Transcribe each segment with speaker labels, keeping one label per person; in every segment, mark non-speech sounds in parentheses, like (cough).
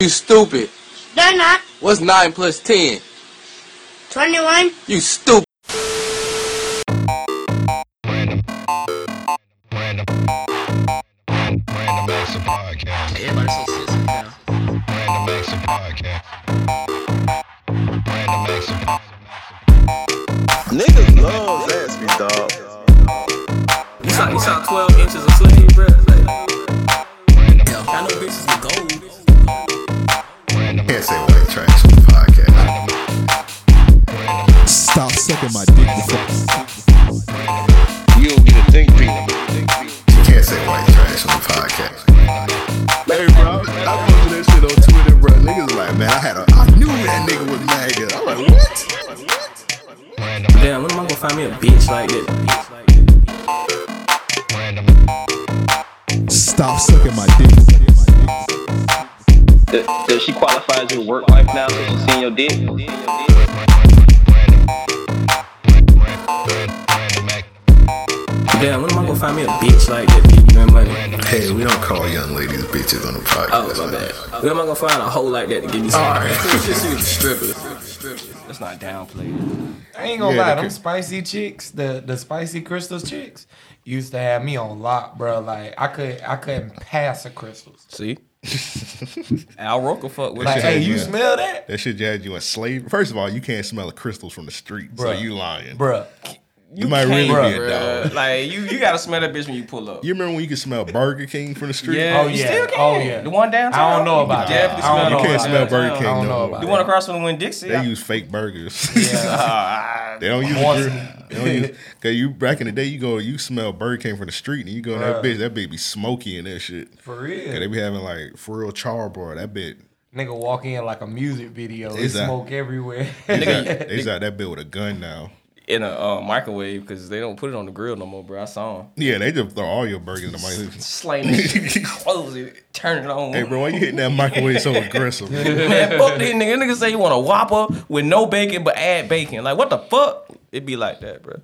Speaker 1: You stupid.
Speaker 2: They're not.
Speaker 1: What's 9 plus 10?
Speaker 2: 21.
Speaker 1: You stupid.
Speaker 3: Random. Random. Random Acts of Podcast.
Speaker 4: Everybody so sensitive now.
Speaker 3: Random Acts of Podcast. Random Acts of
Speaker 5: Niggas love Zaxby, dog.
Speaker 4: You saw, you saw 12 inches of cookie, bro. Like, hell, I know bitches with gold.
Speaker 6: Can't say white trash on the podcast.
Speaker 7: Stop sucking my dick before.
Speaker 5: You don't get a think piece.
Speaker 6: You can't say white trash on the podcast. Hey, bro, I posted that shit on Twitter, bro. Niggas like, man, I had a, I knew that nigga was mad. good." I'm like, what?
Speaker 4: Damn, when am I gonna find me a bitch like that?
Speaker 7: Stop sucking my dick.
Speaker 8: Does, does she qualify as your work wife now since she's seen your dick?
Speaker 4: Damn, when am I gonna find me a bitch like that? Bitch, you money.
Speaker 6: Hey, we don't call young ladies bitches on the
Speaker 4: Oh,
Speaker 6: podcast.
Speaker 4: my
Speaker 6: man.
Speaker 4: bad. When am I gonna find a hoe like (laughs) that to give me some?
Speaker 6: All right.
Speaker 4: That's not downplayed.
Speaker 9: I ain't gonna
Speaker 6: Yeah,
Speaker 9: lie,
Speaker 6: they
Speaker 9: them
Speaker 6: could-
Speaker 9: spicy chicks, the the spicy crystals chicks, used to have me on lock, bro. Like I could I couldn't pass a crystals.
Speaker 4: See? (laughs) Al Roker fuck with
Speaker 9: Like,
Speaker 4: you.
Speaker 9: hey, you
Speaker 6: yeah.
Speaker 9: smell that,
Speaker 6: That shit jazz you in slave. First of all, you can't smell the crystals from the street, so
Speaker 9: Bruh.
Speaker 6: you lying.
Speaker 9: bro?
Speaker 6: you, might really
Speaker 4: can't,
Speaker 6: be a
Speaker 4: bruh.
Speaker 6: dog.
Speaker 4: Like you, you gotta smell that bitch when you pull up.
Speaker 6: You remember when you could smell Burger King from the street?
Speaker 4: Yeah,
Speaker 9: Oh
Speaker 4: you
Speaker 9: yeah,
Speaker 4: still can.
Speaker 9: oh yeah.
Speaker 4: The one downtown.
Speaker 9: I don't know about
Speaker 6: Nah,
Speaker 4: you definitely
Speaker 9: that. I
Speaker 4: smell
Speaker 9: don't
Speaker 6: you
Speaker 9: know
Speaker 6: can't
Speaker 9: about
Speaker 6: smell
Speaker 4: that.
Speaker 6: Burger King
Speaker 9: I don't
Speaker 6: no
Speaker 9: know
Speaker 6: more.
Speaker 9: about
Speaker 4: The one across from Win Dixie.
Speaker 6: They use fake
Speaker 9: (laughs)
Speaker 6: burgers.
Speaker 4: Ah,
Speaker 6: (laughs) They don't use the
Speaker 9: Horse
Speaker 6: grill.
Speaker 9: meat.
Speaker 6: They don't use
Speaker 9: (laughs)
Speaker 6: cause you back in the day you go you smell Burger King from the street and you go in that
Speaker 9: Bruh.
Speaker 6: bitch that bitch be smoky and that shit.
Speaker 9: For
Speaker 6: Cause they
Speaker 9: real,
Speaker 6: be having like for real charbroil. That
Speaker 9: (laughs)
Speaker 6: bit
Speaker 9: nigga walk in like a music video. It
Speaker 6: Exactly.
Speaker 9: smoke everywhere. (laughs)
Speaker 6: they out, they out that bit with a gun now.
Speaker 4: in a uh, microwave because they don't put it on the grill no more, bro. I saw him.
Speaker 6: Yeah, they just throw all your burgers in the microwave.
Speaker 9: (laughs)
Speaker 4: Slaying that shit, (laughs) close it, turn it on.
Speaker 6: Hey bro, why you hitting that microwave
Speaker 9: (laughs)
Speaker 6: so aggressive? bro?
Speaker 4: Man, fuck these niggas. Niggas say you want a Whopper with no bacon but add bacon. Like, what the fuck? It be like that, bro.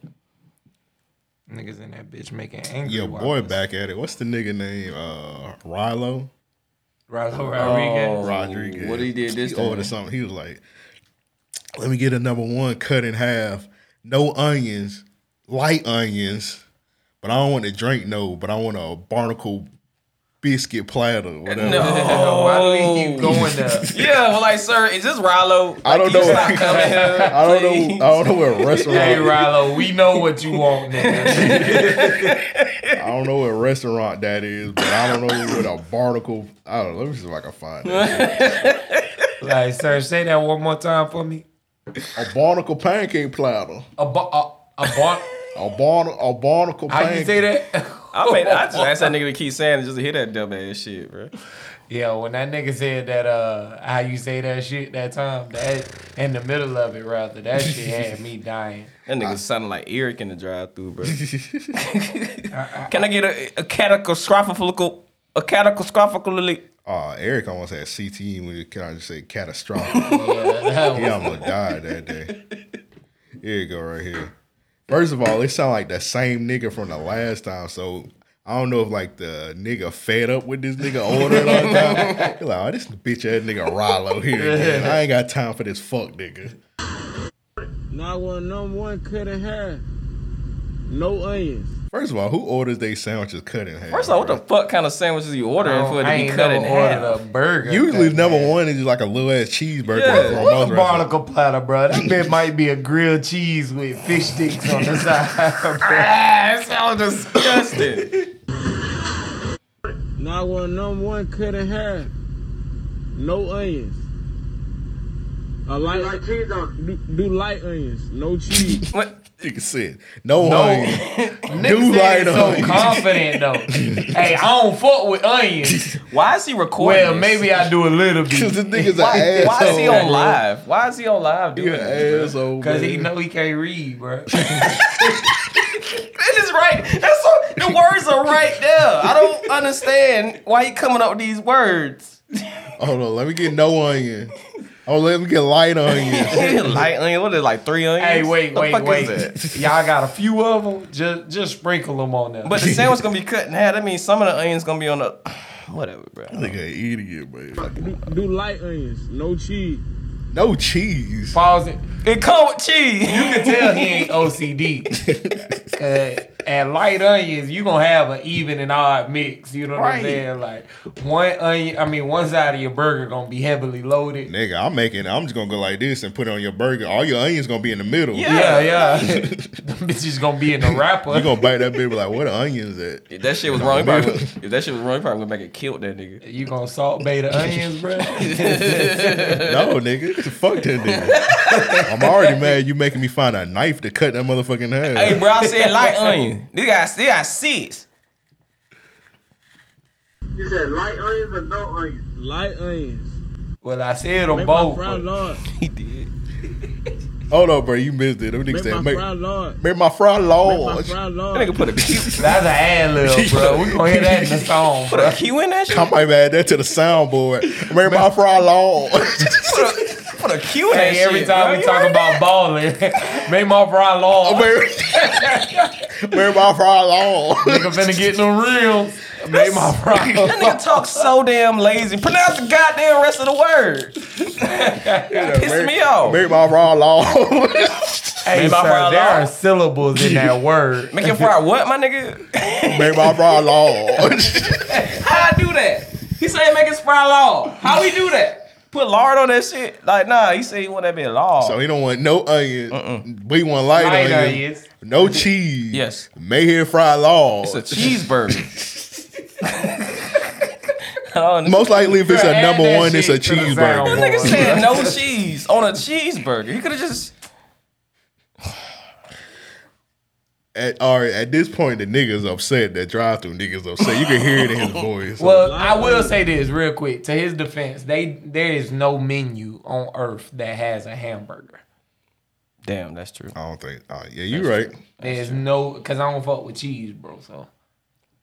Speaker 9: Niggas in that bitch making angry.
Speaker 6: Your boy back at it. What's the nigga name? Uh Rilo
Speaker 9: Rilo Rodriguez.
Speaker 6: Oh, Rodriguez.
Speaker 4: What he did this
Speaker 6: he
Speaker 4: time.
Speaker 6: ordered something. He was like, Let me get a number one cut in half. No onions, light onions. But I don't want to drink no, but I want a barnacle biscuit platter, whatever. (laughs)
Speaker 9: Why do
Speaker 6: Oh.
Speaker 9: we keep going to?
Speaker 4: (laughs) Yeah, well, like, sir, is this Rilo? Like,
Speaker 6: I don't
Speaker 4: can
Speaker 6: know.
Speaker 4: you Stop coming here,
Speaker 6: (laughs) I don't
Speaker 4: please?
Speaker 6: know. I don't know
Speaker 4: (laughs)
Speaker 6: what restaurant.
Speaker 9: Hey Rilo, we know what you
Speaker 6: (laughs)
Speaker 9: want, nigga.
Speaker 6: I don't know what restaurant that is, but I don't know what a barnacle. I don't know. Let me see if I can find it.
Speaker 9: like, sir, say that one more time for me.
Speaker 6: A barnacle pancake platter.
Speaker 4: Oh.
Speaker 9: A ba- a, a bar.
Speaker 6: A barn. A barnacle.
Speaker 9: How
Speaker 6: Pancake.
Speaker 9: you say that? (laughs)
Speaker 4: I mean, I just asked that nigga to keep saying it just to hear that dumb ass shit, bro.
Speaker 9: Yeah, when that nigga said that, uh, how you say that shit that time, that in the middle of it, rather, that shit had me dying.
Speaker 4: That nigga sounding like Eric in the drive through,
Speaker 6: (laughs)
Speaker 4: bro. Can I get a, a catastrophical, a catastrophically?
Speaker 6: Uh, Eric almost had CTE when he can I just say catastrophic.
Speaker 4: (laughs)
Speaker 9: Yeah,
Speaker 6: he almost died that day. Here you go, right here. First of all, it sound like the same nigga from the last time, so I don't know if like the nigga fed up with this nigga ordering all the time. He like, oh, this bitch ass nigga Rilo here. Again. I ain't got time for this fuck nigga.
Speaker 10: Not one number one cut in half. No onions.
Speaker 6: First of all, who orders they sandwiches cut in half?
Speaker 4: First of all, what the fuck kind of sandwiches are you ordering for it to
Speaker 9: I
Speaker 4: be
Speaker 9: ain't
Speaker 4: cut
Speaker 9: never
Speaker 4: in half?
Speaker 9: ordered a burger.
Speaker 6: Usually,
Speaker 9: goddamn.
Speaker 6: number one is just like a little ass cheeseburger.
Speaker 4: Yeah.
Speaker 6: from
Speaker 9: What
Speaker 6: most
Speaker 9: a
Speaker 6: restaurants.
Speaker 9: barnacle platter, bro.
Speaker 4: (laughs)
Speaker 9: That bit might be a grilled cheese with fish sticks on the side.
Speaker 4: (laughs)
Speaker 9: (laughs) bruh.
Speaker 4: That Ah, sounds disgusting.
Speaker 10: Not one number one cut in half. No onions. I like, cheese on. Do, do light onions, no cheese.
Speaker 4: (laughs) What?
Speaker 6: Nigga said, no,
Speaker 9: No. (laughs)
Speaker 6: onion.
Speaker 9: Nigga said
Speaker 6: light
Speaker 9: it so
Speaker 6: onions.
Speaker 4: (laughs)
Speaker 9: confident though. hey, I don't fuck with onions.
Speaker 4: Why is he recording?
Speaker 9: Well,
Speaker 4: this?
Speaker 9: maybe I do a
Speaker 6: (laughs)
Speaker 9: little
Speaker 6: Cause
Speaker 9: bit
Speaker 6: this nigga's an
Speaker 4: Why,
Speaker 6: asshole.
Speaker 4: why is he on
Speaker 6: bro.
Speaker 4: live? Why is he on live doing
Speaker 6: You an
Speaker 4: this? bro?
Speaker 9: (laughs)
Speaker 6: asshole.
Speaker 9: because he
Speaker 6: man.
Speaker 9: know he can't read, bro.
Speaker 4: (laughs) That is right. That's so, the words are right there. I don't understand why he coming up with these words. (laughs)
Speaker 6: Hold on, let me get no onion. Oh, let me get light
Speaker 9: (laughs)
Speaker 6: onion.
Speaker 4: Light onion. What is it, like three onions?
Speaker 9: Hey, wait,
Speaker 4: The
Speaker 9: wait,
Speaker 4: fuck
Speaker 9: wait.
Speaker 4: is that?
Speaker 9: Y'all got a few of them. Just, just sprinkle them on there.
Speaker 4: But the (sighs) sandwich gonna be cut in half. That means some of the onions gonna be on the. Whatever, bro.
Speaker 6: That nigga an idiot, man.
Speaker 10: Do, do light onions, no cheese.
Speaker 6: No cheese.
Speaker 9: Pause it.
Speaker 4: It come with cheese.
Speaker 9: You can tell he
Speaker 4: (laughs)
Speaker 9: ain't OCD. 'Cause Uh, at light onions, you gonna have an even and odd mix. You know what
Speaker 4: Right.
Speaker 9: I'm saying? Like one onion, I mean one side of your burger gonna be heavily loaded.
Speaker 6: Nigga, I'm making. I'm just gonna go like this and put it on your burger. All your onions gonna be in the middle.
Speaker 4: Yeah. (laughs)
Speaker 9: Yeah, yeah. Them bitches gonna be in the wrapper.
Speaker 6: You gonna bite that bitch like, where the onions at?
Speaker 4: (laughs) If that shit was wrong, he probably would, if that shit was wrong, he probably would make it killed that nigga.
Speaker 9: You gonna salt bay the
Speaker 4: (laughs)
Speaker 9: onions, bro?
Speaker 6: No, nigga. Fuck that nigga. I'm already mad you making me find a knife to cut that motherfucking hand.
Speaker 4: Hey, bro, I said (laughs) light onion. This guy still got six.
Speaker 10: You said light onions or no onions? Light onions.
Speaker 9: well, I said them
Speaker 10: Make
Speaker 9: both.
Speaker 10: my fry
Speaker 9: but-
Speaker 10: large.
Speaker 4: He did.
Speaker 6: Hold on, bro. You missed it. Them niggas
Speaker 10: Make my
Speaker 6: said, make,
Speaker 10: fry large.
Speaker 6: make my fry
Speaker 10: Make my
Speaker 6: large.
Speaker 10: fry
Speaker 4: That
Speaker 10: large.
Speaker 4: nigga put a Q, (laughs)
Speaker 9: That's an ad lib, bro. We gonna hear that in the song,
Speaker 4: put a
Speaker 9: bro.
Speaker 4: Q in that shit.
Speaker 6: I might add that to the soundboard. Make my fry large.
Speaker 4: Put a, put a Q in that
Speaker 9: Hey, every
Speaker 4: shit,
Speaker 9: time
Speaker 4: bro.
Speaker 9: we
Speaker 4: You
Speaker 9: talk
Speaker 4: heard
Speaker 9: about balling, (laughs) make my fry long.
Speaker 6: Mary, Mary my fry long.
Speaker 9: Nigga finna get no reels. Make my fry.
Speaker 4: that? That nigga talk so damn lazy. Pronounce the goddamn rest of the word. (laughs) Pissing me off.
Speaker 6: Mary my fry long.
Speaker 9: Hey,
Speaker 4: Make my
Speaker 9: sir,
Speaker 4: fry
Speaker 9: there
Speaker 4: long.
Speaker 9: are syllables in
Speaker 6: (laughs)
Speaker 9: that word.
Speaker 4: Make your fry what, my nigga?
Speaker 6: Mary my fry long.
Speaker 4: How I do that? He said make his fry long. How we do that? Put lard on that shit? Like, nah, he said he want that bit long.
Speaker 6: (laughs) so he don't want no onion. But he want light,
Speaker 9: Light
Speaker 6: onion.
Speaker 9: onions.
Speaker 6: No cheese.
Speaker 4: Yes.
Speaker 6: Mayhew fry long.
Speaker 4: it's a cheeseburger. (laughs) I don't
Speaker 6: Most likely if it's a
Speaker 9: Add
Speaker 6: number
Speaker 9: that
Speaker 6: one, it's a
Speaker 9: shit to the
Speaker 6: cheeseburger.
Speaker 9: soundboard.
Speaker 4: Nigga said no cheese on a cheeseburger. He could have just
Speaker 6: At, all right, at this point, the niggas upset. That drive through niggas upset. You can hear it in
Speaker 9: (laughs)
Speaker 6: his voice.
Speaker 9: Well, I will say this real quick. To his defense, they there is no menu on earth that has a hamburger.
Speaker 4: damn. That's true.
Speaker 6: I don't think. Oh, yeah, you right.
Speaker 9: There's no because I don't fuck with cheese, bro. So,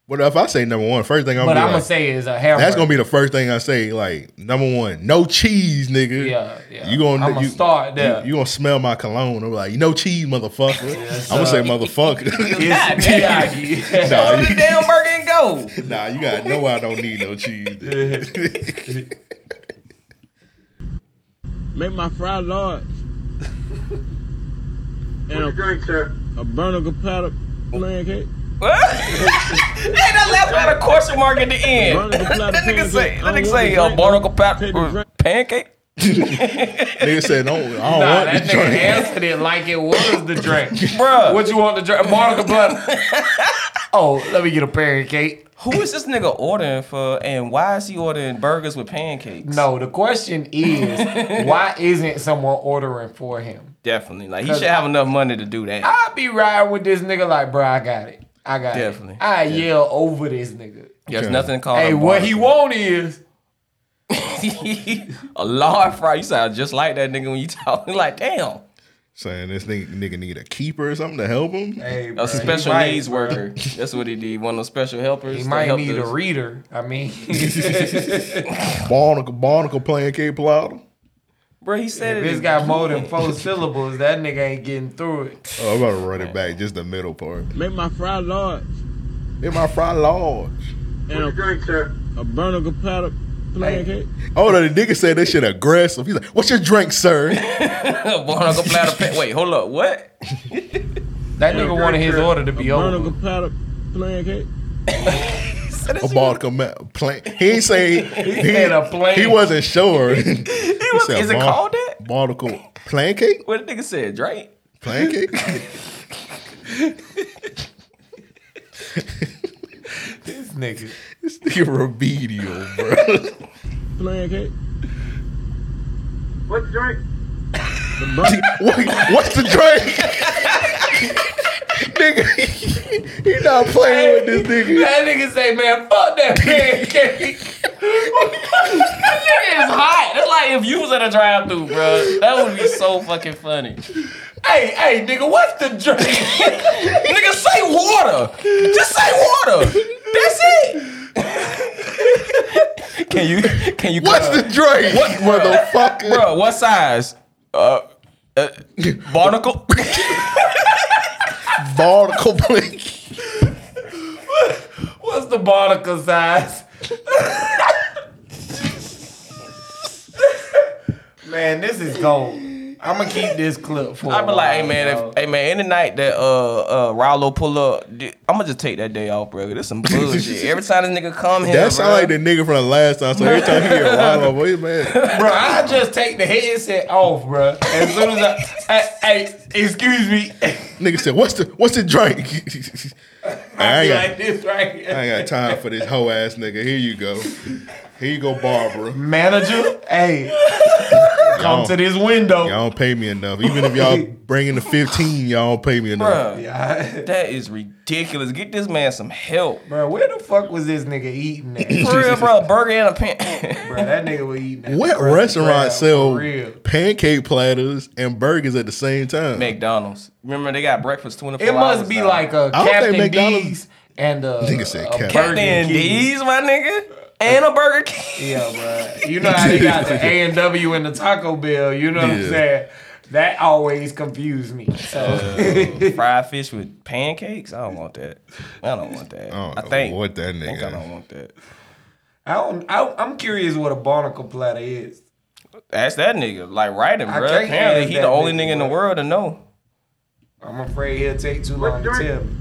Speaker 6: But if I say number one, first thing I'm
Speaker 9: but
Speaker 6: gonna
Speaker 9: I'm
Speaker 6: be
Speaker 9: gonna
Speaker 6: like,
Speaker 9: say is a hamburger.
Speaker 6: that's gonna be the first thing I say. Like number one, no cheese, nigga.
Speaker 9: Yeah, yeah.
Speaker 6: You gonna
Speaker 9: I'ma
Speaker 6: you,
Speaker 9: start there.
Speaker 6: You, you gonna smell my cologne? I'm like, no cheese,
Speaker 9: (laughs)
Speaker 6: motherfucker. I'm gonna say motherfucker. (laughs)
Speaker 9: It's T-I-E.
Speaker 6: nah,
Speaker 4: Put the
Speaker 6: you,
Speaker 4: damn burger and go.
Speaker 6: nah, you gotta know I don't need no
Speaker 9: (laughs)
Speaker 6: cheese.
Speaker 10: Make my fry (laughs) large. and a drink, sir. Oh. A burner platter pancake.
Speaker 4: (laughs) What? hey, that last one had a question mark at the end.
Speaker 10: Barnacle platter
Speaker 4: that nigga
Speaker 10: pancake.
Speaker 4: say, that
Speaker 10: I don't
Speaker 4: nigga
Speaker 10: want
Speaker 4: say,
Speaker 10: the
Speaker 4: uh,
Speaker 10: drink.
Speaker 4: barnacle pat-
Speaker 10: Take the drink.
Speaker 4: pancake.
Speaker 6: (laughs) Nigga said, no, I don't
Speaker 9: (laughs) Nah,
Speaker 6: want
Speaker 9: that
Speaker 6: this
Speaker 9: nigga
Speaker 6: drink.
Speaker 9: answered it like it was the
Speaker 6: (laughs)
Speaker 9: drink.
Speaker 4: Bruh.
Speaker 9: What you want to drink? Monica Blunt. oh, let me get a pancake.
Speaker 4: Who is this nigga ordering for, and why is he ordering burgers with pancakes?
Speaker 9: No, the question
Speaker 6: (laughs)
Speaker 9: is, why isn't someone ordering for him?
Speaker 4: Definitely. Like, he should have enough money to do that.
Speaker 9: I be riding with this nigga like, bro, I got it. I got
Speaker 4: Definitely.
Speaker 9: it. I yell over this nigga.
Speaker 4: There's nothing called
Speaker 9: hey,
Speaker 4: a
Speaker 9: what he want is
Speaker 4: barnacle. (laughs) a large fry. You sound just like that nigga when you (laughs) talk. Like, damn.
Speaker 6: Saying this nigga, nigga need a keeper or something to help him.
Speaker 9: hey,
Speaker 4: A
Speaker 9: bruh,
Speaker 4: Oh, special
Speaker 9: he might,
Speaker 4: needs
Speaker 9: bruh.
Speaker 4: worker. That's what he need. One of those special helpers.
Speaker 9: He
Speaker 4: to
Speaker 9: might
Speaker 4: help
Speaker 9: need
Speaker 4: the-
Speaker 9: a reader. I mean, (laughs)
Speaker 6: Barnacle, barnacle playing K plot.
Speaker 4: Bro, he said it.
Speaker 9: this
Speaker 4: (laughs)
Speaker 9: got more than four syllables. That nigga ain't getting through it.
Speaker 6: Oh, I'm about to run it back, just the middle part.
Speaker 10: Make my fry large.
Speaker 6: In my fry large.
Speaker 10: And a drink, sir. A burner platter pancake.
Speaker 6: Oh, no, the nigga said that shit aggressive. He's like, "What's your
Speaker 4: (laughs)
Speaker 6: drink, sir?"
Speaker 4: Barnacle platter. pa- Wait, hold up. What?
Speaker 9: That nigga wanted his order to
Speaker 10: A
Speaker 9: be over.
Speaker 10: burner platter pancake.
Speaker 4: Said
Speaker 6: a
Speaker 4: this
Speaker 6: ball
Speaker 4: (laughs)
Speaker 6: come out. Plan. He ain't say he,
Speaker 9: said a plane.
Speaker 6: he
Speaker 4: (laughs)
Speaker 6: wasn't sure. he
Speaker 4: was-
Speaker 6: said
Speaker 4: is it
Speaker 6: bar-
Speaker 4: called that?
Speaker 6: Barnacle pancake?
Speaker 4: What the nigga said, Drake? (laughs)
Speaker 6: Pancake?
Speaker 9: This nigga.
Speaker 6: this nigga remedial,
Speaker 4: (laughs)
Speaker 6: bro.
Speaker 10: Pancake. What drink? The burner.
Speaker 6: Wait, what's
Speaker 4: (laughs)
Speaker 6: the drink? nigga, he not playing with this nigga.
Speaker 9: That nigga say, man, fuck that (laughs) pancake.
Speaker 4: It's hot. That's like if you was at a drive through bro. That would be so fucking funny.
Speaker 9: hey, hey, nigga, what's the drink?
Speaker 4: nigga, say water. Just say water. That's it. can you? Can you?
Speaker 6: What's the drink? What motherfucker?
Speaker 4: bro? What size? Uh, uh
Speaker 6: (laughs)
Speaker 4: barnacle.
Speaker 6: Barnacle pancake.
Speaker 9: what's the barnacle size? (laughs) Man, this is gold. I'm gonna keep this clip for.
Speaker 4: I
Speaker 9: a
Speaker 4: be like, hey
Speaker 9: while,
Speaker 4: man,
Speaker 9: bro.
Speaker 4: if, hey man, any night that uh uh Rallo pull up, I'm gonna just take that day off, bro. This some bullshit. Every time this nigga come here,
Speaker 6: That sound
Speaker 4: bro,
Speaker 6: like the nigga from the last time. So every time he get Rollo, boy, man.
Speaker 9: bro, I just take the headset off, bro. As soon as I, hey, hey, excuse me, (laughs)
Speaker 6: Nigga said, "What's the what's the drink?" (laughs) I
Speaker 9: I
Speaker 6: ain't got,
Speaker 9: be like this right
Speaker 6: I
Speaker 9: here.
Speaker 6: ain't got time for this hoe ass nigga. Here you go. Here you go, Barbara.
Speaker 9: Manager, hey, come
Speaker 6: Y'all-
Speaker 9: to this window.
Speaker 6: Y'all don't pay me enough. Even if y'all bringing the fifteen, y'all don't pay me enough.
Speaker 4: Bruh,
Speaker 9: Yeah.
Speaker 4: that is ridiculous. Get this man some
Speaker 6: (laughs)
Speaker 4: help,
Speaker 9: (laughs) Bro, where the fuck was this nigga eating at?
Speaker 4: for real, bro. Burger and a pan. (laughs)
Speaker 9: bro, that nigga was eating at.
Speaker 6: What
Speaker 9: the Krusty Krab,
Speaker 6: restaurant
Speaker 9: for
Speaker 6: sell
Speaker 9: real.
Speaker 6: pancake platters and burgers at the same time?
Speaker 4: McDonald's. Remember they got breakfast twenty four.
Speaker 9: It must be like a
Speaker 6: I don't think
Speaker 9: Captain
Speaker 6: McDonald's-
Speaker 9: D's and a,
Speaker 6: Nigga said
Speaker 9: a
Speaker 6: Captain
Speaker 9: Burger
Speaker 4: Captain
Speaker 9: King.
Speaker 4: D's, my nigga, and a Burger
Speaker 6: (laughs)
Speaker 4: King.
Speaker 9: Yeah, bro. You know how they got the A and W and the Taco Bell. You know what I'm
Speaker 6: Yeah.
Speaker 9: saying? That always confused me. So
Speaker 4: Fried fish with pancakes. I don't want that. I don't want that. I,
Speaker 6: don't know
Speaker 4: think
Speaker 6: what that nigga
Speaker 4: I think I
Speaker 6: is.
Speaker 4: don't want that.
Speaker 9: I don't. I, I'm curious what a barnacle platter is.
Speaker 4: Ask that nigga. Like write him,
Speaker 9: I
Speaker 4: bro.
Speaker 9: can't
Speaker 4: Apparently
Speaker 9: ask
Speaker 4: he
Speaker 9: that
Speaker 4: the only
Speaker 9: nigga,
Speaker 4: nigga in the
Speaker 9: bro.
Speaker 4: world to know.
Speaker 9: I'm afraid he'll take too long to tell me.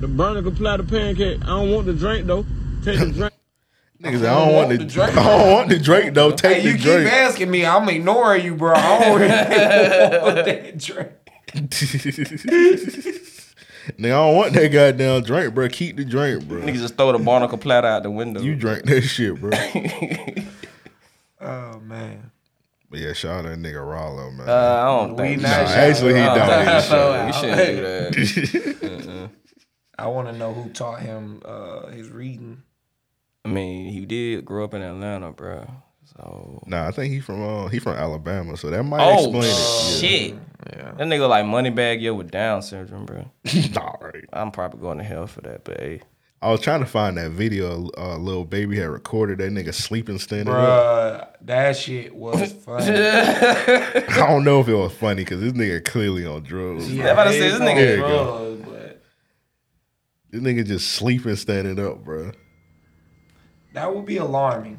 Speaker 10: The burner can apply the pancake. I don't want the drink though. Take the drink.
Speaker 6: Niggas, I don't want the drink. I don't want the drink though. Take
Speaker 9: Hey, you
Speaker 6: the
Speaker 9: keep
Speaker 6: drink.
Speaker 9: asking me. I'm ignoring you, bro. I
Speaker 4: (laughs)
Speaker 9: don't really want that drink.
Speaker 6: (laughs) Nigga, I don't want that goddamn drink, bro. Keep the drink, bro.
Speaker 4: Niggas just throw the barnacle platter out the window.
Speaker 6: You drank that shit,
Speaker 4: (laughs)
Speaker 6: bro. but
Speaker 9: Oh man.
Speaker 6: yeah, shout out that nigga Rollo, man.
Speaker 4: uh, I don't
Speaker 9: We
Speaker 4: think
Speaker 9: not
Speaker 6: nah,
Speaker 9: shout
Speaker 6: actually, he
Speaker 4: I
Speaker 6: (laughs) don't.
Speaker 4: don't
Speaker 6: need
Speaker 4: think so.
Speaker 6: to shout
Speaker 4: We
Speaker 6: out.
Speaker 4: shouldn't do that.
Speaker 9: I want to know who taught him uh, his reading.
Speaker 4: I mean, he did grow up in Atlanta, bro. So
Speaker 6: Nah, I think he from uh, he from Alabama, so that might
Speaker 4: oh (laughs)
Speaker 6: explain it.
Speaker 4: shit, that nigga like Moneybag Yo with Down syndrome, bro.
Speaker 6: Yeah. All right.
Speaker 4: I'm probably going to hell for that, but hey,
Speaker 6: I was trying to find that video. Uh, little baby had recorded that nigga sleeping standing up.
Speaker 9: Bruh, that
Speaker 4: (laughs)
Speaker 9: shit was funny.
Speaker 6: I don't know if it was funny because this nigga clearly on drugs. bro.
Speaker 4: about to say, this nigga-
Speaker 6: There you
Speaker 9: drugs, but
Speaker 6: This nigga just sleeping standing up, bro.
Speaker 9: That would be alarming.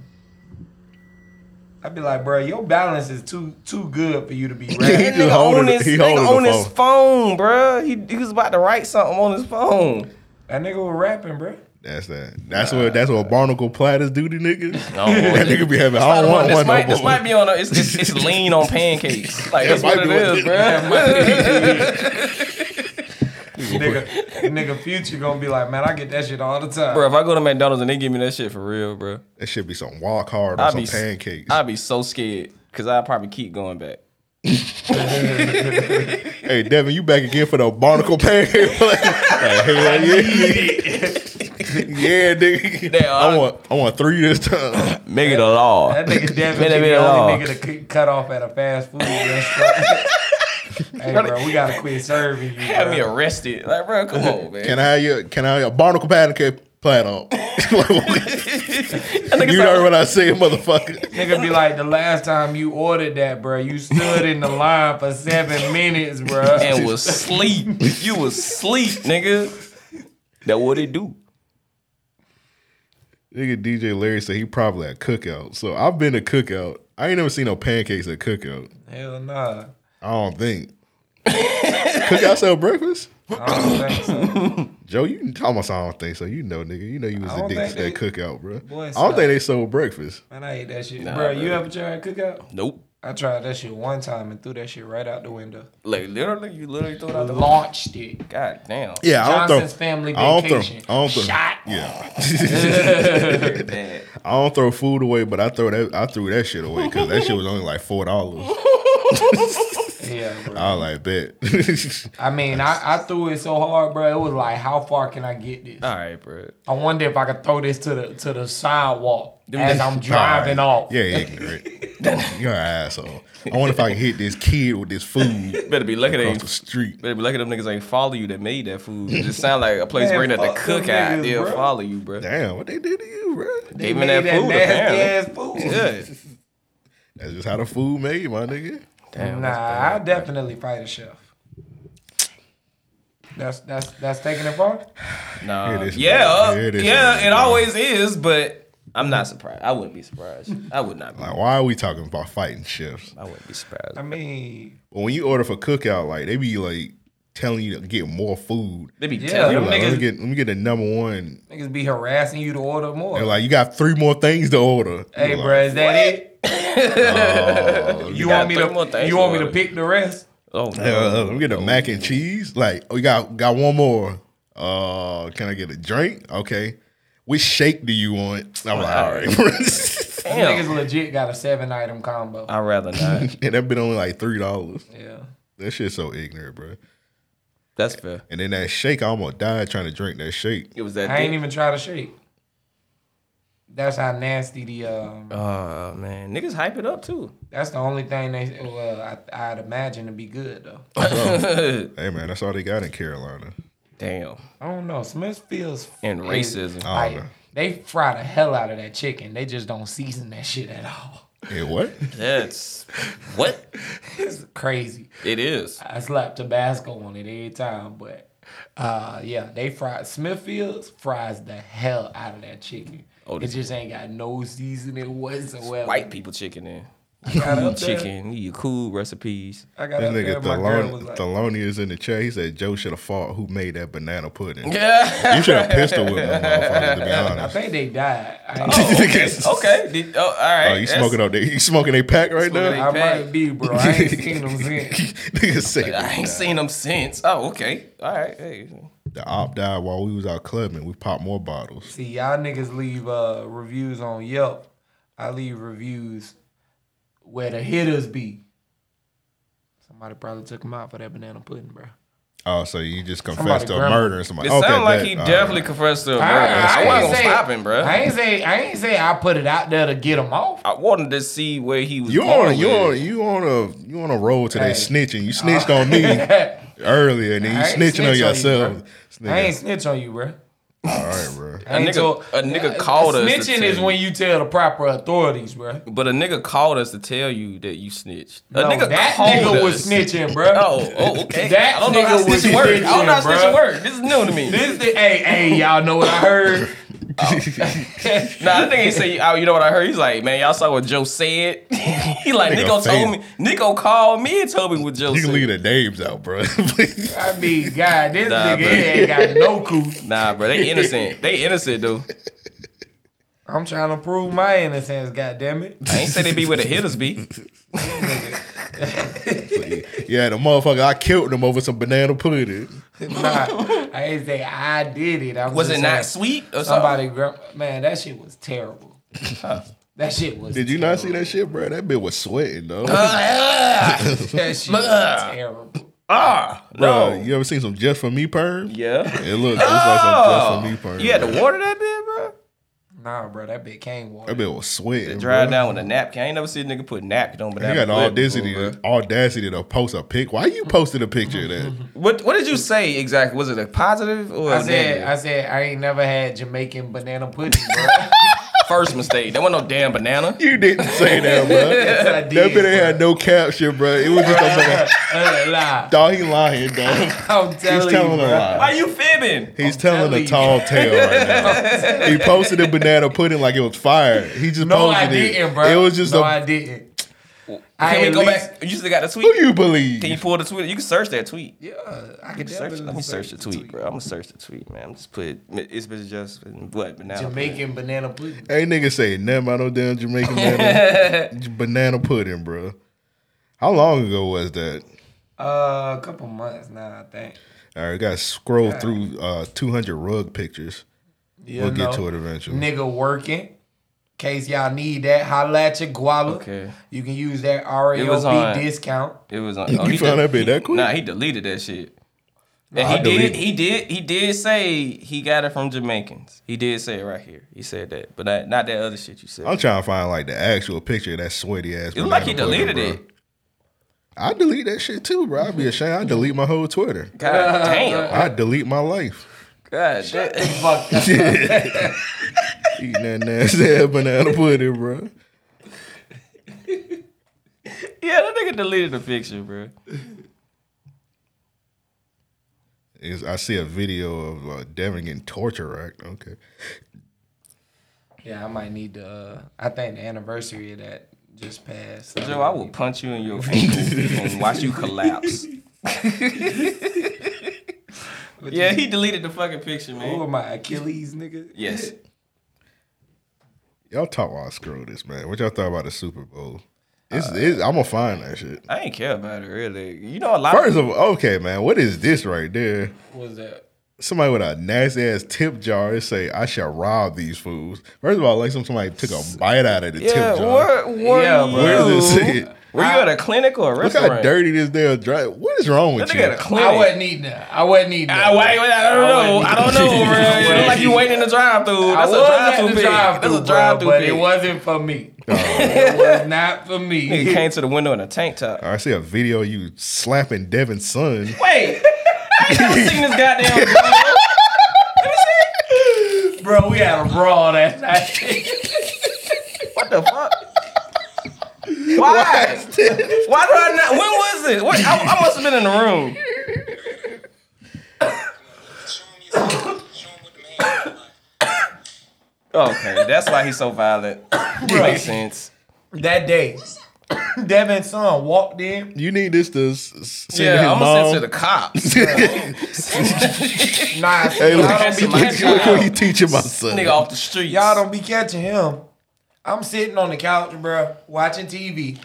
Speaker 9: I'd be like, bro, your balance is too too good for you to be
Speaker 4: (laughs)
Speaker 6: He
Speaker 9: rapping.
Speaker 4: that
Speaker 6: just
Speaker 4: nigga on
Speaker 6: holding it-
Speaker 4: his
Speaker 6: he
Speaker 4: nigga on
Speaker 6: holding the
Speaker 4: his phone, bro. He, he was about to write something on his phone.
Speaker 9: that nigga was rapping,
Speaker 4: (laughs)
Speaker 9: bro.
Speaker 6: That's that. That's what that's what barnacle platters do
Speaker 4: (laughs)
Speaker 6: to niggas.
Speaker 4: I don't want
Speaker 6: that nigga be having. I don't want
Speaker 4: this,
Speaker 6: one
Speaker 4: might,
Speaker 6: no
Speaker 4: this
Speaker 6: more.
Speaker 4: might be on a, it's, it's, it's lean on pancakes. Like that's
Speaker 6: That
Speaker 4: what
Speaker 6: might
Speaker 4: it
Speaker 6: be what
Speaker 4: is,
Speaker 6: it-
Speaker 4: bro.
Speaker 6: (laughs)
Speaker 9: Nigga, nigga future gonna be like, man, I get that shit all the time.
Speaker 4: bro, if I go to McDonald's and they give me that shit for real, bro,
Speaker 6: That should be some walk hard or
Speaker 4: I'd
Speaker 6: some
Speaker 4: be s-
Speaker 6: pancakes.
Speaker 4: I'd be so scared because I'd probably keep going back.
Speaker 6: hey Devin, you back again for the
Speaker 4: (laughs)
Speaker 6: barnacle pancake play? (laughs) like, hell yeah, yeah, nigga.
Speaker 4: Damn,
Speaker 6: I
Speaker 4: I-
Speaker 6: want I want three this time.
Speaker 4: Make it a law.
Speaker 9: That
Speaker 6: (laughs)
Speaker 9: nigga
Speaker 4: Make
Speaker 9: definitely
Speaker 4: it
Speaker 9: be
Speaker 4: a
Speaker 9: the
Speaker 4: law.
Speaker 9: only nigga to c- cut off at a fast food
Speaker 6: (laughs)
Speaker 9: restaurant. hey, bro, we gotta quit serving you.
Speaker 4: Have me
Speaker 9: bro.
Speaker 4: arrested. Like, bro, come on, man.
Speaker 6: Can I have your Can I have your barnacle pancake platter? (laughs)
Speaker 4: That nigga
Speaker 6: you
Speaker 4: said-
Speaker 6: know what I say, motherfucker.
Speaker 9: Nigga be like, the last time you ordered that, bro, you stood in the line for seven
Speaker 6: (laughs)
Speaker 9: minutes, bro.
Speaker 4: and was sleep. You was sleep, nigga. That what it do.
Speaker 6: Nigga DJ Larry said he probably at cookout. So I've been to cookout. I ain't never seen no pancakes at cookout.
Speaker 9: Hell nah.
Speaker 6: I don't think. cookout sell breakfast?
Speaker 9: I don't think so.
Speaker 6: Joe, you talking about I don't think so. You know, nigga. You know you was
Speaker 9: I don't
Speaker 6: addicted to that
Speaker 9: think
Speaker 6: cookout, bro.
Speaker 9: Boy,
Speaker 6: I
Speaker 9: stop.
Speaker 6: don't think they sold breakfast.
Speaker 9: Man, I hate that shit. bro, you ever tried cookout?
Speaker 4: Nope.
Speaker 9: I tried that shit one time and threw that shit right out the window.
Speaker 4: Like literally, you literally threw it out the window.
Speaker 9: Launched it.
Speaker 4: God damn.
Speaker 6: Yeah, I don't
Speaker 9: Johnson's
Speaker 6: throw.
Speaker 9: family
Speaker 6: I don't throw.
Speaker 9: vacation.
Speaker 6: I don't throw. (laughs)
Speaker 9: Shot.
Speaker 6: Yeah. (laughs) I don't throw food away, but I throw that. I threw that shit away because that shit was only like four dollars.
Speaker 9: Yeah, bro.
Speaker 6: I was like, bet.
Speaker 9: I mean, I, I threw it so hard, bro. It was like, how far can I get this?
Speaker 4: All right, bro.
Speaker 9: I wonder if I could throw this to the to the sidewalk
Speaker 4: Them
Speaker 9: as
Speaker 4: niggas-
Speaker 9: (laughs) I'm driving off.
Speaker 6: yeah, ignorant. You're an asshole. I wonder if I can hit this kid with this
Speaker 9: (laughs)
Speaker 6: food
Speaker 4: Better be lucky they.
Speaker 6: across the street.
Speaker 4: Better be lucky them niggas ain't follow you that made that food. It just sound like a place
Speaker 9: Man,
Speaker 4: where they at
Speaker 9: fuck
Speaker 4: the
Speaker 9: them
Speaker 4: cookout.
Speaker 9: niggas,
Speaker 4: They'll
Speaker 9: bro.
Speaker 4: follow you, bro.
Speaker 6: Damn, what they did to you, bro?
Speaker 4: Gave me
Speaker 9: Made
Speaker 4: that food.
Speaker 9: nasty
Speaker 4: apparently.
Speaker 9: ass food.
Speaker 4: Yeah.
Speaker 6: That's just how the food made, my nigga.
Speaker 4: Damn,
Speaker 9: Nah,
Speaker 4: that's
Speaker 9: I definitely fight a chef. That's that's that's taking it far.
Speaker 4: Nah.
Speaker 6: It is,
Speaker 4: yeah, uh,
Speaker 6: bro. It is,
Speaker 4: yeah, it
Speaker 6: bro.
Speaker 4: always is, but I'm not surprised. I wouldn't be surprised. I would not be.
Speaker 6: Like, why are we talking about fighting shifts?
Speaker 4: I wouldn't be surprised.
Speaker 9: I mean,
Speaker 6: But when you order for cookout, like they be like telling you to get more food.
Speaker 4: They be
Speaker 9: Yeah,
Speaker 4: telling
Speaker 9: them
Speaker 6: Like, let me
Speaker 9: niggas-
Speaker 6: get let me get the number one.
Speaker 9: niggas be harassing you to order more.
Speaker 6: They're like, you got three more things to order.
Speaker 9: hey,
Speaker 6: You're
Speaker 9: bruh,
Speaker 6: like,
Speaker 9: is that it?
Speaker 6: oh,
Speaker 9: You
Speaker 4: got
Speaker 9: want me
Speaker 4: three more
Speaker 9: to?
Speaker 4: things
Speaker 9: You
Speaker 4: to
Speaker 9: want me to
Speaker 4: order.
Speaker 9: pick the rest?
Speaker 4: Oh, no.
Speaker 6: uh, let me get the mac and cheese. Like, oh, you got got one more. Uh, can I get a drink? Okay. Which shake do you want? I'm like, all right.
Speaker 9: Them
Speaker 4: Damn.
Speaker 9: Niggas legit got a seven item combo.
Speaker 4: I'd rather
Speaker 9: (laughs)
Speaker 4: not.
Speaker 6: (laughs) and that been only like three dollars.
Speaker 9: yeah.
Speaker 6: That shit's so ignorant, bro.
Speaker 4: That's fair.
Speaker 6: And then that shake, I almost died trying to drink that shake.
Speaker 4: It was that.
Speaker 9: I ain't
Speaker 4: dick.
Speaker 9: even try to shake. That's how nasty the. Um,
Speaker 4: Oh man, niggas hype it up too.
Speaker 9: that's the only thing they. Well, I, I'd imagine to be good though.
Speaker 6: Hey man, that's all they got in Carolina.
Speaker 4: Damn.
Speaker 9: I don't know. Smithfield's
Speaker 4: And racism.
Speaker 6: Oh,
Speaker 9: Like,
Speaker 6: no.
Speaker 9: they fry the hell out of that chicken. They just don't season that shit at all. (laughs)
Speaker 6: Yeah, what?
Speaker 4: That's what
Speaker 9: It's crazy.
Speaker 4: it is.
Speaker 9: I slap Tabasco on it every time, but uh, yeah, they fry Smithfield's fries the hell out of that chicken.
Speaker 4: Oh,
Speaker 9: it
Speaker 4: this-
Speaker 9: just ain't got no seasoning whatsoever.
Speaker 4: White people chicken in.
Speaker 9: got up there.
Speaker 4: Chicken, you cool recipes.
Speaker 9: I got
Speaker 6: This
Speaker 9: up there.
Speaker 6: nigga
Speaker 9: My girl was
Speaker 6: Thelon-
Speaker 9: like,
Speaker 6: Thelonious is in the chat. He said Joe should have fought who made that banana pudding.
Speaker 4: Yeah.
Speaker 6: (laughs) You should have pistol whipped my motherfucker,
Speaker 4: (laughs)
Speaker 6: to be
Speaker 9: I
Speaker 6: honest.
Speaker 9: think they died. I, ain't-
Speaker 4: Oh, Okay. Did, oh, all right.
Speaker 6: Oh, you smoking
Speaker 4: That's-
Speaker 6: up there? You smoking a pack right
Speaker 4: Smoking
Speaker 6: now?
Speaker 9: I might be, bro. I ain't
Speaker 4: (laughs)
Speaker 9: seen them
Speaker 6: (laughs)
Speaker 9: since.
Speaker 6: Nigga said
Speaker 4: I ain't seen them since. Oh, okay. All right. Hey.
Speaker 6: the op died while we was out clubbing. We popped more bottles.
Speaker 9: See, y'all niggas leave uh, reviews on Yelp. I leave reviews where the hitters be. Somebody probably took him out for that banana pudding, bro.
Speaker 6: Oh, so you just
Speaker 9: Somebody
Speaker 6: confessed to
Speaker 9: grandma.
Speaker 6: murdering somebody?
Speaker 4: It sounds
Speaker 6: Okay,
Speaker 4: like
Speaker 6: bet.
Speaker 4: he
Speaker 6: All
Speaker 4: definitely
Speaker 6: right.
Speaker 4: confessed to a murder.
Speaker 9: I
Speaker 4: I,
Speaker 9: ain't
Speaker 4: wasn't gonna
Speaker 9: say-
Speaker 4: stop him, bro.
Speaker 9: I
Speaker 4: I,
Speaker 9: ain't say I ain't say I put it out there to get him off.
Speaker 4: wanted to see where he was.
Speaker 6: You
Speaker 4: going
Speaker 6: on you
Speaker 4: with
Speaker 6: on
Speaker 4: it.
Speaker 6: you on a you on a roll today
Speaker 9: Hey.
Speaker 6: snitching. You
Speaker 9: (laughs)
Speaker 6: snitched on me earlier, and then you
Speaker 9: I ain't
Speaker 6: snitching on
Speaker 9: snitch on you,
Speaker 6: yourself. This
Speaker 9: I ain't
Speaker 6: nigga-
Speaker 9: snitch on you, bro.
Speaker 6: all right, bro.
Speaker 4: A nigga, a nigga called us. to
Speaker 9: Snitching is
Speaker 4: tell
Speaker 9: when you tell the proper authorities, bro.
Speaker 4: you- But a nigga called us to tell you that you snitched. A
Speaker 9: No,
Speaker 4: nigga
Speaker 9: that
Speaker 4: called
Speaker 9: nigga
Speaker 4: us.
Speaker 9: was snitching, bro.
Speaker 4: Oh, oh, okay.
Speaker 9: That
Speaker 4: I don't know how
Speaker 9: nigga was
Speaker 4: snitching work. I don't know how
Speaker 9: snitching,
Speaker 4: snitching
Speaker 9: bro.
Speaker 4: work. This is new to me.
Speaker 9: This the hey hey y'all know what I heard.
Speaker 4: Nah, I think he said, oh, you know what I heard? He's like, man, y'all saw what Joe said. (laughs) he like,
Speaker 6: Nigga
Speaker 4: Nico told
Speaker 6: fail.
Speaker 4: me, Nico called me and told me what Joe
Speaker 6: You
Speaker 4: said.
Speaker 6: can leave the names out, bro. (laughs)
Speaker 9: (laughs) I mean, God, this
Speaker 4: Nah,
Speaker 9: nigga
Speaker 4: bro.
Speaker 9: ain't
Speaker 4: (laughs)
Speaker 9: got no clue.
Speaker 4: Nah, bro, they innocent. they innocent, though.
Speaker 9: I'm trying to prove my innocence, goddammit.
Speaker 4: (laughs) I ain't say they be where the hitters be.
Speaker 6: yeah, the motherfucker, I killed him over some banana pudding.
Speaker 9: Nah, I ain't say I did it. I
Speaker 4: Was it not
Speaker 9: just
Speaker 4: sweet or something?
Speaker 9: like, somebody? Gra- man, that shit
Speaker 4: (laughs)
Speaker 9: was terrible. that shit was.
Speaker 6: Did you not see that shit, bro? That bitch was sweating, though.
Speaker 4: Ah,
Speaker 9: That shit was terrible.
Speaker 4: ah,
Speaker 9: Oh.
Speaker 6: bro,
Speaker 4: no.
Speaker 6: you ever seen some just for me perm?
Speaker 4: Yeah.
Speaker 6: It looked just like some
Speaker 4: Oh,
Speaker 6: just for me perm.
Speaker 4: you had to
Speaker 6: bro.
Speaker 4: water that bit, bro?
Speaker 9: Nah, bro, that bitch came water.
Speaker 6: That bitch was sweating.
Speaker 4: Dry
Speaker 6: bro.
Speaker 4: down with a napkin. I ain't never seen a nigga put napkin on, but
Speaker 6: You got the audacity, to, audacity to post a pic. Why you posted a picture of that?
Speaker 4: What What did you say exactly? Was it a positive or a
Speaker 9: I said,
Speaker 4: negative?
Speaker 9: I said, I ain't never had Jamaican banana pudding, bro.
Speaker 4: First mistake. There wasn't no damn
Speaker 9: (laughs)
Speaker 4: banana.
Speaker 6: You didn't say that, bro.
Speaker 9: Yes, I
Speaker 6: (laughs) that
Speaker 9: did,
Speaker 6: bitch ain't had no caption, bro. It was just a banana.
Speaker 9: Uh,
Speaker 6: (laughs)
Speaker 9: lie.
Speaker 6: Dog, he lying, dog.
Speaker 9: I'm
Speaker 6: He's
Speaker 9: telling you,
Speaker 6: telling a
Speaker 9: bro.
Speaker 6: lie.
Speaker 4: Why you fibbing?
Speaker 6: He's telling,
Speaker 9: telling
Speaker 6: a
Speaker 9: you.
Speaker 6: tall tale right
Speaker 9: (laughs)
Speaker 6: now. he posted a banana pudding like it was fire. He just
Speaker 9: No, I
Speaker 6: posted it.
Speaker 9: didn't, bro.
Speaker 6: It was just
Speaker 9: no,
Speaker 6: a
Speaker 9: I I didn't. I
Speaker 4: Can we
Speaker 9: at
Speaker 4: go
Speaker 9: least-
Speaker 4: back? You still got the tweet?
Speaker 6: who you believe?
Speaker 4: Can you pull the tweet? You can search that tweet.
Speaker 9: Yeah, I can
Speaker 4: Search,
Speaker 9: definitely
Speaker 4: let me search the tweet, bro. I'm gonna search the tweet, man. I'm just put it's been just what banana.
Speaker 9: Jamaican banana pudding.
Speaker 6: Ain't nigga say nothing about no damn Jamaican banana,
Speaker 4: (laughs)
Speaker 6: banana pudding, bro. How long ago was that?
Speaker 9: Uh, a couple months now, I think.
Speaker 6: All right, gotta scroll through uh, 200 rug pictures.
Speaker 9: You
Speaker 6: We'll
Speaker 9: know,
Speaker 6: get to it eventually.
Speaker 9: Nigga working. Case y'all need that, holla at your guala.
Speaker 4: Okay.
Speaker 9: You can use that
Speaker 4: It was on-
Speaker 9: RAOP discount. (coughs)
Speaker 4: It was on. Oh,
Speaker 6: You
Speaker 4: he
Speaker 6: found
Speaker 4: de-
Speaker 6: that bit
Speaker 4: he-
Speaker 6: that quick?
Speaker 4: Nah, he deleted that shit. And
Speaker 6: I
Speaker 4: he did.
Speaker 6: deleted
Speaker 4: He did. He did say he got it from Jamaicans. He did say it right here. He said that, but that, not that other shit you said.
Speaker 6: I'm trying to find like the actual picture of that sweaty ass.
Speaker 4: It looked like he
Speaker 6: banana pudding,
Speaker 4: deleted it.
Speaker 6: bro. I delete that shit too, bro. I'd be ashamed. I delete my whole Twitter.
Speaker 4: God damn.
Speaker 6: I delete my life.
Speaker 4: God damn.
Speaker 9: Fuck that.
Speaker 6: Eating that nasty (laughs) ass banana pudding, bro.
Speaker 4: (laughs) Yeah, that nigga deleted the picture, bro.
Speaker 6: Is I see a video of uh, Devin getting torture racked. Okay.
Speaker 9: Yeah, I might need to. Uh, I think the anniversary of that just passed. so-
Speaker 4: Joe, I will punch you in your ankle and watch you collapse. (laughs) yeah, he deleted the fucking picture,
Speaker 9: Who
Speaker 4: man.
Speaker 9: am I, Achilles, nigga?
Speaker 4: Yes.
Speaker 6: Y'all talk while I scroll this, man. What y'all thought about the Super Bowl? It's,
Speaker 4: Uh,
Speaker 6: it's, I'm gonna find that shit.
Speaker 4: I ain't care about it really. You know a lot
Speaker 6: First of all, okay, man, what is this right there?
Speaker 9: (laughs) What was that?
Speaker 6: Somebody with a nasty ass tip jar and say, "I shall rob these fools." First of all, like some somebody took a bite out of the
Speaker 4: Yeah,
Speaker 6: tip jar.
Speaker 4: where were
Speaker 9: Yeah,
Speaker 4: you?
Speaker 9: bro.
Speaker 6: Where is this? at?
Speaker 4: Were you at a clinic or a
Speaker 6: Look
Speaker 4: restaurant?
Speaker 6: how dirty this damn dry. What is wrong
Speaker 4: That
Speaker 6: with
Speaker 4: nigga at
Speaker 6: you?
Speaker 4: a clinic.
Speaker 9: I wasn't eating that. I wasn't eating that.
Speaker 4: I, wait, wait, I don't know. I don't know,
Speaker 9: (laughs)
Speaker 4: bro.
Speaker 9: I
Speaker 4: It look like you
Speaker 9: wasn't-
Speaker 4: waiting in the drive through.
Speaker 9: I
Speaker 4: That's
Speaker 9: was at the
Speaker 4: a drive through pig. That's a
Speaker 9: drive-thru,
Speaker 4: drive
Speaker 9: bro,
Speaker 4: through
Speaker 9: but
Speaker 4: pig.
Speaker 9: it wasn't for me. it was not for
Speaker 4: Nigga
Speaker 9: me.
Speaker 4: came to the window in a tank top.
Speaker 6: I see a video of you slapping Devin's son.
Speaker 4: Wait, (laughs) I ain't never seen this goddamn. video.
Speaker 9: Bro, we had a
Speaker 4: (laughs)
Speaker 9: brawl that night.
Speaker 4: What the fuck? Why? Why do I not? When was it? What, I, I must have been in the room. Okay, that's why he's so violent. Makes sense.
Speaker 9: that day, (coughs) Devin's son walked in.
Speaker 6: You need this to s- s- send to his
Speaker 4: Yeah, I'm gonna
Speaker 6: mom.
Speaker 4: send to the
Speaker 6: (laughs)
Speaker 4: cops.
Speaker 9: Nah,
Speaker 6: hey, look,
Speaker 9: y'all, don't be
Speaker 4: look-
Speaker 6: look,
Speaker 9: catching,
Speaker 6: look what he teaching my son.
Speaker 4: Nigga off the streets.
Speaker 9: y'all don't be catching him. I'm sitting on the couch, bro, watching TV.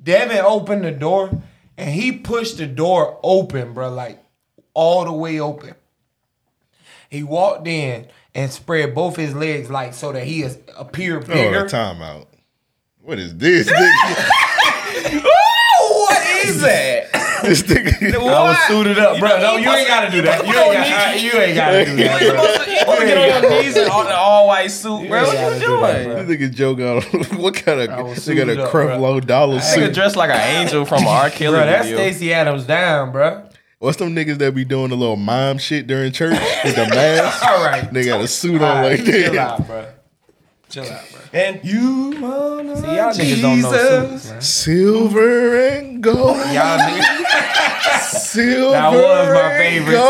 Speaker 9: Devin opened the door and he pushed the door open, bro, like all the way open. He walked in and spread both his legs like so that he is, appeared
Speaker 6: Oh,
Speaker 9: bigger.
Speaker 6: a timeout. What is
Speaker 9: (laughs)
Speaker 6: this? nigga?
Speaker 4: What is that?
Speaker 6: this nigga.
Speaker 4: What?
Speaker 9: suited up,
Speaker 4: You
Speaker 9: bro.
Speaker 4: know,
Speaker 9: No,
Speaker 4: he
Speaker 9: you ain't
Speaker 4: must-
Speaker 9: gotta do
Speaker 4: he
Speaker 9: that.
Speaker 4: must
Speaker 9: You
Speaker 4: put
Speaker 9: ain't
Speaker 4: on
Speaker 9: gotta,
Speaker 4: knees.
Speaker 9: you ain't gotta do that,
Speaker 4: You
Speaker 6: (laughs)
Speaker 9: bro.
Speaker 4: supposed to- you supposed to get on your knees in all- the all white suit, bro. What you
Speaker 9: Yeah, I do that,
Speaker 4: doing?
Speaker 9: bro.
Speaker 6: This nigga joke on (laughs) what kind of
Speaker 9: was
Speaker 6: nigga
Speaker 9: suited
Speaker 6: got a
Speaker 9: up,
Speaker 6: crump
Speaker 9: bruh.
Speaker 6: low dollar
Speaker 4: Nigga
Speaker 6: suit?
Speaker 4: dressed like an angel from a R. Kelly
Speaker 9: Bro, that's
Speaker 4: video.
Speaker 9: Stacey Adams down, bro.
Speaker 6: What's them niggas that be doing the little mime shit during church with
Speaker 9: (laughs)
Speaker 6: the mask?
Speaker 9: All right.
Speaker 6: They got a suit on
Speaker 9: Alright,
Speaker 6: like
Speaker 9: Chill
Speaker 6: that.
Speaker 9: out, bro. Chill out, bro.
Speaker 4: And you wanna
Speaker 9: See, y'all niggas don't know suits, man.
Speaker 6: Silver and gold. (laughs)
Speaker 9: Y'all niggas.
Speaker 6: Silver.
Speaker 9: That was my
Speaker 6: (laughs)
Speaker 9: favorite
Speaker 6: and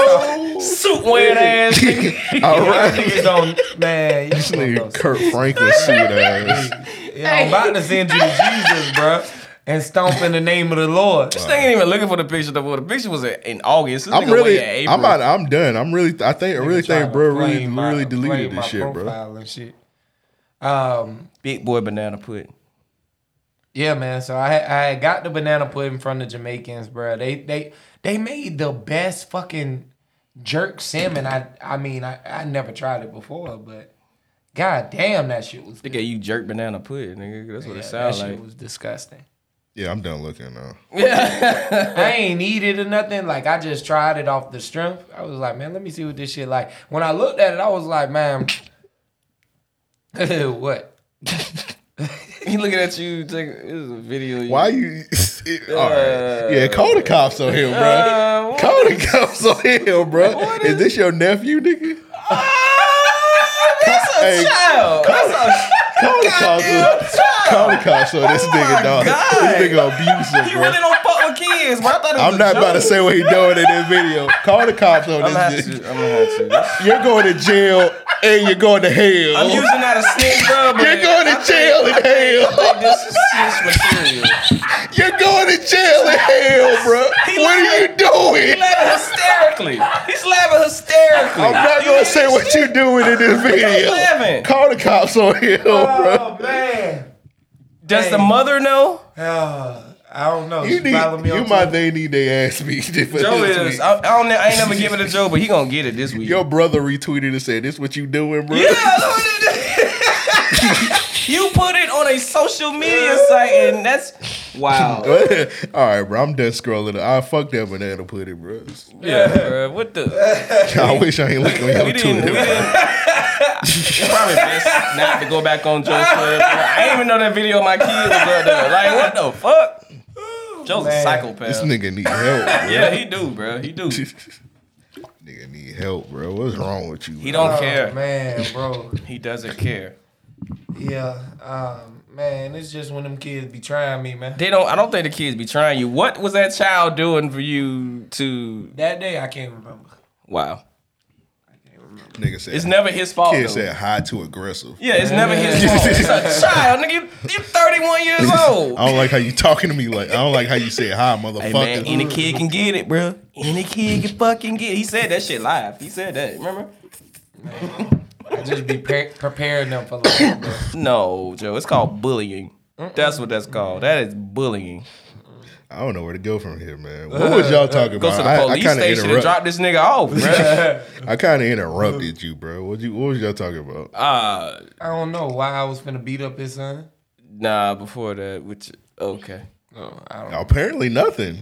Speaker 6: gold.
Speaker 4: Suit wearing ass
Speaker 6: (laughs)
Speaker 4: nigga.
Speaker 6: All
Speaker 9: Y'all
Speaker 6: right.
Speaker 9: niggas don't, man. You (laughs)
Speaker 6: This
Speaker 9: don't know
Speaker 6: nigga
Speaker 9: suits.
Speaker 6: Kurt Franklin suit ass.
Speaker 9: Yeah, I'm about to send you to Jesus, bro, and stomp in the name of the Lord.
Speaker 4: This nigga ain't even looking for the picture. though. The picture was in August. This
Speaker 6: I'm
Speaker 4: nigga
Speaker 6: really,
Speaker 4: way in April.
Speaker 6: I'm out, I'm done. I'm really, I think, I really
Speaker 9: Trying
Speaker 6: think,
Speaker 9: to
Speaker 6: bro, really,
Speaker 9: flame my-
Speaker 6: really deleted
Speaker 9: flame my
Speaker 6: this shit, bro.
Speaker 9: profile and shit. Um,
Speaker 4: Big boy banana pudding.
Speaker 9: Yeah, man. So I I had got the banana pudding from the Jamaicans, bro. They they they made the best fucking jerk salmon. I I mean I I never tried it before, but god damn that shit was.
Speaker 4: They
Speaker 9: Good.
Speaker 4: gave you jerk banana pudding, nigga. That's what
Speaker 9: Yeah,
Speaker 4: it
Speaker 9: that
Speaker 4: sounds
Speaker 9: shit
Speaker 4: like.
Speaker 9: was disgusting.
Speaker 6: Yeah, I'm done looking now.
Speaker 9: I ain't eat it or nothing. Like I just tried it off the strength. I was like, man, let me see what this shit like. When I looked at it, I was like, man, (laughs) what?
Speaker 6: (laughs)
Speaker 4: (laughs) he looking at you. Take, this is a video. you-
Speaker 6: Why you? (laughs) All right. Yeah, call the cops on him,
Speaker 4: Uh,
Speaker 6: bro. Call the cops on him, bro. Is this your nephew, nigga?
Speaker 4: That's a
Speaker 6: Hey,
Speaker 4: child. That's
Speaker 6: Call the cops on.
Speaker 4: a
Speaker 6: (laughs)
Speaker 4: child.
Speaker 6: Call the cops on this nigga, dog. This nigga abusive,
Speaker 4: Oh He
Speaker 6: bro.
Speaker 4: really don't fuck with kids, bro. I thought it was
Speaker 6: I'm
Speaker 4: a
Speaker 6: not
Speaker 4: joke.
Speaker 6: about to say what he doing in this video. Call the cops on
Speaker 4: I'm gonna have
Speaker 6: this.
Speaker 4: to. I'm
Speaker 6: nigga.
Speaker 4: gonna have to.
Speaker 6: (laughs)
Speaker 4: That's-
Speaker 6: You're going to jail and you're going to
Speaker 4: I'm using
Speaker 6: hell.
Speaker 4: that as snitch, bro. But
Speaker 6: You're going to jail in hell.
Speaker 4: Like, this is snitch material.
Speaker 6: You're going to jail in hell, bro. What are you doing?
Speaker 4: laughing hysterically. He's laughing hysterically.
Speaker 6: I'm not gonna say what you doing in this video.
Speaker 4: Eleven.
Speaker 6: Call the cops on him, bro.
Speaker 9: Oh man,
Speaker 4: Does the
Speaker 9: Hey.
Speaker 4: mother know?
Speaker 9: Ah, (sighs) I don't know.
Speaker 6: You
Speaker 9: She follow
Speaker 6: need,
Speaker 9: me
Speaker 6: you
Speaker 9: on
Speaker 6: might
Speaker 9: Twitter.
Speaker 6: they need they ass beat for
Speaker 4: Joe
Speaker 6: this
Speaker 4: is.
Speaker 6: week.
Speaker 4: I, I don't. know- I ain't never giving it to Joe, but he gonna get it this week.
Speaker 6: Your brother retweeted and said, "This what you doing, bro?"
Speaker 4: Yeah,
Speaker 6: (laughs)
Speaker 4: that's what it is. (laughs) you put it on a social media site, and that's wow.
Speaker 6: All right, bro. I'm done scrolling. I fucked that banana pudding, bro.
Speaker 4: Yeah, bro. What the?
Speaker 6: I wish I ain't looking
Speaker 4: (laughs)
Speaker 6: on
Speaker 4: We
Speaker 6: your
Speaker 4: didn't. We
Speaker 6: Twitter. bro.
Speaker 4: didn't. It's probably best not to go back on Joe's Twitter. bro. I didn't even know that video of my kid was up there. Like, what the fuck? Joe's a
Speaker 9: Man.
Speaker 4: psychopath.
Speaker 6: This nigga need help. Bro. (laughs)
Speaker 4: yeah, he do, bro. He do.
Speaker 6: nigga need help, bro. What's wrong with you?
Speaker 4: He
Speaker 6: bro?
Speaker 4: don't care.
Speaker 9: Oh, man, bro.
Speaker 4: He doesn't care.
Speaker 9: Yeah, um, man, it's just when them kids be trying me, man.
Speaker 4: They don't. I don't think the kids be trying you. What was that child doing for you to?
Speaker 9: That day, I can't remember.
Speaker 4: Wow.
Speaker 6: Nigga said
Speaker 4: It's never his fault.
Speaker 6: Kid
Speaker 4: though.
Speaker 6: said high too aggressive.
Speaker 4: Yeah, it's never
Speaker 6: (laughs)
Speaker 4: his fault. It's a child, nigga. You, you're 31 years old.
Speaker 6: I don't like how you talking to me like I don't like how you said hi, motherfucker.
Speaker 4: Hey man, any kid can get it, bro. Any kid can fucking get it. He said that shit live. He said that. Remember?
Speaker 9: I just be pre- preparing them for life. bro.
Speaker 4: No, Joe. It's called bullying. That's what that's called. That is bullying.
Speaker 6: I don't know where to go from here, man. What was y'all talking
Speaker 4: Uh, Go
Speaker 6: about?
Speaker 4: to the
Speaker 6: I- I,
Speaker 4: police
Speaker 6: kinda
Speaker 4: station and
Speaker 6: interrupt-
Speaker 4: drop this nigga off, (laughs) bro.
Speaker 6: I kind of
Speaker 4: Mm-hmm.
Speaker 6: interrupted you, bro. What you? What was y'all talking about?
Speaker 4: uh,
Speaker 9: I don't know why I was finna beat up his son.
Speaker 4: nah. Before that, which okay.
Speaker 9: No, I don't.
Speaker 6: Apparently nothing.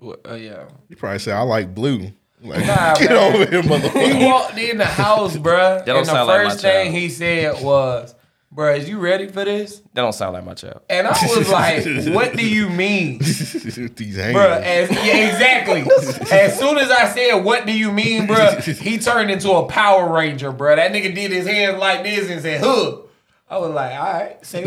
Speaker 9: Well, uh, yeah.
Speaker 6: You probably said I like blue. Like,
Speaker 9: Nah,
Speaker 6: (laughs) get
Speaker 9: man.
Speaker 6: over here,
Speaker 9: He
Speaker 6: motherfucker. (laughs)
Speaker 9: walked in the house, bruh.
Speaker 4: don't
Speaker 9: and the
Speaker 4: sound like my
Speaker 9: first thing
Speaker 4: child.
Speaker 9: he said was, bruh, is you ready for this?
Speaker 4: That don't sound like my
Speaker 6: (laughs)
Speaker 4: child.
Speaker 9: And I was
Speaker 4: (laughs)
Speaker 9: like, what do you mean?
Speaker 6: These hands.
Speaker 9: Bruh, as, yeah, exactly. As soon as I said, what do you mean, bruh? He turned into a Power Ranger, bruh. That nigga did his hands like this and said, huh. I was like, all right, say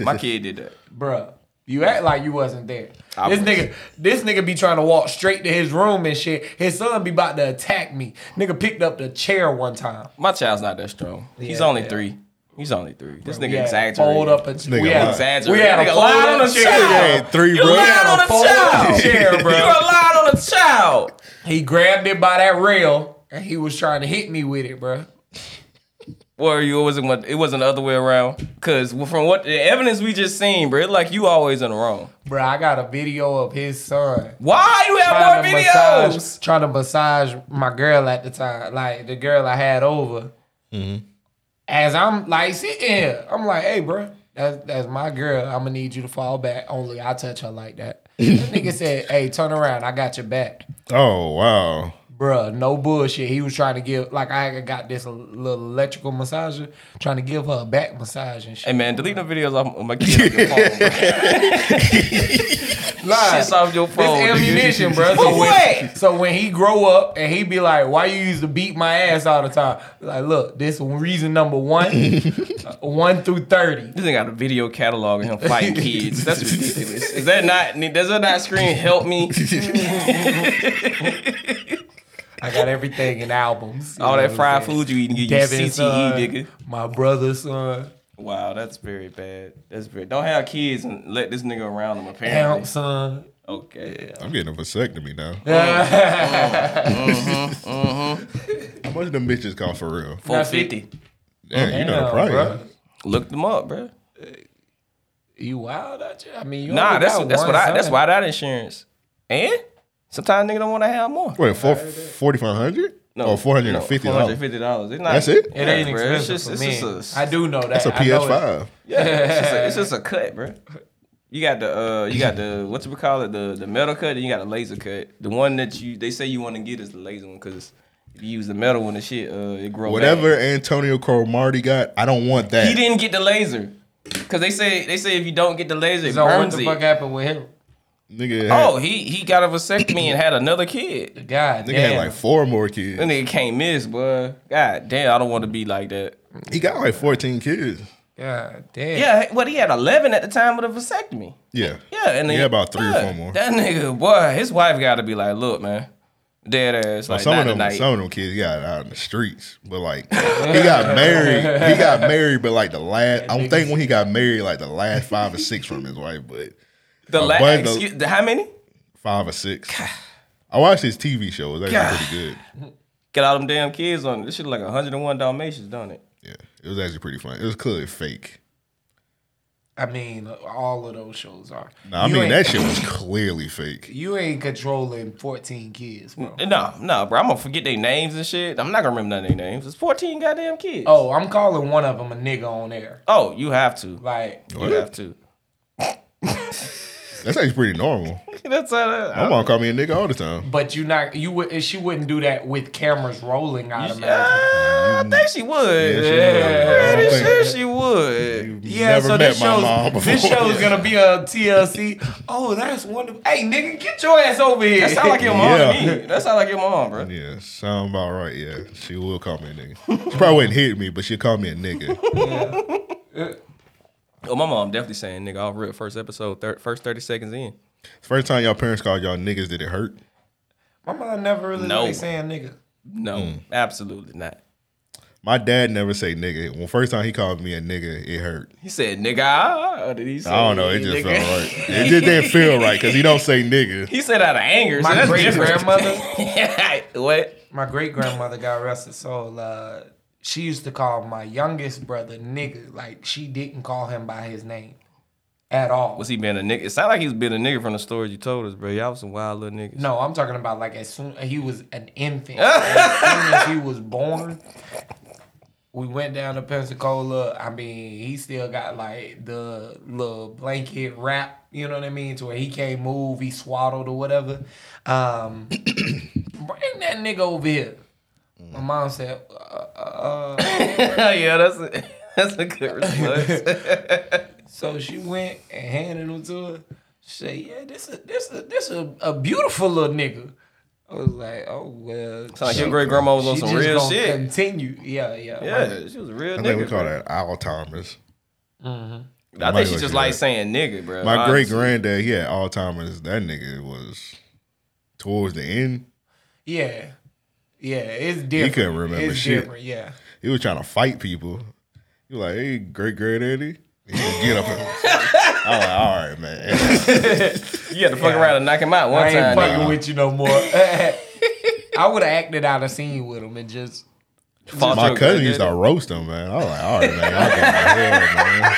Speaker 4: (laughs) My kid did that.
Speaker 9: bruh. You act like you wasn't there.
Speaker 4: I
Speaker 9: this
Speaker 4: was.
Speaker 9: nigga, this nigga be trying to walk straight to his room and shit. His son be about to attack me. Nigga picked up the chair one time.
Speaker 4: My child's not that strong. He's
Speaker 9: Yeah,
Speaker 4: only
Speaker 9: yeah.
Speaker 4: three. He's only three. This
Speaker 9: We
Speaker 4: nigga
Speaker 9: had
Speaker 4: exaggerated.
Speaker 9: Fold up
Speaker 4: (laughs)
Speaker 9: a chair.
Speaker 6: nigga
Speaker 9: We had,
Speaker 4: lied.
Speaker 9: we had a
Speaker 4: Nigga
Speaker 9: fold
Speaker 4: lied on
Speaker 9: up
Speaker 4: a chair.
Speaker 9: chair.
Speaker 6: Hey, three,
Speaker 4: You
Speaker 6: bro.
Speaker 4: lied on a
Speaker 9: Fold up
Speaker 4: child.
Speaker 9: (laughs) chair, bro.
Speaker 4: You lied on a child.
Speaker 9: He grabbed it by that rail and he was trying to hit me with it, bruh.
Speaker 4: Or you it wasn't what it wasn't the other way around. Cause from what the evidence we just seen, bro, it like you always in the wrong.
Speaker 9: Bruh, I got a video of his son
Speaker 4: Why you have more videos?
Speaker 9: massage, trying to massage my girl at the time, like the girl I had over. As I'm like sitting here, I'm like, "Hey, bro, that's that's my girl. I'm gonna need you to fall back. Only I touch her like that." That nigga said, "Hey, turn around. I got your back."
Speaker 6: Oh wow.
Speaker 9: Bruh, no bullshit. He was trying to give like I had got this little electrical massager, trying to give her a back massage and
Speaker 4: Hey
Speaker 9: shit.
Speaker 4: man, delete the videos off of my kid on your phone.
Speaker 9: (laughs)
Speaker 4: Bro. Shit's off your
Speaker 9: This
Speaker 4: phone. nigga. (laughs)
Speaker 9: ammunition, bro.
Speaker 4: For
Speaker 9: So when,
Speaker 4: what?
Speaker 9: so when he grow up and he be like, "Why you used to beat my ass all the time?" Like, look, this reason number one, uh, one through thirty.
Speaker 4: This nigga got a video catalog of
Speaker 6: (laughs)
Speaker 4: him fighting kids. That's ridiculous. Is that not does that not scream help me?
Speaker 9: I got everything in albums. You
Speaker 4: All
Speaker 9: know
Speaker 4: that
Speaker 9: what
Speaker 4: fried
Speaker 6: (laughs)
Speaker 9: I'm saying?
Speaker 4: food you eating, get you
Speaker 9: Devin's
Speaker 4: CTE,
Speaker 9: son,
Speaker 4: E, nigga.
Speaker 9: my brother's son,
Speaker 4: Wow, that's very bad. That's very don't have kids and let this nigga around them apparently.
Speaker 9: Count's son.
Speaker 4: Okay.
Speaker 6: I'm getting a vasectomy
Speaker 4: (laughs)
Speaker 6: now. How much them bitches cost for real?
Speaker 4: Uh-huh, Four fifty.
Speaker 6: Damn, you know the
Speaker 9: Damn,
Speaker 6: price.
Speaker 9: bruh.
Speaker 4: Look them up, bro.
Speaker 9: You wild out you? I mean, you
Speaker 4: Nah,
Speaker 9: only
Speaker 4: that's
Speaker 9: got
Speaker 4: that's
Speaker 9: one
Speaker 4: what I that's
Speaker 9: son.
Speaker 4: why that insurance. And sometimes nigga don't want to have more.
Speaker 6: Wait, four forty five hundred? No, oh, four hundred and fifty.
Speaker 4: Four hundred fifty dollars.
Speaker 6: That's it?
Speaker 9: It ain't expensive
Speaker 4: It's just,
Speaker 9: for
Speaker 4: it's
Speaker 9: me.
Speaker 4: just a-
Speaker 9: I do know that.
Speaker 6: That's a PS five.
Speaker 4: It's just a, it's just a cut, bro. You got the uh, you got the what you call it the the metal cut, and you got the laser cut. The one that you they say you want to get is the laser one because if you use the metal one, the shit uh it grows.
Speaker 6: Whatever Antonio Cromartie got, I don't want that.
Speaker 4: He didn't get the laser because they say they say if you don't get the laser, it
Speaker 9: So what
Speaker 4: burns
Speaker 9: the
Speaker 4: it.
Speaker 9: fuck happened with him?
Speaker 6: Nigga had,
Speaker 4: Oh, he he got a vasectomy and had another kid.
Speaker 9: God
Speaker 6: nigga
Speaker 9: damn.
Speaker 6: had like four more
Speaker 4: That
Speaker 6: kids.
Speaker 4: nigga can't miss, boy. God damn, I don't want to be like that.
Speaker 6: He got like fourteen kids.
Speaker 9: God damn.
Speaker 4: Yeah, well, he had eleven at the time with a vasectomy.
Speaker 6: Yeah.
Speaker 4: Yeah, and
Speaker 6: He
Speaker 4: then-
Speaker 6: had about three or
Speaker 4: yeah,
Speaker 6: four more.
Speaker 4: That nigga, boy, his wife got to be like, look, man, dead ass. Like,
Speaker 6: some
Speaker 4: not
Speaker 6: of them,
Speaker 4: tonight.
Speaker 6: some of them kids got out in the streets, but like he got married. He got married, but like the last, I think when he got married, like the last five or six from his wife, but
Speaker 4: The
Speaker 6: Uh,
Speaker 4: la-
Speaker 6: one of the-
Speaker 4: excuse, how many?
Speaker 6: five or six. I watched his TV show. It was actually pretty good.
Speaker 4: Get all them damn kids on it. This shit like 101 Dalmatians, don't it?
Speaker 6: Yeah, it was actually pretty funny. It was clearly fake.
Speaker 9: I mean, all of those shows are.
Speaker 6: Nah, I
Speaker 9: You
Speaker 6: mean
Speaker 9: ain't-
Speaker 6: that shit was clearly fake.
Speaker 9: You ain't controlling 14 kids, bro.
Speaker 4: No, no, Eh, bro. I'm gonna forget their names and shit. I'm not gonna remember none of their names. It's 14 goddamn kids. Oh,
Speaker 9: Oh, I'm calling one of them a nigga on air.
Speaker 4: you have to.
Speaker 9: Like,
Speaker 4: You have to. (laughs)
Speaker 6: That's actually pretty normal.
Speaker 4: That's how that.
Speaker 6: My mom called me a nigga all the time.
Speaker 9: but you not you would she wouldn't do that with cameras rolling out of
Speaker 4: Uh, I think she would.
Speaker 6: she would.
Speaker 4: Yeah,
Speaker 6: I
Speaker 4: pretty
Speaker 6: think-
Speaker 4: sure she would.
Speaker 9: Yeah,
Speaker 6: Never met
Speaker 9: so this
Speaker 6: my mom
Speaker 9: show's
Speaker 6: before.
Speaker 9: this
Speaker 6: (laughs)
Speaker 9: show's gonna be a TLC. Oh, that's wonderful. Hey, nigga, get your ass over here.
Speaker 4: That sound like your mom
Speaker 6: Yeah.
Speaker 4: to me. That sound like your mom, bro.
Speaker 6: Yeah, sound about right. Yeah, she will call me a nigga. She probably wouldn't hit me, but she'll call me a nigga.
Speaker 4: Oh, my mom definitely saying nigga off rip first episode, thir- first 30 seconds in.
Speaker 6: First time y'all parents called y'all niggas, did it hurt?
Speaker 9: My mom never really
Speaker 4: No.
Speaker 9: like saying nigga.
Speaker 4: No,
Speaker 6: Hmm.
Speaker 4: absolutely not.
Speaker 6: My dad never say nigga. When first time he called me a nigga, it hurt.
Speaker 4: He said nigga. ah," Or did he say,
Speaker 6: I don't know. It just
Speaker 4: "Nigga"?
Speaker 6: felt right. It just didn't feel right because he don't say nigga.
Speaker 4: He said out of anger. so
Speaker 9: My
Speaker 4: that's
Speaker 9: great
Speaker 4: different.
Speaker 9: grandmother?
Speaker 4: (laughs)
Speaker 9: (laughs)
Speaker 4: what?
Speaker 9: My great grandmother got arrested, so uh, she used to call my youngest brother nigga. Like she didn't call him by his name at all.
Speaker 4: Was he being a nigga? It sounded like he was being a nigga from the stories you told us, bro. Y'all was some wild little niggas.
Speaker 9: No, I'm talking about like as soon he was an infant. as soon as he was born, we went down to Pensacola. I mean, he still got like the little blanket wrap, you know what I mean, to where he can't move, he swaddled or whatever. Um, (coughs) bring that nigga over here. My mom said, uh, uh, uh,
Speaker 4: (laughs) yeah, that's a, that's a
Speaker 9: (laughs)
Speaker 4: good response.
Speaker 9: So she went and handed him to her. She said, "Yeah, this is this is this is a beautiful little nigga." I was like, "Oh well."
Speaker 4: like your great grandma was on
Speaker 9: she
Speaker 4: some
Speaker 9: just
Speaker 4: real
Speaker 9: gonna
Speaker 4: shit.
Speaker 9: Continue, yeah, yeah.
Speaker 4: yeah, she was a real
Speaker 6: I
Speaker 4: nigga.
Speaker 6: think we call
Speaker 4: bro.
Speaker 6: that Alzheimer's.
Speaker 4: I
Speaker 6: Might
Speaker 4: think she
Speaker 6: look
Speaker 4: just
Speaker 6: it
Speaker 4: like
Speaker 6: up.
Speaker 4: saying nigga, bro.
Speaker 6: My
Speaker 4: Honestly.
Speaker 6: great granddad, he had Alzheimer's. That nigga was towards the end.
Speaker 9: yeah, yeah. It's different.
Speaker 6: couldn't remember
Speaker 9: it's
Speaker 6: shit.
Speaker 9: Different, yeah.
Speaker 6: He was trying to fight people. He was like, "Hey, great granddaddy." He would get up. And, (laughs) I'm like, "All right, man."
Speaker 4: You had to fuck around and knock him out one
Speaker 9: I ain't
Speaker 4: time.
Speaker 9: fucking
Speaker 4: nigga.
Speaker 9: with you
Speaker 4: (laughs)
Speaker 9: no more. (laughs) I would have acted out a scene with him and just
Speaker 4: Fought
Speaker 6: My
Speaker 4: your
Speaker 6: cousin used to
Speaker 4: granddaddy.
Speaker 6: roast him, man. I was like, "All right, man." I got my head, man.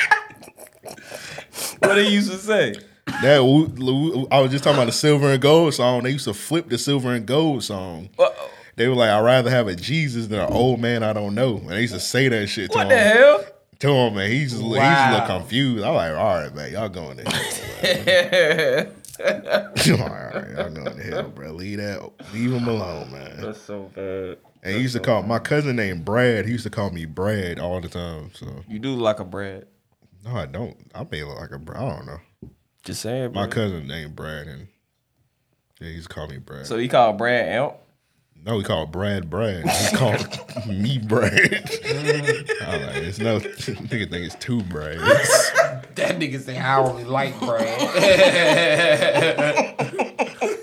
Speaker 4: What he used to say?
Speaker 6: That Wu- Lu- I was just talking about the silver and gold song. They used to flip the silver and gold song.
Speaker 4: What,
Speaker 6: They were like, "I'd rather have a Jesus than an old man I don't know." And they used to say that shit to
Speaker 4: what
Speaker 6: him.
Speaker 4: the hell?
Speaker 6: To him, man. He just he just
Speaker 9: Wow.
Speaker 6: looked confused. I'm like, "All right, man. Y'all going to hell."
Speaker 4: (laughs)
Speaker 6: man." I'm like, (laughs) All right, y'all going to hell, bro. Leave that. Leave him alone, man.
Speaker 4: That's so bad.
Speaker 6: And he used to call my cousin named Brad. He used to call me Brad all the time. So
Speaker 4: You do look like a Brad.
Speaker 6: no, I don't. I may look like a Brad. I don't know.
Speaker 4: Just saying, bro.
Speaker 6: My cousin named Brad, and yeah, he used to call me Brad.
Speaker 4: so he called Brad Amp.
Speaker 6: No, we call Brad Brad. He (laughs) called me Brad. (laughs) I'm like, it's no (laughs) nigga think it's two Brads.
Speaker 9: that nigga say I only like Brad.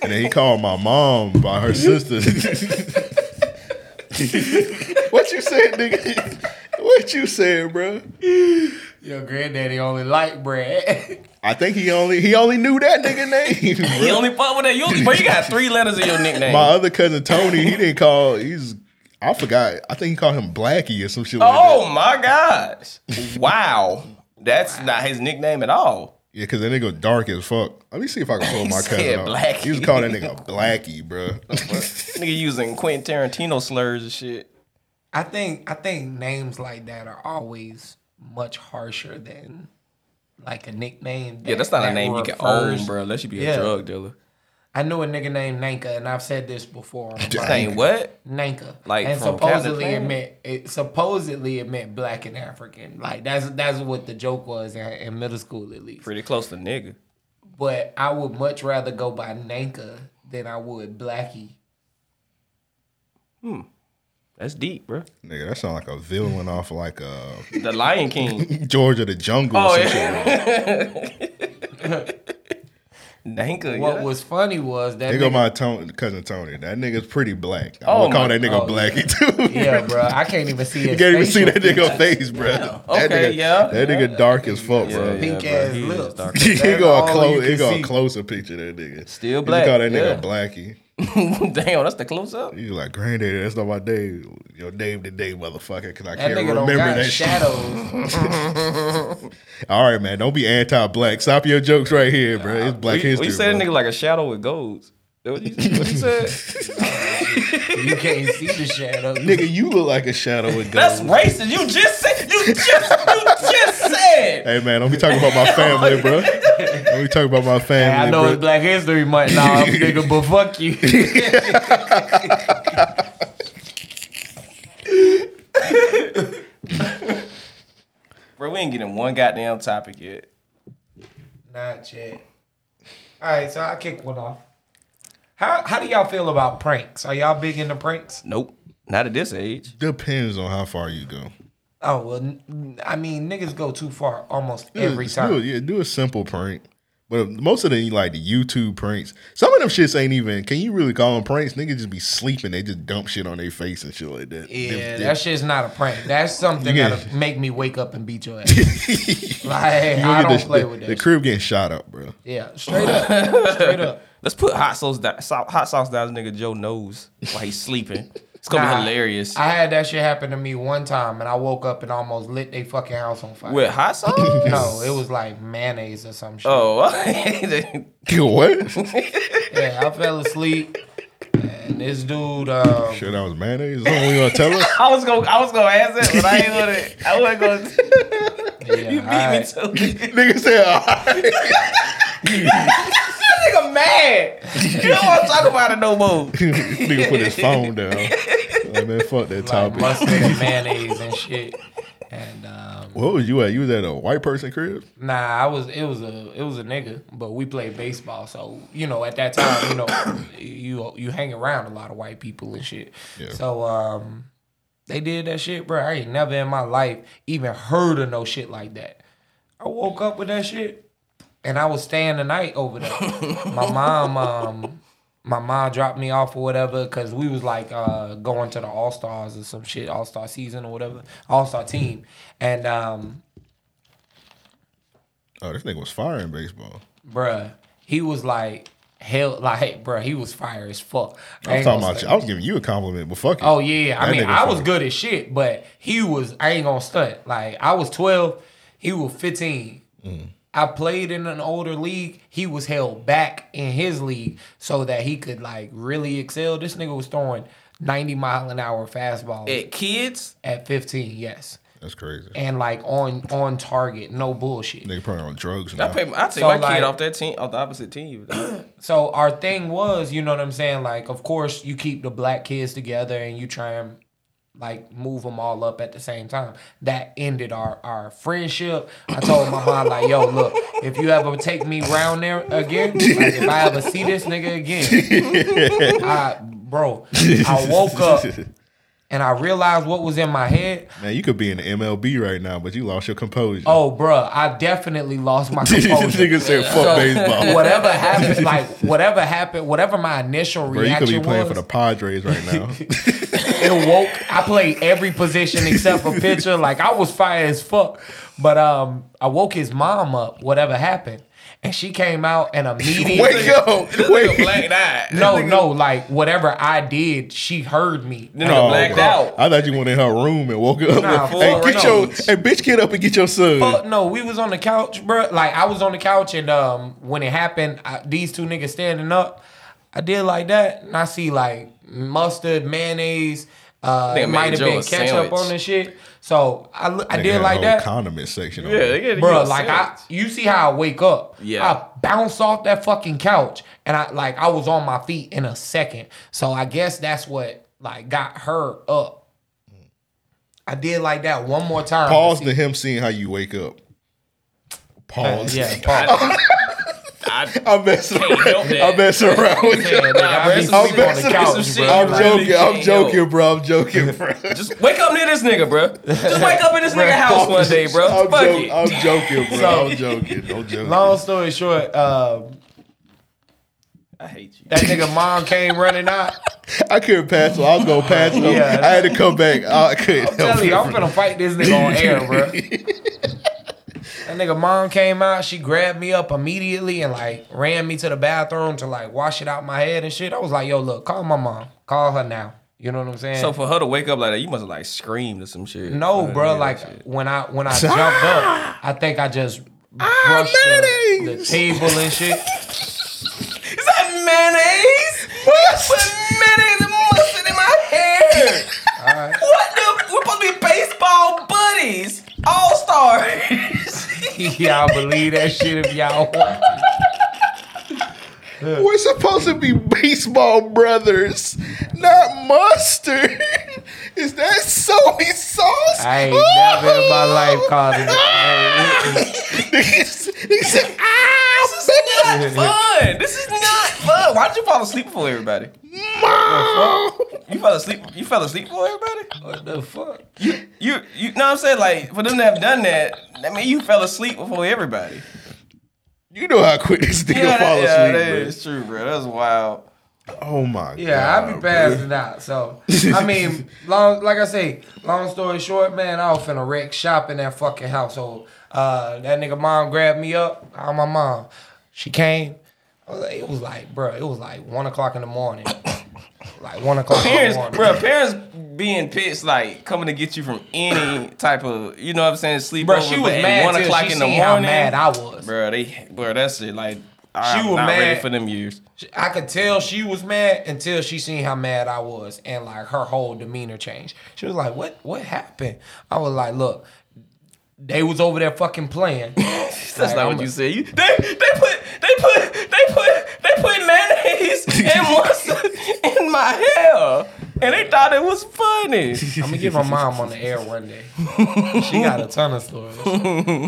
Speaker 6: And then he called my mom by her sister. (laughs) what you said, nigga? What you said, bro?
Speaker 9: (laughs) Your granddaddy only like (laughs) Brad.
Speaker 6: I think he only he only knew that nigga name. (laughs)
Speaker 4: You
Speaker 6: bro.
Speaker 4: only fuck with that. You, only, bro, you got three letters in your nickname.
Speaker 6: My other cousin Tony, he didn't call. He's I forgot. I think he called him Blackie or some shit. Like that.
Speaker 4: oh my gosh! Wow, that's not his nickname at all.
Speaker 6: Yeah, because that nigga dark as fuck. Let me see if I
Speaker 4: (laughs)
Speaker 6: can pull my
Speaker 4: said
Speaker 6: cousin up.
Speaker 4: Blackie.
Speaker 6: He was calling that nigga
Speaker 4: (laughs)
Speaker 6: Blackie, bro.
Speaker 4: Nigga using Quentin Tarantino slurs and shit.
Speaker 9: I think I think names like that are always much harsher than like a nickname.
Speaker 4: Yeah,
Speaker 9: that-
Speaker 4: that's not a
Speaker 9: that
Speaker 4: name you can
Speaker 9: refers-
Speaker 4: own, bro. Unless you be
Speaker 9: Yeah.
Speaker 4: a drug dealer.
Speaker 9: I knew a nigga named Nanka, and I've said this before.
Speaker 6: (laughs)
Speaker 9: on the
Speaker 4: Saying what?
Speaker 9: podcast. Nanka,
Speaker 4: Like,
Speaker 9: and
Speaker 4: from Captain
Speaker 9: supposedly it
Speaker 4: Planet?
Speaker 9: meant it supposedly it meant black and African. Like that's that's what the joke was in, in middle school at least.
Speaker 4: Pretty close to nigga.
Speaker 9: But I would much rather go by Nanka than I would Blackie.
Speaker 4: That's deep, bro.
Speaker 6: Nigga, that sound like a villain off of like uh
Speaker 4: The Lion King.
Speaker 6: (laughs) Georgia the Jungle
Speaker 4: Oh,
Speaker 6: or some
Speaker 4: yeah.
Speaker 6: shit.
Speaker 4: Nanka.
Speaker 9: What
Speaker 4: yeah.
Speaker 9: was funny was that
Speaker 4: (laughs)
Speaker 6: They go
Speaker 9: nigga,
Speaker 6: my Tony, cousin Tony. That nigga's pretty black. I'm
Speaker 4: Oh,
Speaker 6: gonna call
Speaker 4: my-
Speaker 6: that nigga
Speaker 9: oh,
Speaker 6: Blackie too. (laughs)
Speaker 9: (laughs) yeah, bro. I can't even see.
Speaker 6: you
Speaker 9: his
Speaker 6: can't even see
Speaker 9: facial
Speaker 6: that nigga face, bro. that
Speaker 4: Okay,
Speaker 6: nigga,
Speaker 4: yeah,
Speaker 6: That nigga dark as fuck,
Speaker 4: Yeah,
Speaker 6: bro.
Speaker 4: yeah,
Speaker 9: Pink
Speaker 4: bro.
Speaker 9: ass
Speaker 4: He is
Speaker 9: lips.
Speaker 4: dark.
Speaker 6: (laughs) He
Speaker 9: That's
Speaker 6: go
Speaker 9: all
Speaker 6: a
Speaker 9: you
Speaker 6: close.
Speaker 9: can
Speaker 6: He go
Speaker 9: see.
Speaker 6: a closer picture. of That nigga
Speaker 4: Still
Speaker 6: If
Speaker 4: black,
Speaker 6: You call that nigga
Speaker 4: yeah.
Speaker 6: Blackie.
Speaker 4: (laughs) Damn, that's the close up.
Speaker 6: You like granddaddy? That's not my day. Your name today, motherfucker. Cause I
Speaker 9: That
Speaker 6: can't
Speaker 9: nigga don't
Speaker 6: remember
Speaker 9: got
Speaker 6: that shit. (laughs)
Speaker 9: shadows.
Speaker 6: All right, man. Don't be anti-black. Stop your jokes right here, bro. It's Black
Speaker 4: What you,
Speaker 6: History.
Speaker 4: what you said,
Speaker 6: bro.
Speaker 4: nigga, like a shadow with golds. What you, what you
Speaker 6: (laughs)
Speaker 4: said?
Speaker 9: you can't see the shadows.
Speaker 6: Nigga, you look like a shadow
Speaker 9: (laughs)
Speaker 6: with gold.
Speaker 4: That's racist. You just said. You just. You just said.
Speaker 6: Hey man, don't be talking about my family,
Speaker 9: (laughs)
Speaker 6: bro. Don't be talking about my family,
Speaker 9: I know
Speaker 6: bro.
Speaker 9: it's Black History
Speaker 6: (laughs)
Speaker 9: Month now, nigga, but fuck you. (laughs)
Speaker 4: Bro, we ain't getting one goddamn topic yet.
Speaker 9: Not yet. All right, so I kick one off. How how do y'all feel about pranks? Are y'all big into pranks?
Speaker 4: Nope. Not at this age.
Speaker 6: Depends on how far you go.
Speaker 9: Oh well, n- I mean niggas go too far almost
Speaker 6: Do-
Speaker 9: every
Speaker 6: do-
Speaker 9: time.
Speaker 6: yeah, do a simple prank, But most of them like the YouTube pranks. Some of them shits ain't even. Can you really call them pranks? Niggas just be sleeping. They just dump shit on their face and shit like that.
Speaker 9: Yeah,
Speaker 6: Them-
Speaker 9: that shit's not a prank.
Speaker 6: (laughs)
Speaker 9: That's something
Speaker 6: You get-
Speaker 9: that'll make me wake up and
Speaker 6: (laughs)
Speaker 9: beat your ass. like,
Speaker 6: You
Speaker 9: I
Speaker 6: look at
Speaker 9: don't
Speaker 6: the-
Speaker 9: play
Speaker 6: the,
Speaker 9: with
Speaker 6: The
Speaker 9: that. shit.
Speaker 6: crib getting shot up, bro. (laughs)
Speaker 9: Yeah, straight up, straight (laughs) up.
Speaker 4: Let's put hot sauce down, so- hot sauce down this nigga Joe nose while he's sleeping. It's gonna
Speaker 9: Nah,
Speaker 4: be hilarious.
Speaker 9: I had that shit happen to me one time, and I woke up and almost lit they fucking house on fire.
Speaker 4: With hot sauce?
Speaker 9: No, it was like mayonnaise or some shit.
Speaker 4: (laughs) Oh,
Speaker 6: You
Speaker 9: (laughs)
Speaker 6: what?
Speaker 9: Yeah, I fell asleep, and this dude, um,
Speaker 6: Sure, that was mayonnaise. Is that what you gonna tell
Speaker 9: (laughs)
Speaker 6: us?
Speaker 4: I was gonna, I was gonna ask that, but I ain't gonna. I wasn't gonna.
Speaker 9: yeah,
Speaker 4: (laughs) You (laughs) beat
Speaker 9: alright.
Speaker 4: me to it.
Speaker 6: Nigga said, all right.
Speaker 4: That nigga mad. You don't want to talk about it no
Speaker 9: (laughs)
Speaker 4: more.
Speaker 6: nigga put his phone down. Like, man, fuck that
Speaker 9: (laughs) like
Speaker 6: topic.
Speaker 9: mustard and mayonnaise and shit. And um,
Speaker 6: What was you at? You was at a white person crib?
Speaker 9: nah, I was it was a it was a nigga, but we played baseball, so you know at that time, you know, (coughs) you you hang around a lot of white people and shit.
Speaker 6: Yeah.
Speaker 9: So um, they did that shit, bro. I ain't never in my life even heard of no shit like that. I woke up with that shit, and I was staying the night over there. my mom, um, my mom dropped me off or whatever because we was like uh, going to the All Stars or some shit, All Star season or whatever, All Star team, and um,
Speaker 6: Oh, this nigga was firing baseball.
Speaker 9: bruh, he was like hell, like bruh, he was fire as fuck. I
Speaker 6: I'm
Speaker 9: ain't
Speaker 6: talking
Speaker 9: gonna
Speaker 6: about.
Speaker 9: say-
Speaker 6: You. I was giving you a compliment, but fuck it.
Speaker 9: Oh yeah, I
Speaker 6: That
Speaker 9: mean
Speaker 6: nigga
Speaker 9: I was
Speaker 6: fire.
Speaker 9: good at shit, but he was. I ain't gonna stunt. Like I was twelve, he was fifteen.
Speaker 6: Mm.
Speaker 9: I played in an older league. He was held back in his league so that he could like really excel. This nigga was throwing ninety mile an hour fastballs
Speaker 4: At kids,
Speaker 9: at fifteen. Yes,
Speaker 6: That's crazy.
Speaker 9: and like on on target, no bullshit.
Speaker 6: Nigga probably on drugs
Speaker 4: I
Speaker 6: now.
Speaker 4: pay. My, I take
Speaker 9: So,
Speaker 4: my
Speaker 9: like-
Speaker 4: kid off that team, off the opposite
Speaker 9: (laughs)
Speaker 4: team.
Speaker 9: so our thing was, you know what I'm saying? Like, of course, you keep the black kids together and you try and like move them all up at the same time. That ended our our friendship. I told my mom like, "Yo, look, if you ever take me round there again, like if I ever see this nigga
Speaker 6: (laughs)
Speaker 9: again, I, bro, I woke up and I realized what was in my head.
Speaker 6: Man, you could be in the MLB right now, but you lost your composure. (laughs)
Speaker 9: Oh, bruh, I definitely lost my
Speaker 6: this
Speaker 9: composure."
Speaker 6: nigga said, fuck baseball.
Speaker 9: Whatever happened, like whatever happened, whatever my
Speaker 6: (laughs)
Speaker 9: initial
Speaker 6: Bro, you
Speaker 9: reaction
Speaker 6: could be playing
Speaker 9: was,
Speaker 6: for the Padres right
Speaker 9: (laughs)
Speaker 6: now. (laughs)
Speaker 9: it woke. I played every position except for pitcher. Like I was fire as fuck. But um, I woke his mom up. Whatever happened, and she came out
Speaker 6: (laughs)
Speaker 9: and immediately.
Speaker 6: Wake up. Wake (laughs)
Speaker 4: black eye.
Speaker 9: No, no, like whatever I did, she heard me.
Speaker 4: Then I blacked
Speaker 9: Oh,
Speaker 6: bro.
Speaker 4: out.
Speaker 6: Oh, I thought you went in her room and woke up.
Speaker 9: Nah,
Speaker 6: with, hey,
Speaker 4: fuck
Speaker 6: get
Speaker 4: no.
Speaker 6: your hey, bitch, get up and get your son.
Speaker 9: Fuck no, we was on the couch, bro. Like I was on the couch, and um, when it happened, I, these two niggas standing up. I did like that, and I see like mustard, mayonnaise. Uh,
Speaker 4: Nigga
Speaker 9: it
Speaker 4: made
Speaker 9: might have
Speaker 4: Joe
Speaker 9: been
Speaker 4: a
Speaker 9: ketchup
Speaker 4: sandwich.
Speaker 9: on this shit. So I, look- I
Speaker 6: Nigga
Speaker 9: did
Speaker 6: had a
Speaker 9: like
Speaker 6: whole
Speaker 9: that.
Speaker 6: Condiment section. on
Speaker 4: Yeah,
Speaker 6: it.
Speaker 4: they get
Speaker 9: Bro, like I, you see how I wake up.
Speaker 4: Yeah.
Speaker 9: I bounce off that fucking couch, and I like I was on my feet in a second. So I guess that's what like got her up. I did like that one more time.
Speaker 6: Pause to him seeing how you wake up. (laughs) Pause.
Speaker 9: Yeah, pause.
Speaker 6: I'm messing
Speaker 4: Can't help
Speaker 6: around.
Speaker 4: that.
Speaker 6: I'm messing around with you.
Speaker 9: Yeah, nigga, I be
Speaker 4: Nah, bro,
Speaker 6: some
Speaker 9: sleeping on the
Speaker 6: shit-
Speaker 4: some
Speaker 9: couch,
Speaker 4: shit
Speaker 9: bro.
Speaker 6: I'm
Speaker 4: Like,
Speaker 6: joking.
Speaker 4: can't
Speaker 6: I'm joking,
Speaker 4: help.
Speaker 6: bro. I'm joking, bro.
Speaker 4: Just wake up near this nigga, bro. Just wake up in this nigga house one day, bro.
Speaker 6: I'm,
Speaker 4: Fuck
Speaker 6: joking.
Speaker 4: it.
Speaker 6: I'm joking, bro.
Speaker 9: So-
Speaker 6: I'm joking. I'm joking.
Speaker 9: Long story short, um,
Speaker 4: I hate you.
Speaker 9: that nigga mom came running out.
Speaker 6: I couldn't pass him. I was gonna pass him.
Speaker 9: Yeah.
Speaker 6: I had to come back. I couldn't help
Speaker 9: Tell you,
Speaker 6: it,
Speaker 9: I'm
Speaker 6: bro.
Speaker 9: gonna fight this nigga on air, bro. That nigga mom came out, she grabbed me up immediately and like ran me to the bathroom to like wash it out my head and shit. I was like, yo, look, call my mom. Call her now. You know what I'm saying?
Speaker 4: So for her to wake up like that, you must have like screamed or some shit.
Speaker 9: no,
Speaker 4: Uh,
Speaker 9: bro,
Speaker 4: yeah,
Speaker 9: like
Speaker 4: shit.
Speaker 9: when I when I jumped up, I think I just brushed the, the
Speaker 6: mayonnaise.
Speaker 9: table and shit. (laughs)
Speaker 4: Is that mayonnaise? What? Put mayonnaise and mustard in my hair. What the? We're supposed to be baseball buddies, all stars. (laughs)
Speaker 9: y'all believe that shit if y'all want.
Speaker 6: We're supposed to be baseball brothers, not mustard. Is that soy sauce?
Speaker 9: I ain't never in my life called
Speaker 6: (laughs)
Speaker 9: it. I ain't-
Speaker 6: he said, "Ah,
Speaker 4: This is not fun. This (laughs) is not fun. Why'd you fall asleep for everybody? You fell asleep. You fell asleep for everybody.
Speaker 9: What the fuck?
Speaker 4: You, you know what I'm saying? Like for them to have done that, I mean, you fell asleep before everybody.
Speaker 6: You know how quick this nigga
Speaker 4: Yeah,
Speaker 6: fall
Speaker 4: that,
Speaker 6: asleep.
Speaker 4: yeah, that
Speaker 6: bruh.
Speaker 4: is true, bro. That's wild.
Speaker 6: Oh my god.
Speaker 9: Yeah, I be
Speaker 6: bruh.
Speaker 9: passing out. So I mean, long like I say, long story short, man, I was finna wreck shop in that fucking household. Uh, that nigga mom grabbed me up. I'm my mom. She came. I was like- It was like, bro, it was like one o'clock in the morning. (coughs) Like one o'clock in the
Speaker 4: Parents,
Speaker 9: morning.
Speaker 4: bro, parents being pissed, like coming to get you from any type of, you know what I'm saying, sleep.
Speaker 9: Bro, she was mad
Speaker 4: One
Speaker 9: till
Speaker 4: o'clock
Speaker 9: she
Speaker 4: in the
Speaker 9: seen
Speaker 4: morning.
Speaker 9: how mad I was.
Speaker 4: Bro, they, bro, that's it. Like, I'm
Speaker 9: was
Speaker 4: not ready
Speaker 9: mad.
Speaker 4: for them years.
Speaker 9: I could tell she was mad until she seen how mad I was and like her whole demeanor changed. She was like, "What? What happened?" I was like, "Look, they was over there fucking playing."
Speaker 4: (laughs) That's not what you said. You, they, they put, they put, they put, they put (laughs) mayonnaise and mustard in my hair, and they thought it was (laughs) funny.
Speaker 9: I'm gonna get my mom on the air one day. She got a ton of stories.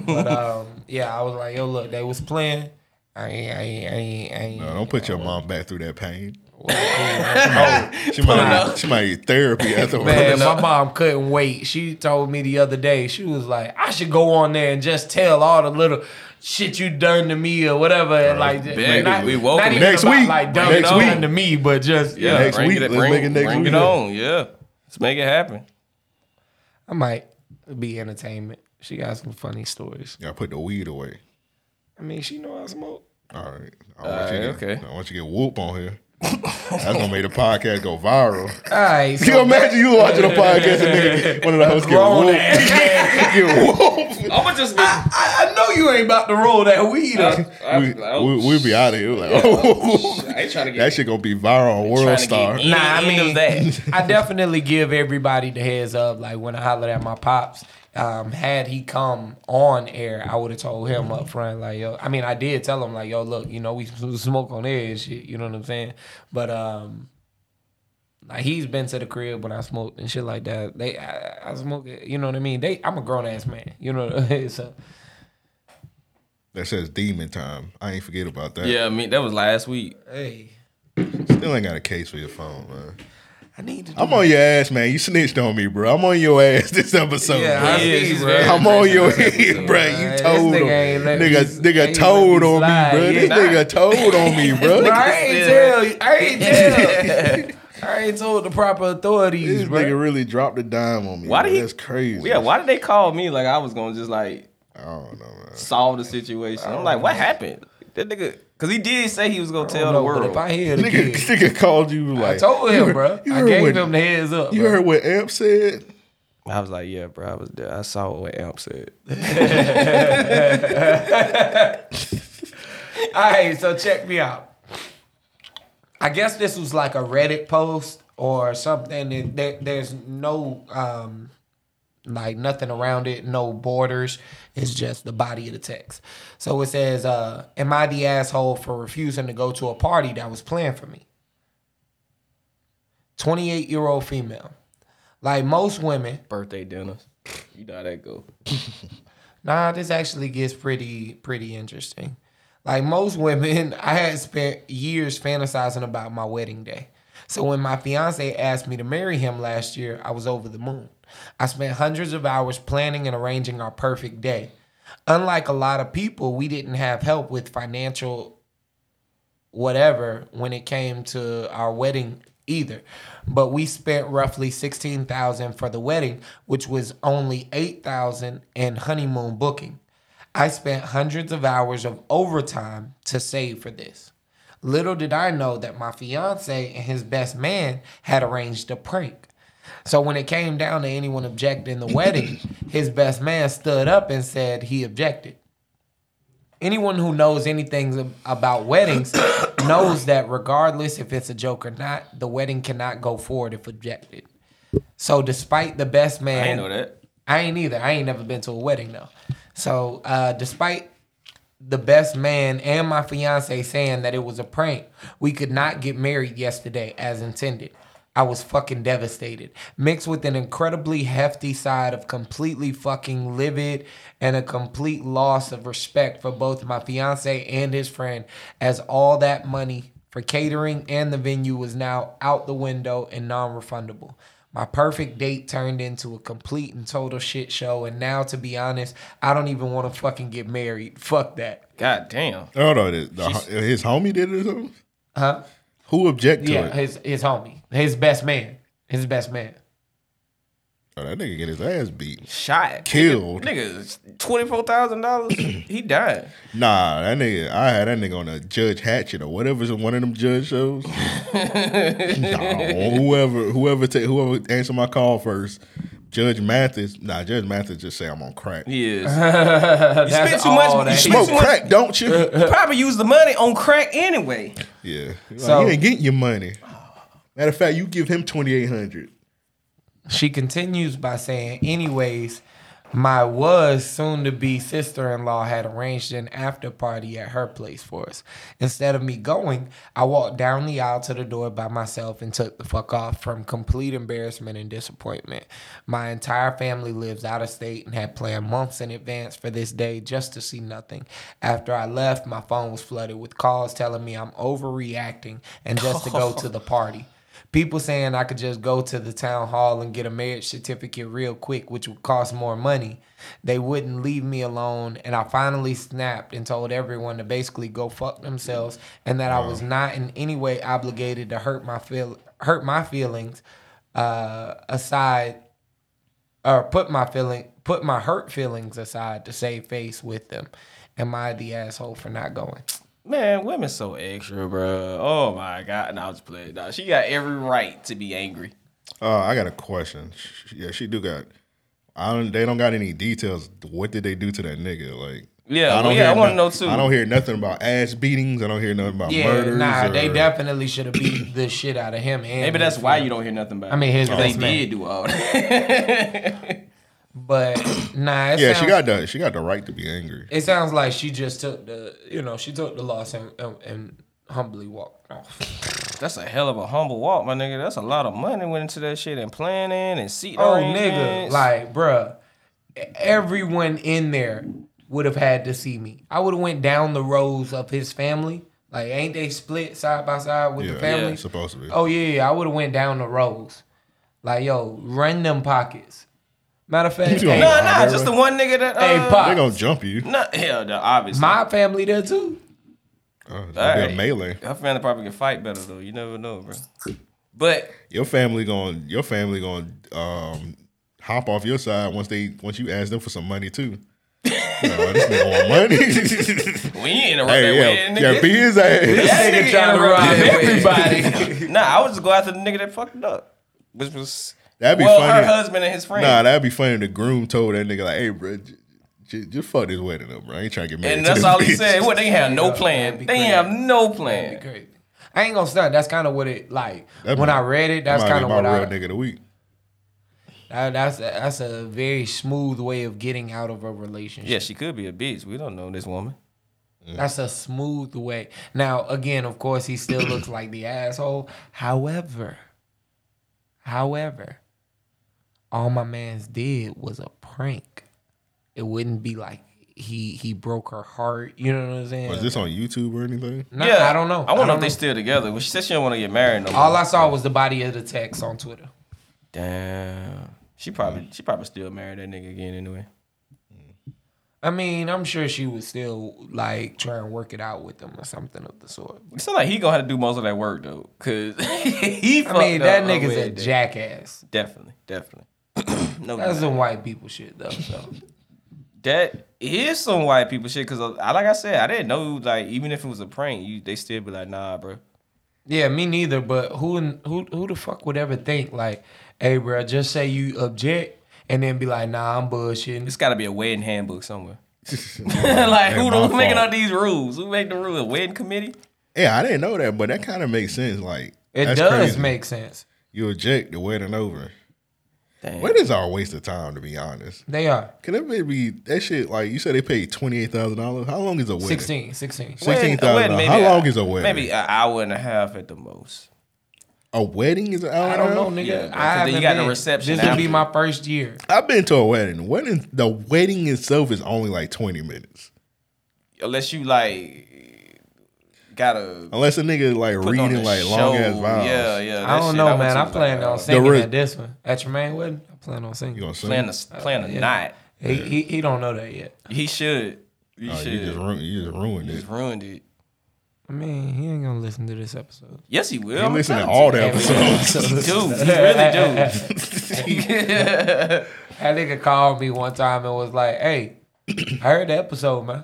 Speaker 9: But um, yeah, I was like, "Yo, look, they was playing." I ain't, I ain't, I ain't, I ain't.
Speaker 6: No, don't put your mom back through
Speaker 4: (laughs)
Speaker 6: that pain.
Speaker 9: Oh,
Speaker 6: She might, she might
Speaker 4: (laughs)
Speaker 6: need therapy afterwards.
Speaker 9: Man, my mom couldn't wait. She told me the other day, she was like, I should go on there and just tell all the little shit you done to me or whatever. And like,
Speaker 4: bet.
Speaker 9: like, not,
Speaker 4: We woke
Speaker 9: not
Speaker 4: up.
Speaker 9: even
Speaker 6: Next
Speaker 9: about,
Speaker 6: week.
Speaker 9: Like, done,
Speaker 6: Next
Speaker 9: done
Speaker 6: week.
Speaker 9: to me, but just, yeah.
Speaker 6: next
Speaker 4: bring
Speaker 6: week.
Speaker 4: It,
Speaker 6: Let's
Speaker 4: bring,
Speaker 6: make it next
Speaker 4: bring
Speaker 6: week.
Speaker 4: it on. Yeah, let's make it happen.
Speaker 9: I might be entertainment. She got some funny stories.
Speaker 6: Y'all put the weed away.
Speaker 9: I mean, she know I smoke.
Speaker 6: All right. I want, you
Speaker 4: All right,
Speaker 6: to,
Speaker 4: okay.
Speaker 6: I want you to get whoop on here. That's gonna make the podcast
Speaker 4: (laughs)
Speaker 6: go viral. (laughs)
Speaker 9: All right.
Speaker 6: Can you
Speaker 9: So
Speaker 6: imagine you watching a podcast and nigga one of the hosts get
Speaker 9: Grown
Speaker 6: whooped? (laughs)
Speaker 9: ass
Speaker 6: get whooped.
Speaker 4: I'm gonna just
Speaker 9: (laughs) I, I know you ain't about to roll that weed (laughs) up.
Speaker 6: We, we, we'll be out of here. (laughs) Like, oh,
Speaker 4: I ain't trying to get
Speaker 6: that shit gonna be viral on World Star.
Speaker 9: Nah, I
Speaker 4: (laughs)
Speaker 9: mean
Speaker 4: that.
Speaker 9: I definitely give everybody the heads up. Like when I hollered at my pops, um, had he come on air, I would have told him
Speaker 6: Mm-hmm.
Speaker 9: up front, like, yo, I mean, I did tell him, like, yo, look, you know, we s- smoke on air and shit, you know what I'm saying? But, um, like he's been to the crib when I smoked and shit like that. They, I, I smoke it, you know what I mean. They, I'm a grown ass man, you know. (laughs) What I mean? So
Speaker 6: That says demon time. I ain't forget about that.
Speaker 4: Yeah, I mean that was last week.
Speaker 9: hey,
Speaker 6: Still ain't got a case for your phone, man.
Speaker 9: I need to. Do
Speaker 6: I'm on your ass, man. You snitched on me, bro. I'm on your ass this episode.
Speaker 9: Yeah,
Speaker 6: Oh, bro.
Speaker 9: I see,
Speaker 4: he's
Speaker 9: bro.
Speaker 4: very
Speaker 6: I'm on
Speaker 4: aggressive
Speaker 6: your
Speaker 4: this
Speaker 6: head,
Speaker 4: episode.
Speaker 6: bro.
Speaker 9: Hey,
Speaker 6: You
Speaker 9: this
Speaker 6: told
Speaker 9: nigga
Speaker 6: him.
Speaker 9: ain't let me-
Speaker 6: Nigga,
Speaker 9: he
Speaker 6: nigga
Speaker 9: ain't
Speaker 6: told
Speaker 9: let me
Speaker 6: on me,
Speaker 9: slide.
Speaker 6: bro.
Speaker 9: Yeah,
Speaker 6: This
Speaker 9: nah.
Speaker 6: nigga told on
Speaker 9: (laughs)
Speaker 6: me,
Speaker 9: Bro, (laughs) I
Speaker 6: bro.
Speaker 9: ain't tell you.
Speaker 6: (laughs)
Speaker 9: I ain't tell. you. I ain't told the proper authorities,
Speaker 6: This
Speaker 9: bro.
Speaker 6: nigga really dropped the dime on me.
Speaker 4: Why
Speaker 6: bro.
Speaker 4: did he-
Speaker 6: That's crazy.
Speaker 4: Yeah, why did they call me like I was gonna just like
Speaker 6: I don't know,
Speaker 9: (laughs)
Speaker 6: man.
Speaker 4: solve the situation? I'm like, what happened? That nigga, because he did say he was gonna
Speaker 9: I
Speaker 4: tell
Speaker 9: don't
Speaker 6: Oh,
Speaker 4: the
Speaker 9: know, but
Speaker 4: world.
Speaker 9: if I hear the
Speaker 6: Nigga,
Speaker 9: kid,
Speaker 6: nigga called you
Speaker 9: I
Speaker 6: like.
Speaker 9: (laughs) told
Speaker 6: you
Speaker 9: him,
Speaker 6: heard-
Speaker 9: bro.
Speaker 6: you
Speaker 9: I
Speaker 6: heard
Speaker 9: gave
Speaker 6: what-
Speaker 9: him the heads up.
Speaker 6: You
Speaker 9: bro.
Speaker 6: heard what Amp said?
Speaker 4: I was like, yeah, bro, I was there. I saw what Amp said.
Speaker 9: All right, so check me out. I guess this was like a Reddit post or something. and There, there's no um, like nothing around it, no borders. It's just the body of the text. So it says, uh, "Am I the asshole for refusing to go to a party that was planned for me?" Twenty-eight-year-old female. Like most women,
Speaker 4: Birthday dinners. You know how that go.
Speaker 9: Nah, this actually gets pretty pretty interesting. Like most women, (laughs) I had spent years fantasizing about my wedding day. So when my fiance asked me to marry him last year, I was over the moon. I spent hundreds of hours planning and arranging our perfect day. Unlike a lot of people, we didn't have help with financial whatever when it came to our wedding either. But we spent roughly 16,000 for the wedding, which was only 8,000 in honeymoon booking. I spent hundreds of hours of overtime to save for this. Little did I know that my fiance and his best man had arranged a prank. So when it came down to anyone objecting the
Speaker 4: (coughs)
Speaker 9: wedding, his best man stood up and said he objected anyone who knows anything ab-
Speaker 4: (coughs)
Speaker 9: about weddings knows that regardless if it's a joke or not, the wedding cannot go forward if objected. So despite the best man,
Speaker 4: I ain't know that.
Speaker 9: I ain't either. I ain't never been to a wedding though. So uh, despite the best man and my fiance saying that it was a prank, we could not get married yesterday as intended. I was fucking devastated, mixed with an incredibly hefty side of completely fucking livid and a complete loss of respect for both my fiance and his friend, as all that money for catering and the venue was now out the window and non refundable. My perfect date turned into a complete and total shit show. And now, to be honest, I don't even want to fucking get married. Fuck that.
Speaker 4: God damn.
Speaker 6: Oh no, the, the, his homie did it or something.
Speaker 9: Huh?
Speaker 6: Who object to
Speaker 9: Yeah,
Speaker 6: it?
Speaker 9: his his homie, his best man, his best man.
Speaker 6: Oh, that nigga get his ass beat.
Speaker 4: Shot.
Speaker 6: Killed.
Speaker 4: Nigga, $24,000. he died.
Speaker 6: Nah, that nigga. I had that nigga on a Judge Hatchet or whatever's in one of them judge shows. nah, whoever, whoever, take whoever answer my call first. Judge Mathis. Nah, Judge Mathis just say I'm on crack.
Speaker 4: He
Speaker 9: (laughs)
Speaker 4: is. you spent too
Speaker 9: all
Speaker 4: much.
Speaker 9: that
Speaker 4: You spent
Speaker 9: is.
Speaker 4: (laughs)
Speaker 6: Smoke
Speaker 4: too much-
Speaker 6: crack, don't you?
Speaker 4: You probably use the money on crack anyway.
Speaker 6: Yeah. Like,
Speaker 9: So-
Speaker 6: you ain't getting your money. Matter of fact, you give him twenty eight hundred.
Speaker 9: She continues by saying, anyways, my was soon to be sister in law had arranged an after party at her place for us. Instead of me going, I walked down the aisle to the door by myself and took the fuck off from complete embarrassment and disappointment. My entire family lives out of state and had planned months in advance for this day just to see nothing. After I left, my phone was flooded with calls telling me I'm overreacting and just to go to the party. People saying I could just go to the town hall and get a marriage certificate real quick, which would cost more money. They wouldn't leave me alone, and I finally snapped and told everyone to basically go fuck themselves, and that I was not in any way obligated to hurt my feel hurt my feelings uh, aside or put my feeling put my hurt feelings aside to save face with them. Am I the asshole for not going?
Speaker 4: Man, women so extra, bro. Oh my god, nah, I was playing. Nah, she got every right to be angry.
Speaker 6: Uh, I got a question. Sh- Yeah, she do got. I don't. They don't got any details. What did they do to that nigga? Like,
Speaker 4: Yeah,
Speaker 6: I
Speaker 4: well, yeah, I wanna
Speaker 6: no-
Speaker 4: know too.
Speaker 6: I don't hear nothing about ass beatings. I don't hear nothing about
Speaker 9: Yeah,
Speaker 6: murders.
Speaker 9: nah,
Speaker 6: or-
Speaker 9: they definitely should have beat the shit out of him. And
Speaker 4: Maybe that's why you don't hear nothing about.
Speaker 9: I mean, his
Speaker 4: it. they
Speaker 9: best man.
Speaker 4: did do all that. (laughs)
Speaker 9: But
Speaker 6: (clears throat)
Speaker 9: nah, it
Speaker 6: Yeah,
Speaker 9: sounds,
Speaker 6: she got the she got the right to be angry.
Speaker 9: It sounds like she just took the, you know, she took the loss and and, and humbly walked off.
Speaker 4: That's a hell of a humble walk, my nigga. That's a lot of money went into that shit and planning and seat.
Speaker 9: Oh, nigga,
Speaker 4: arrangements.
Speaker 9: like, bruh, everyone in there would have had to see me. I would have went down the rows of his family. Like, ain't they split side by side with
Speaker 6: Yeah,
Speaker 9: the family?
Speaker 6: yeah, supposed to be.
Speaker 9: Oh yeah, yeah, I would have went down the rows. Like, yo, run them pockets. Matter of fact,
Speaker 6: You
Speaker 9: hey,
Speaker 4: nah, nah,
Speaker 6: Whatever.
Speaker 4: just the one nigga that. Uh,
Speaker 9: hey,
Speaker 6: They
Speaker 9: Pop,
Speaker 6: gonna jump you.
Speaker 4: Nah, hell, no, obviously.
Speaker 9: my family there too.
Speaker 6: Uh, it's
Speaker 4: All
Speaker 6: gonna be
Speaker 4: right.
Speaker 6: a melee.
Speaker 4: her family probably can fight better though. You never know, bro. But
Speaker 6: Your family going your family going um hop off your side once they once you ask them for some money too. no, this nigga want money.
Speaker 4: we ain't interrupt that
Speaker 6: hey,
Speaker 4: wedding,
Speaker 6: yeah,
Speaker 4: nigga.
Speaker 6: yeah, be his ass.
Speaker 9: That nigga trying to rob everybody.
Speaker 4: (laughs) Nah, I would just go after the nigga that fucked it up, which was
Speaker 6: That'd be
Speaker 4: well,
Speaker 6: funny.
Speaker 4: her husband and his friend.
Speaker 6: Nah, that'd be funny. If the groom told that nigga like, "Hey, bro, j- j- just fuck this wedding up, bro. I ain't trying to get married." (laughs)
Speaker 4: and
Speaker 6: to
Speaker 4: that's
Speaker 6: this
Speaker 4: all he
Speaker 6: bitch."
Speaker 4: said. What they have no plan.
Speaker 9: that'd be
Speaker 4: They
Speaker 9: great.
Speaker 4: have no
Speaker 9: That'd be
Speaker 4: plan.
Speaker 9: crazy. I ain't gonna stunt. That's kind of what it like.
Speaker 6: That
Speaker 9: when
Speaker 6: might-
Speaker 9: I read it,
Speaker 6: That
Speaker 9: that's
Speaker 6: might be
Speaker 9: kind of
Speaker 6: my
Speaker 9: what
Speaker 6: real
Speaker 9: I.
Speaker 6: nigga of the week.
Speaker 9: that- that's a, that's a very smooth way of getting out of a relationship.
Speaker 4: Yeah, she could be a bitch. We don't know this woman.
Speaker 9: That's a smooth way. Now, again, of course, he still looks like the asshole. However, however, all my man's did was a prank. It wouldn't be like he he broke her heart. You know what I'm saying?
Speaker 6: Was this on YouTube or anything?
Speaker 9: Nah,
Speaker 4: yeah,
Speaker 9: I don't know.
Speaker 4: I wonder
Speaker 9: don't
Speaker 4: if they
Speaker 9: know.
Speaker 4: still together. Well, she said she don't want to get married no more.
Speaker 9: All I saw was the body of the text on Twitter.
Speaker 4: Damn. She probably she probably still married that nigga again anyway.
Speaker 9: I mean, I'm sure she would still like try and work it out with them or something of the sort.
Speaker 4: It's not like he gonna have to do most of that work though, cause (laughs) he.
Speaker 9: I mean,
Speaker 4: fucked
Speaker 9: that
Speaker 4: up
Speaker 9: nigga's
Speaker 4: with
Speaker 9: a
Speaker 4: it.
Speaker 9: jackass.
Speaker 4: Definitely, definitely. (clears throat) no,
Speaker 9: That's
Speaker 4: doubt.
Speaker 9: some white people shit though. So.
Speaker 4: (laughs) that is some white people shit. Cause uh, I, like I said, I didn't know. Like even if it was a prank, you they still be like, nah, bro.
Speaker 9: Yeah, me neither. But who in- who who the fuck would ever think like, hey, bro, just say you object and then be like, nah, I'm bullshitting.
Speaker 4: It's got to be a wedding handbook somewhere. (laughs)
Speaker 6: (laughs)
Speaker 4: like who
Speaker 6: my
Speaker 4: the- who making
Speaker 6: fault.
Speaker 4: all these rules? Who make the rules? A wedding committee?
Speaker 6: Yeah, I didn't know that, but that kind of makes sense. Like
Speaker 9: It
Speaker 6: that's
Speaker 9: does
Speaker 6: crazy.
Speaker 9: make sense.
Speaker 6: you eject the wedding over.
Speaker 4: Damn.
Speaker 6: Weddings are a waste of time, to be honest.
Speaker 9: They are
Speaker 6: Can that maybe that shit like you said they paid twenty eight thousand dollars? How long is a wedding?
Speaker 9: 16,
Speaker 6: Sixteen
Speaker 9: 16.
Speaker 4: Wedding- a wedding,
Speaker 6: thousand. How long
Speaker 4: a-
Speaker 6: is a wedding?
Speaker 4: Maybe an hour and a half at the most.
Speaker 6: a wedding is an hour.
Speaker 9: I
Speaker 6: and a
Speaker 9: don't know,
Speaker 6: half?
Speaker 9: nigga.
Speaker 4: Yeah, 'cause
Speaker 9: I
Speaker 4: then you
Speaker 9: haven't
Speaker 4: got the
Speaker 9: been.
Speaker 4: reception
Speaker 9: This will be
Speaker 4: after. Oh,
Speaker 9: my first year.
Speaker 6: I've been to a wedding. Wedding the wedding itself is only like twenty minutes.
Speaker 4: Unless you like gotta
Speaker 6: Unless a nigga like
Speaker 4: put on
Speaker 6: reading
Speaker 4: a
Speaker 6: like
Speaker 4: show.
Speaker 6: long ass vows.
Speaker 4: Yeah, yeah. that
Speaker 9: I don't
Speaker 4: shit,
Speaker 9: know,
Speaker 4: would
Speaker 9: man.
Speaker 4: too,
Speaker 9: I
Speaker 4: like,
Speaker 9: plan
Speaker 4: uh,
Speaker 9: on singing
Speaker 6: re-
Speaker 9: at this one at Tremaine Wedding. I plan on singing.
Speaker 6: You gonna sing?
Speaker 4: Plan a plan a
Speaker 9: Uh, Yeah.
Speaker 4: night.
Speaker 9: He, he he don't know that yet.
Speaker 4: He should. He
Speaker 6: Oh,
Speaker 4: should.
Speaker 6: you just ruined, you just ruined it.
Speaker 4: Just ruined it.
Speaker 9: I mean, he ain't gonna listen to this episode.
Speaker 4: Yes, he will.
Speaker 6: You
Speaker 4: I'm
Speaker 6: listen to
Speaker 4: telling
Speaker 6: all
Speaker 4: you.
Speaker 6: the episodes.
Speaker 4: He do. He really do.
Speaker 9: That nigga called me one time and was like, "Hey, I heard the episode, man."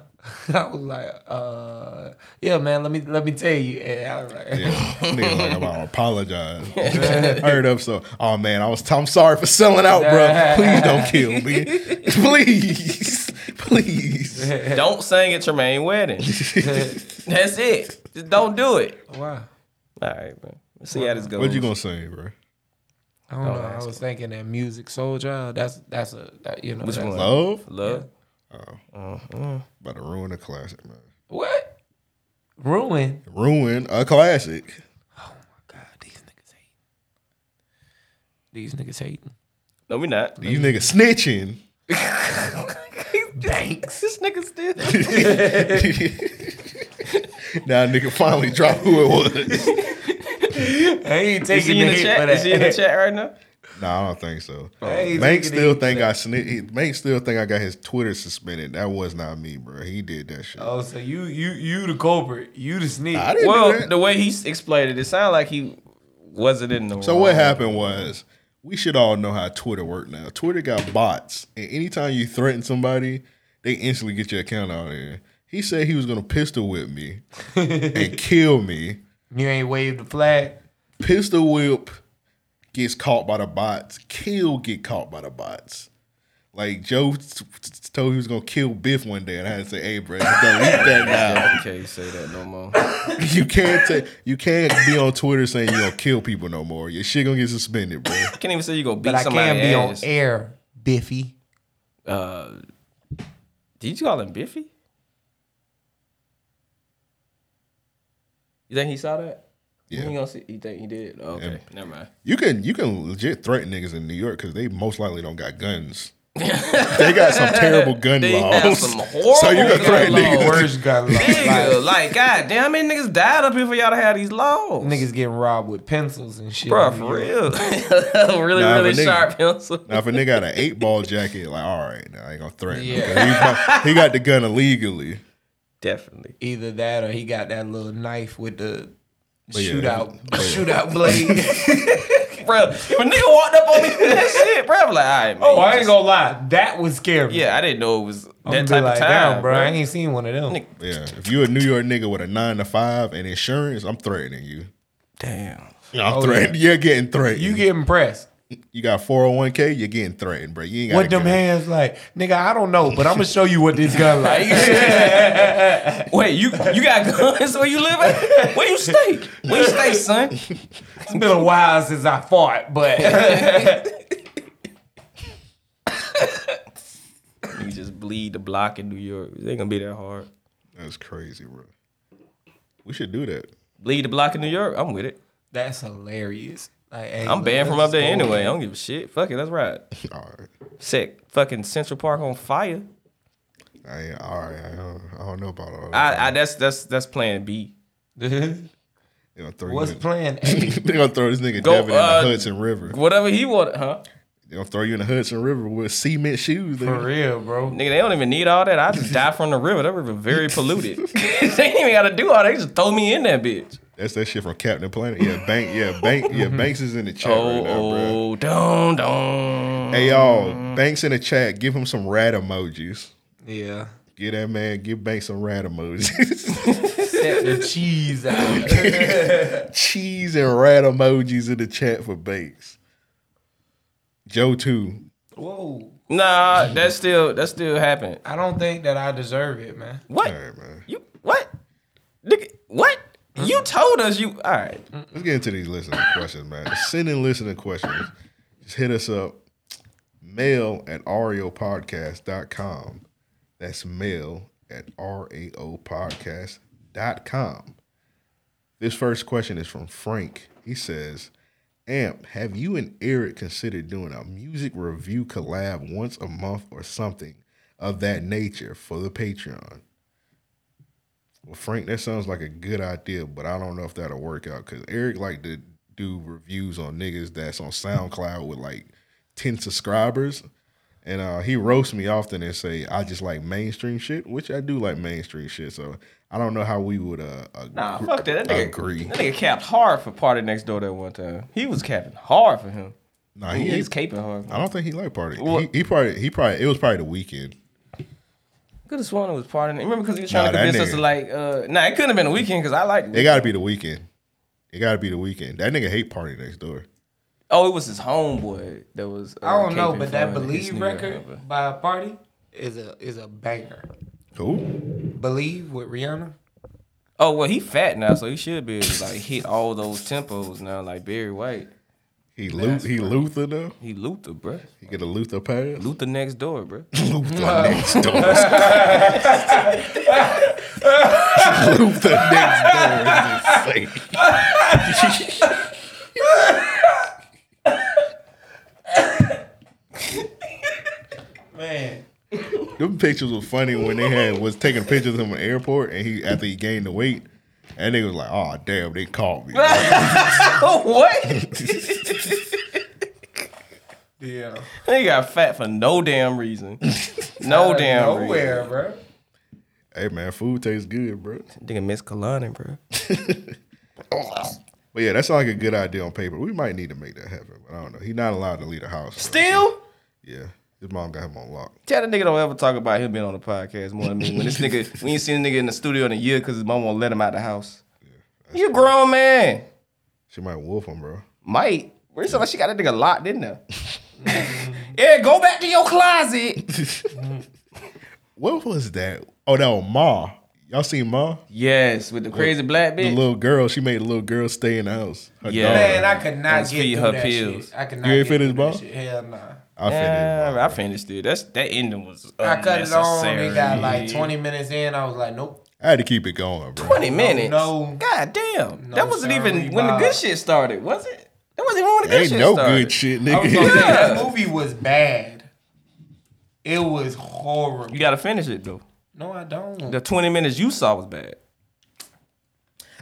Speaker 9: (laughs) I was like, "Uh, yeah, man. Let me let me tell you." And I was like,
Speaker 6: Yeah. Nigga, like, I'm gonna apologize. (laughs) I heard up so. Oh man, I was. I'm sorry for selling out, bro. Please don't kill me. Please, please. (laughs)
Speaker 4: (laughs) Don't sing at Tremaine wedding. That's it. Just don't do it.
Speaker 9: "Why?"
Speaker 4: All right, bro. Let's see how this goes.
Speaker 6: What you gonna say, bro?
Speaker 9: I don't,
Speaker 4: Don't
Speaker 9: know. I
Speaker 4: ask
Speaker 9: was thinking that music, Soul Child. That's that's a that, you know.
Speaker 4: Which
Speaker 9: that's-
Speaker 4: one?
Speaker 6: Love.
Speaker 4: Love.
Speaker 6: About to ruin a classic, man.
Speaker 9: What? Ruin.
Speaker 6: Ruin a classic.
Speaker 9: God, these niggas hate. These niggas hating.
Speaker 4: No, we not.
Speaker 6: These niggas snitching. (laughs)
Speaker 4: Thanks. This nigga still.
Speaker 6: now nigga finally dropped who it was.
Speaker 9: Hey, ain't
Speaker 4: Is
Speaker 9: taking
Speaker 4: he in the
Speaker 9: hit
Speaker 4: chat? Is he in the
Speaker 9: (laughs)
Speaker 4: chat right now?
Speaker 6: nah, I don't think so.
Speaker 9: Hey,
Speaker 6: Mank
Speaker 9: take it
Speaker 6: still
Speaker 9: easy.
Speaker 6: think I snitch. Mank still think I got his Twitter suspended. That was not me, bro. He did that shit.
Speaker 9: Oh, so you you you the culprit, you the sneak.
Speaker 6: I didn't do
Speaker 4: Well,
Speaker 6: that.
Speaker 4: the way he s- explained it, it sounded like he wasn't in the.
Speaker 6: So
Speaker 4: wrong.
Speaker 6: what happened was we should all know how Twitter worked now. Twitter got bots, and anytime you threaten somebody, they instantly get your account out of here. He said he was gonna pistol whip me and kill me.
Speaker 9: You ain't waved the flag.
Speaker 6: Pistol whip gets caught by the bots. Kill get caught by the bots. Like Joe t- t- told he was gonna kill Biff one day, and I had to say, "Hey, bro, you delete
Speaker 4: (laughs)
Speaker 6: that now."
Speaker 4: You can't say that no more.
Speaker 6: You can't ta- you can't be on Twitter saying you don't kill people no more. Your shit gonna get suspended, bro.
Speaker 4: can't even say you gonna beat
Speaker 9: But I
Speaker 4: somebody.
Speaker 9: can't be on
Speaker 4: ass.
Speaker 9: air, Biffy.
Speaker 4: Uh, did you call him Biffy? You think he saw that?
Speaker 6: Yeah.
Speaker 4: You gonna see? You think he did? Oh, okay, never mind.
Speaker 6: You can you can legit threaten niggas in New York because they most likely don't got guns. they got some terrible gun
Speaker 4: They
Speaker 6: laws.
Speaker 4: have some
Speaker 6: so you
Speaker 4: horrible
Speaker 6: can threaten
Speaker 4: gun (laughs)
Speaker 6: niggas.
Speaker 4: laws.
Speaker 9: Words got
Speaker 4: Nigga,
Speaker 9: (laughs) like,
Speaker 4: like, goddamn, man, niggas died up here for y'all to have these laws.
Speaker 9: niggas getting robbed with pencils and shit.
Speaker 4: bro,
Speaker 9: in New
Speaker 4: for
Speaker 9: York. (laughs)
Speaker 4: real, (laughs) really,
Speaker 6: Nah,
Speaker 4: really
Speaker 6: but nigga-
Speaker 4: sharp pencil.
Speaker 6: Now if a nigga got an eight ball jacket, like all right, now I ain't gonna threaten. him.
Speaker 9: Yeah.
Speaker 6: 'Cause He, bu- he got the gun illegally.
Speaker 4: Definitely.
Speaker 9: Either that or he got that little knife with the
Speaker 6: yeah. (laughs)
Speaker 9: shootout
Speaker 4: (laughs)
Speaker 9: shootout blade. (laughs)
Speaker 4: Bro, if a nigga walked up on me with that shit, bro, I'm like, all right, man.
Speaker 9: oh,
Speaker 4: you
Speaker 9: I ain't
Speaker 4: just-
Speaker 9: gonna lie, that would scare me.
Speaker 4: Yeah, I didn't know it was that
Speaker 9: I'm
Speaker 4: type
Speaker 9: gonna be
Speaker 4: of
Speaker 9: like,
Speaker 4: time,
Speaker 9: damn, bro,
Speaker 4: bro.
Speaker 9: I ain't seen one of them.
Speaker 4: Nigga.
Speaker 6: Yeah, if you a New York nigga with a nine to five and insurance, I'm threatening you.
Speaker 4: Damn.
Speaker 6: Yeah, I'm
Speaker 9: Oh,
Speaker 6: threatened. You're getting threatened.
Speaker 9: You
Speaker 6: You,
Speaker 9: get impressed.
Speaker 6: got 401k. You're getting threatened, bro. You ain't got
Speaker 9: What
Speaker 6: a
Speaker 9: them
Speaker 6: gun.
Speaker 9: hands like, nigga? I don't know, but I'm gonna show you what this
Speaker 4: (laughs)
Speaker 9: gun like. (laughs)
Speaker 4: Wait, you you got (laughs) guns where you live at? Where you stay? Where you stay, son?
Speaker 9: It's been a while since I
Speaker 4: (laughs)
Speaker 9: fought, but
Speaker 4: You just bleed the block in New York. It ain't gonna be that hard.
Speaker 6: That's crazy, bro. We should do that.
Speaker 4: Bleed the block in New York. I'm with it.
Speaker 9: that's hilarious. Like, hey,
Speaker 4: I'm
Speaker 9: look,
Speaker 4: banned from
Speaker 9: let's
Speaker 4: up there
Speaker 9: go.
Speaker 4: anyway. I don't give a shit. Fuck it. Let's ride.
Speaker 6: All right.
Speaker 4: Sick. Fucking Central Park on fire.
Speaker 6: I ain't, all right. I don't, I don't know about all that.
Speaker 4: I, I that's that's that's Plan B.
Speaker 6: They gonna throw you
Speaker 9: (laughs) What's
Speaker 6: in-
Speaker 9: plan
Speaker 6: (laughs) they
Speaker 9: A?
Speaker 6: gonna throw this nigga
Speaker 4: Go,
Speaker 6: Devin
Speaker 4: uh,
Speaker 6: in the Hudson River.
Speaker 4: Whatever he wanted, huh?
Speaker 6: They gonna throw you in the Hudson River with cement shoes.
Speaker 9: For
Speaker 6: nigga.
Speaker 9: real, bro.
Speaker 4: Nigga, they don't even need all that. I just die from the river. That river
Speaker 6: (laughs)
Speaker 4: very polluted. (laughs) they ain't even gotta do all that. They just throw me in that bitch.
Speaker 6: That's that shit from Captain Planet. Yeah, Bank.
Speaker 4: (laughs)
Speaker 6: Yeah, Bank. Yeah, Banks is in the chat right
Speaker 4: Oh,
Speaker 6: now, bro.
Speaker 4: oh, don't, don't.
Speaker 6: Hey y'all, Banks in the chat. Give him some rat emojis.
Speaker 9: Yeah.
Speaker 6: Get that man. Give Banks some rat emojis. (laughs)
Speaker 9: Set the cheese out.
Speaker 6: Cheese and rat emojis in the chat for Banks. Joe too.
Speaker 9: Whoa.
Speaker 4: Nah, that still that still happened.
Speaker 9: I don't think that I deserve it, man.
Speaker 4: What?
Speaker 6: All right, man.
Speaker 4: You what? Nigga, what? You told us you all right.
Speaker 6: Let's get into these listening questions, man. Send in listening questions. Just hit us up. Mail at ariopodcast.com. That's mail at raopodcast.com. This first question is from Frank. He says, Amp, have you and Eric considered doing a music review collab once a month or something of that nature for the Patreon? Well, Frank, that sounds like a good idea, but I don't know if that'll work out because Eric like to do reviews on niggas that's on SoundCloud with like ten subscribers, and uh, he roasts me often and say I just like mainstream shit, which I do like mainstream shit. So I don't know how we would uh, ag-
Speaker 4: Nah, fuck that. That nigga,
Speaker 6: agree.
Speaker 4: that nigga capped hard for Party Next Door that one time. He was capping hard for him.
Speaker 6: Nah,
Speaker 4: He,
Speaker 6: he
Speaker 4: was
Speaker 6: ain't,
Speaker 4: caping hard.
Speaker 6: I don't think he liked party. He,
Speaker 4: What?
Speaker 6: he probably he probably it was probably the weekend.
Speaker 4: Could have sworn it was Party Next Remember because he was trying
Speaker 6: Nah,
Speaker 4: to
Speaker 6: that
Speaker 4: convince us
Speaker 6: nigga-
Speaker 4: to like, uh, nah, it couldn't have been a weekend because I like
Speaker 6: It got to be the weekend. It got to be the weekend. That nigga hate party next door.
Speaker 4: Oh, it was his homeboy that was. uh,
Speaker 9: I don't know,
Speaker 4: caping
Speaker 9: but
Speaker 4: for
Speaker 9: that
Speaker 4: his
Speaker 9: Believe
Speaker 4: nigga,
Speaker 9: record
Speaker 4: whatever.
Speaker 9: by Party is a is a banger.
Speaker 6: Cool.
Speaker 9: Believe with Rihanna.
Speaker 4: Oh well, he fat now, so he should be able to like hit all those tempos now, like Barry White.
Speaker 6: He Luth, he Luther though.
Speaker 4: He Luther, bruh.
Speaker 6: He get a Luther pass.
Speaker 4: Luther next door, bruh.
Speaker 9: (laughs)
Speaker 4: (laughs)
Speaker 6: Luther next door. Luther next door. is insane.
Speaker 9: Man.
Speaker 6: Them pictures were funny when they had was taking pictures of him in the airport, and he after he gained the weight, and they was like, "Oh damn, they caught me."
Speaker 4: Oh what?
Speaker 9: Yeah.
Speaker 4: he got fat for no damn
Speaker 9: (laughs)
Speaker 4: reason. No damn
Speaker 9: Nowhere,
Speaker 4: reason.
Speaker 9: bro.
Speaker 6: hey man, food tastes good, bro.
Speaker 4: Nigga miss Kalani, bruh.
Speaker 6: But yeah, that sounds like a good idea on paper. We might need to make that happen, but I don't know. He's not allowed to leave the house. bro.
Speaker 4: Still.
Speaker 6: yeah, his mom got him on lock.
Speaker 4: Tell the nigga don't ever talk about him being on the podcast more than me. When this nigga, we ain't seen a nigga in the studio in a year because his mom won't let him out the house. you a grown man.
Speaker 6: She might wolf him, bro.
Speaker 4: Might. Where sound like she got that nigga locked in there. yeah, go back to your closet.
Speaker 6: What was that? Oh, that was Ma. Y'all seen Ma?
Speaker 4: Yes, with the crazy black
Speaker 6: The
Speaker 4: bitch.
Speaker 6: little girl. She made a little girl stay in the house. Her
Speaker 4: Yeah.
Speaker 6: daughter.
Speaker 9: Man, I could not
Speaker 4: Let's
Speaker 9: get
Speaker 4: feed
Speaker 9: through
Speaker 4: her
Speaker 9: that
Speaker 4: pills.
Speaker 9: shit. I could not
Speaker 6: You ain't
Speaker 9: get through
Speaker 6: finished,
Speaker 9: that
Speaker 6: Bob?
Speaker 9: shit. Hell nah.
Speaker 6: I
Speaker 4: Yeah,
Speaker 6: finished.
Speaker 4: I finished it. That's that ending was
Speaker 9: I cut it on.
Speaker 4: unnecessary.
Speaker 9: It got like 20 minutes in. I was
Speaker 6: (laughs)
Speaker 9: like, nope.
Speaker 6: I had to keep it going, bro.
Speaker 4: 20 minutes.
Speaker 9: no.
Speaker 4: God damn.
Speaker 9: No,
Speaker 4: that wasn't
Speaker 9: sir,
Speaker 4: even
Speaker 9: we
Speaker 4: when the
Speaker 9: Bob.
Speaker 4: good shit started, was it? That wasn't even when the good
Speaker 6: Ain't
Speaker 4: shit
Speaker 6: no
Speaker 4: started.
Speaker 6: good shit,
Speaker 9: I was gonna
Speaker 6: (laughs)
Speaker 9: say,
Speaker 6: nigga.
Speaker 9: that movie was bad. It was horrible.
Speaker 4: You gotta finish it though.
Speaker 9: No, I
Speaker 4: The
Speaker 9: don't.
Speaker 4: 20 minutes you saw was bad.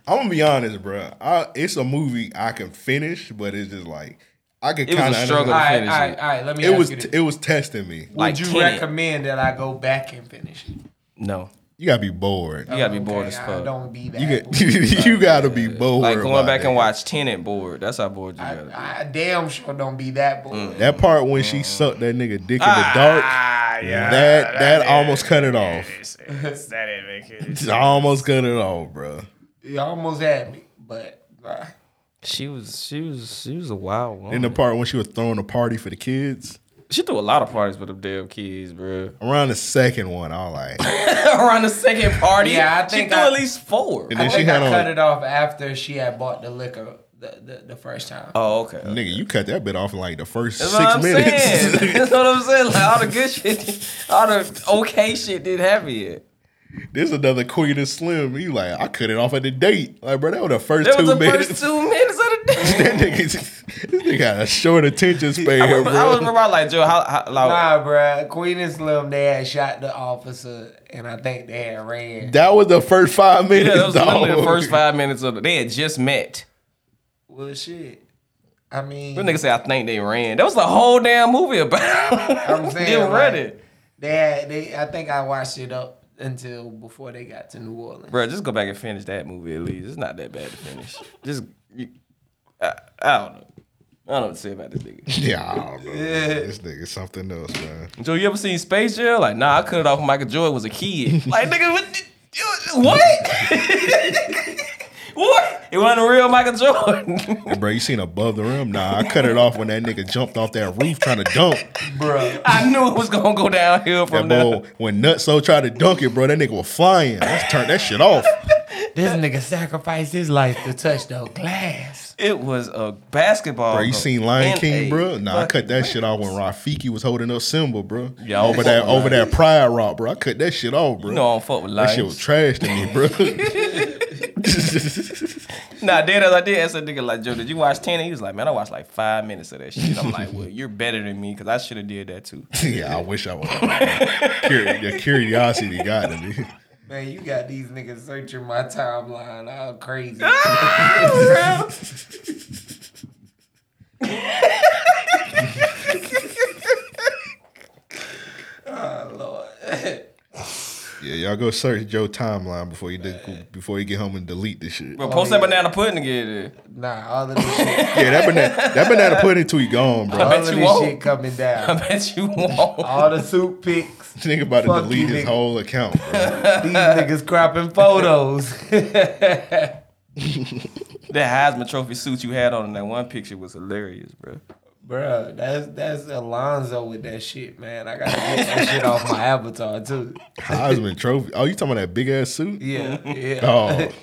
Speaker 6: I'm gonna be honest, bro. I, it's a movie I can finish, but it's just like I could
Speaker 4: It was a
Speaker 6: kind of
Speaker 4: struggle.
Speaker 9: All right, all
Speaker 4: finish
Speaker 9: right,
Speaker 4: it.
Speaker 9: all right. Let me
Speaker 6: It
Speaker 9: ask
Speaker 6: was
Speaker 9: you this.
Speaker 6: it was testing me.
Speaker 9: Would
Speaker 4: like
Speaker 9: you
Speaker 4: 10.
Speaker 9: recommend that I go back and finish it?
Speaker 4: No.
Speaker 6: You gotta be bored.
Speaker 4: You gotta be bored
Speaker 9: Okay,
Speaker 4: as
Speaker 9: I
Speaker 4: fuck.
Speaker 9: don't be that.
Speaker 6: You
Speaker 9: bored.
Speaker 6: get, (laughs) you gotta be bored.
Speaker 4: Like
Speaker 6: about
Speaker 4: going back
Speaker 6: that.
Speaker 4: and watch Tenant bored. That's how bored you
Speaker 9: I,
Speaker 4: gotta be.
Speaker 9: I damn sure don't be that bored.
Speaker 4: Mm.
Speaker 6: That part when she sucked that nigga dick in the
Speaker 9: Ah,
Speaker 6: dark, that that, almost cut it off.
Speaker 9: (laughs)
Speaker 6: (laughs) It almost cut it off, bro.
Speaker 9: You almost had me, but uh,
Speaker 4: She was she was she was a wild woman.
Speaker 6: In the part when she was throwing a party for the kids,
Speaker 4: she threw a lot of parties with them damn kids, bro.
Speaker 6: around the second one, I was like,
Speaker 4: (laughs) Around the second party,
Speaker 9: Yeah, I think
Speaker 4: she threw
Speaker 9: I-
Speaker 4: at least four.
Speaker 6: and
Speaker 9: I
Speaker 6: then she
Speaker 9: think
Speaker 6: had
Speaker 9: I cut
Speaker 6: on,
Speaker 9: it off after she had bought the liquor the, the, the first time.
Speaker 4: Oh, okay.
Speaker 6: nigga, you cut that bit off in like the first
Speaker 4: That's what
Speaker 6: six
Speaker 4: I'm
Speaker 9: (laughs)
Speaker 4: saying.
Speaker 6: (laughs) minutes.
Speaker 4: That's what I'm saying. Like all the good shit, all the okay shit didn't happen yet.
Speaker 6: There's another Queen of Slim. He like, I cut it off at the date, like, bro, that was the first
Speaker 4: That
Speaker 6: two
Speaker 4: was the
Speaker 6: minutes. (laughs)
Speaker 4: first two minutes
Speaker 9: (laughs)
Speaker 4: of the day.
Speaker 6: that nigga, this nigga got a short
Speaker 4: (laughs)
Speaker 6: attention
Speaker 4: I
Speaker 6: span,
Speaker 4: was, I was
Speaker 6: bro.
Speaker 4: remember I was like Joe, how, how like,
Speaker 9: Nah, bruh. Queen and Slim, they had shot the officer, and I think they had ran.
Speaker 6: That was the first five minutes.
Speaker 4: yeah, that was
Speaker 9: (laughs)
Speaker 4: literally the
Speaker 6: dog.
Speaker 4: first five minutes of the. They had just met.
Speaker 9: well, shit. I mean,
Speaker 4: Them niggas say I think they ran. That was the whole damn movie about. (laughs)
Speaker 9: I'm saying,
Speaker 4: getting
Speaker 9: like-
Speaker 4: ready,
Speaker 9: they had, they. I think I watched it up until before they got to New Orleans.
Speaker 4: bro. Just go back and finish that movie at least. It's not that bad to finish. Just, you, I, I don't know. I don't know what to say about this nigga.
Speaker 6: (laughs) Yeah, I don't know. This nigga something else, man.
Speaker 4: (laughs) Joe, you ever seen Space Jam? Like, nah, I cut it off when Michael Jordan was a kid. (laughs) like, nigga, what? the- you- What? (laughs) what? It wasn't a real Michael Jordan.
Speaker 6: Bro, you seen above the rim? Nah, I cut it off when that nigga jumped off that roof trying to dunk.
Speaker 9: Bruh.
Speaker 4: (laughs) I knew it was gonna go downhill
Speaker 6: That
Speaker 4: from there.
Speaker 6: boy, when Nutso tried to dunk it, bro, that nigga was flying. Let's turn that shit off.
Speaker 9: this nigga sacrificed his life to touch the glass.
Speaker 4: It was a basketball.
Speaker 6: Bro, you
Speaker 4: goal
Speaker 6: seen Lion
Speaker 4: Uh-huh. and a
Speaker 6: King, bro? Nah, I cut
Speaker 4: fucking-
Speaker 6: that shit off when Rafiki was holding up Simba, bro.
Speaker 4: Yeah, I
Speaker 6: over
Speaker 4: was
Speaker 6: that
Speaker 4: fucking
Speaker 6: over that pride rock, bro. I cut that shit off, bro.
Speaker 4: You know I don't fuck with
Speaker 6: that shit was
Speaker 4: lions.
Speaker 6: trash to
Speaker 4: (laughs)
Speaker 6: me, bro. (laughs)
Speaker 4: Nah, dead as I did ask that nigga like Joe, did you watch ten? He was like, man, I watched like five minutes of that shit. I'm like, well, you're better than me because I should have did that too.
Speaker 6: yeah, I wish I was. Cur- your curiosity got to me.
Speaker 9: Man, you got these niggas searching my timeline. I'm crazy.
Speaker 6: Yeah, y'all go search Joe timeline before you dig, before you get home and delete this shit.
Speaker 4: But post that banana pudding again. then.
Speaker 9: nah, all of this shit,
Speaker 6: Yeah, that banana that banana pudding tweet gone, bro.
Speaker 9: all
Speaker 4: bet
Speaker 9: of
Speaker 4: you
Speaker 9: this
Speaker 4: won't.
Speaker 9: shit coming
Speaker 4: I (laughs)
Speaker 9: down.
Speaker 4: bet you won't.
Speaker 9: All the soup pics.
Speaker 6: This nigga about to
Speaker 9: Fuck
Speaker 6: delete
Speaker 9: you,
Speaker 6: his
Speaker 9: nigga.
Speaker 6: whole account, bro.
Speaker 9: These niggas cropping photos.
Speaker 4: That Heisman Trophy suit you had on in that one picture was hilarious, bro.
Speaker 9: Bruh, that's that's Alonzo with that shit, man. I gotta get that shit off my avatar too.
Speaker 6: Heisman Trophy. Oh, you talking about that big ass suit?
Speaker 9: Yeah, yeah.
Speaker 6: Oh. (laughs)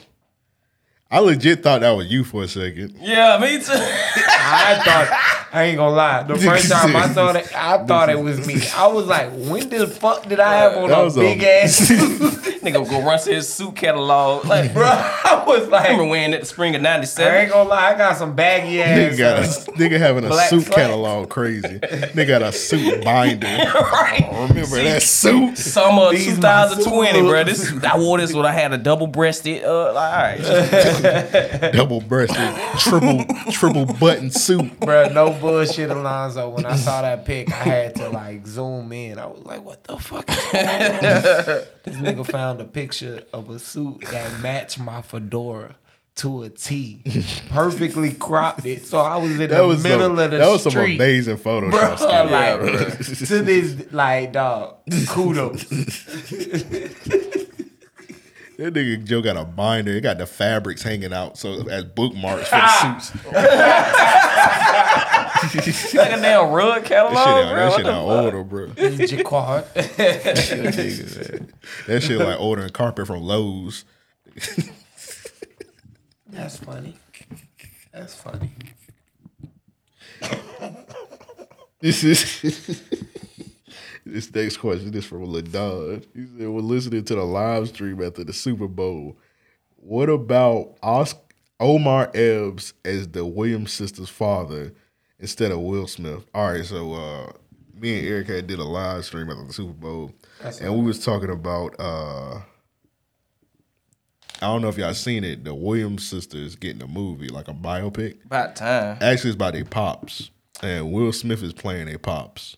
Speaker 6: I legit thought that was you for a second.
Speaker 4: Yeah, me too.
Speaker 9: I thought I ain't gonna lie. The first time I saw that, I thought it was me. I was like, when the fuck did I have on
Speaker 6: That
Speaker 9: a
Speaker 6: was a-
Speaker 9: big ass (laughs) suit?
Speaker 4: (laughs) Nigga go run to his suit catalog. Like, bro,
Speaker 9: Bruh, I was
Speaker 4: I
Speaker 9: like,
Speaker 4: remember wearing that the spring of
Speaker 9: I ain't
Speaker 4: '97.
Speaker 9: gonna lie, I got some baggy
Speaker 6: (laughs) Nigga got a
Speaker 9: ass.
Speaker 6: nigga having a
Speaker 9: (laughs) Black
Speaker 6: suit
Speaker 9: slacks.
Speaker 6: catalog crazy. Nigga got a
Speaker 9: (laughs)
Speaker 6: suit binder.
Speaker 4: right.
Speaker 6: Remember that suit?
Speaker 4: Summer of
Speaker 9: These
Speaker 4: 2020,
Speaker 9: my
Speaker 4: bro. This I wore this when I had a double breasted. Uh, like, all right.
Speaker 6: Double breasted, triple triple button suit.
Speaker 9: Bruh, no bullshit, Alonzo. When I saw that pic, I had to like zoom in. I was like, what the fuck is
Speaker 6: (laughs)
Speaker 9: going on? This nigga found a picture of a suit that matched my fedora to a T. Perfectly cropped it. So I was in
Speaker 6: That
Speaker 9: the
Speaker 6: was
Speaker 9: middle
Speaker 6: some,
Speaker 9: of the
Speaker 6: that was some
Speaker 9: street.
Speaker 6: amazing photo.
Speaker 9: Bro, like,
Speaker 6: (laughs)
Speaker 4: bruh.
Speaker 9: to this, like, dog, kudos.
Speaker 6: That nigga Joe got a binder. It got the fabrics hanging out so as bookmarks for the suits. That shit
Speaker 4: Like a damn rug catalog,
Speaker 6: out,
Speaker 4: bro.
Speaker 6: that
Speaker 4: What
Speaker 6: shit
Speaker 4: the
Speaker 6: out
Speaker 4: fuck?
Speaker 6: older, bro.
Speaker 9: Jacquard.
Speaker 6: Nigga, man. that shit like ordering carpet from Lowe's.
Speaker 9: That's funny. That's funny.
Speaker 6: This is (laughs) this next question is from Lil Don. He said, "We're listening to the live stream after the Super Bowl. What about Os- Omar Epps as the Williams sisters' father instead of Will Smith?" All right, so uh, me and Eric had did a live stream after the Super Bowl, and we was talking about. Uh, I don't know if y'all seen it. The Williams sisters getting a movie, like a biopic.
Speaker 4: About time.
Speaker 6: Actually, it's about their pops, and Will Smith is playing their pops,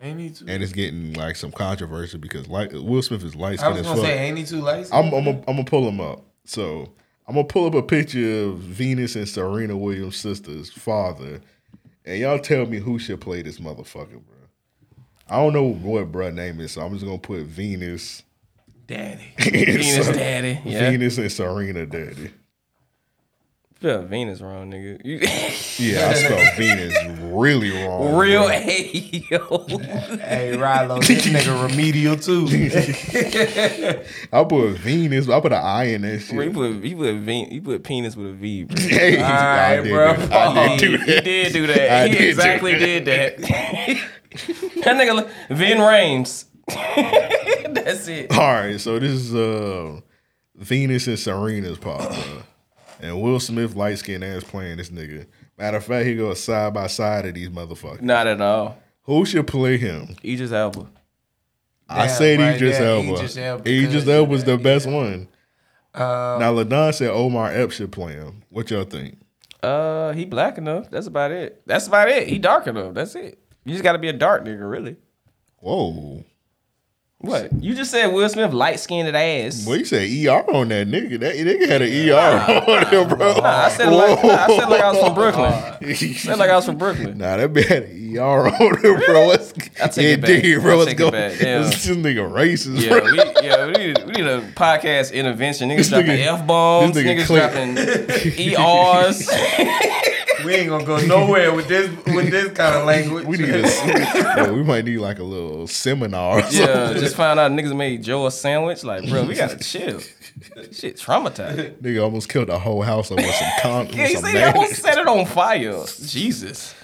Speaker 9: Ain't he too?
Speaker 6: and it's getting like some controversy because like Will Smith is light
Speaker 9: I
Speaker 6: skinned
Speaker 9: was
Speaker 6: as
Speaker 9: gonna
Speaker 6: fuck. Oh.
Speaker 9: say, ain't he too lazy?
Speaker 6: I'm I'm gonna- I'm gonna pull him up. So I'm gonna pull up a picture of Venus and Serena Williams' sister's father, and y'all tell me who should play this motherfucker, bro. I don't know what bruh name is, so I'm just gonna put Venus,
Speaker 9: Daddy.
Speaker 4: Venus
Speaker 6: (laughs) Venus, uh,
Speaker 4: daddy. Yeah.
Speaker 6: Venus and Serena daddy.
Speaker 4: Yeah, Venus wrong, nigga. You- (laughs)
Speaker 6: Yeah, I
Speaker 9: (laughs)
Speaker 6: spelled Venus really wrong.
Speaker 4: Real (laughs)
Speaker 6: bruh.
Speaker 4: Ayo.
Speaker 9: Hey,
Speaker 6: (laughs)
Speaker 9: Rilo, this nigga remedial too.
Speaker 6: I put Venus. I put an I in that shit.
Speaker 4: Bro, you put you put ven- you put penis with a V. Bro.
Speaker 6: (laughs) Hey, I
Speaker 9: right,
Speaker 6: did
Speaker 9: bro.
Speaker 6: it. I
Speaker 4: Oh, he,
Speaker 6: did do that.
Speaker 4: he did do (laughs) that.
Speaker 6: I
Speaker 4: he
Speaker 6: did do
Speaker 4: exactly did (laughs) that. that nigga, look- Vin Rames. (laughs) That's it.
Speaker 6: (laughs) All right, so this is uh, Venus and Serena's part, bro. and Will Smith light skinned ass playing this nigga. Matter of fact, he goes side by side of these motherfuckers.
Speaker 4: Not at all.
Speaker 6: Who should play him?
Speaker 4: Idris Elba.
Speaker 6: I
Speaker 9: Damn,
Speaker 6: said
Speaker 9: right
Speaker 6: Idris
Speaker 9: there,
Speaker 6: Elba.
Speaker 9: Idris
Speaker 6: Idris
Speaker 9: Elba
Speaker 6: Elba.
Speaker 9: could do
Speaker 6: Elba's the best one. now Ladon said Omar Epps should play him. What y'all think?
Speaker 4: Uh, he black enough. That's about it. That's about it. He dark enough. That's it. You just got to be a dark nigga, really.
Speaker 6: Whoa.
Speaker 4: What? You just said Will Smith light skinned ass.
Speaker 6: Well, you said ER on that nigga. That nigga had an ER (laughs) on him, bro.
Speaker 4: Nah, I
Speaker 6: (laughs)
Speaker 4: said it like nah, I said it like I was (laughs) from Brooklyn. I said it like I was from Brooklyn.
Speaker 6: Nah, that bad. ER on him,
Speaker 4: (laughs)
Speaker 6: bro. Let's,
Speaker 4: I take it back.
Speaker 6: dude, bro.
Speaker 4: I
Speaker 6: Let's
Speaker 4: take it
Speaker 6: go.
Speaker 4: back. Yeah.
Speaker 6: This, this nigga racist,
Speaker 4: Yeah,
Speaker 6: bro.
Speaker 4: we, yeah, we need, we need a podcast intervention. Niggas
Speaker 6: This
Speaker 4: dropping
Speaker 6: nigga-
Speaker 4: f bombs.
Speaker 6: this nigga
Speaker 4: Niggas
Speaker 6: Clint.
Speaker 4: dropping E
Speaker 6: (laughs)
Speaker 4: ers.
Speaker 9: We ain't gonna go nowhere with this with this kind of
Speaker 6: (laughs)
Speaker 9: language.
Speaker 6: We need
Speaker 4: (laughs)
Speaker 6: a,
Speaker 9: (laughs)
Speaker 6: yeah, we might need like a little seminar. Or
Speaker 4: Yeah,
Speaker 6: something.
Speaker 4: just found out niggas made Joe a sandwich. Like, bro, we gotta chill. Shit, traumatized.
Speaker 6: nigga almost killed the whole house over some con.
Speaker 4: Yeah,
Speaker 6: with
Speaker 4: he
Speaker 6: some
Speaker 4: said he almost
Speaker 6: mayonnaise.
Speaker 4: set it on fire. Jesus.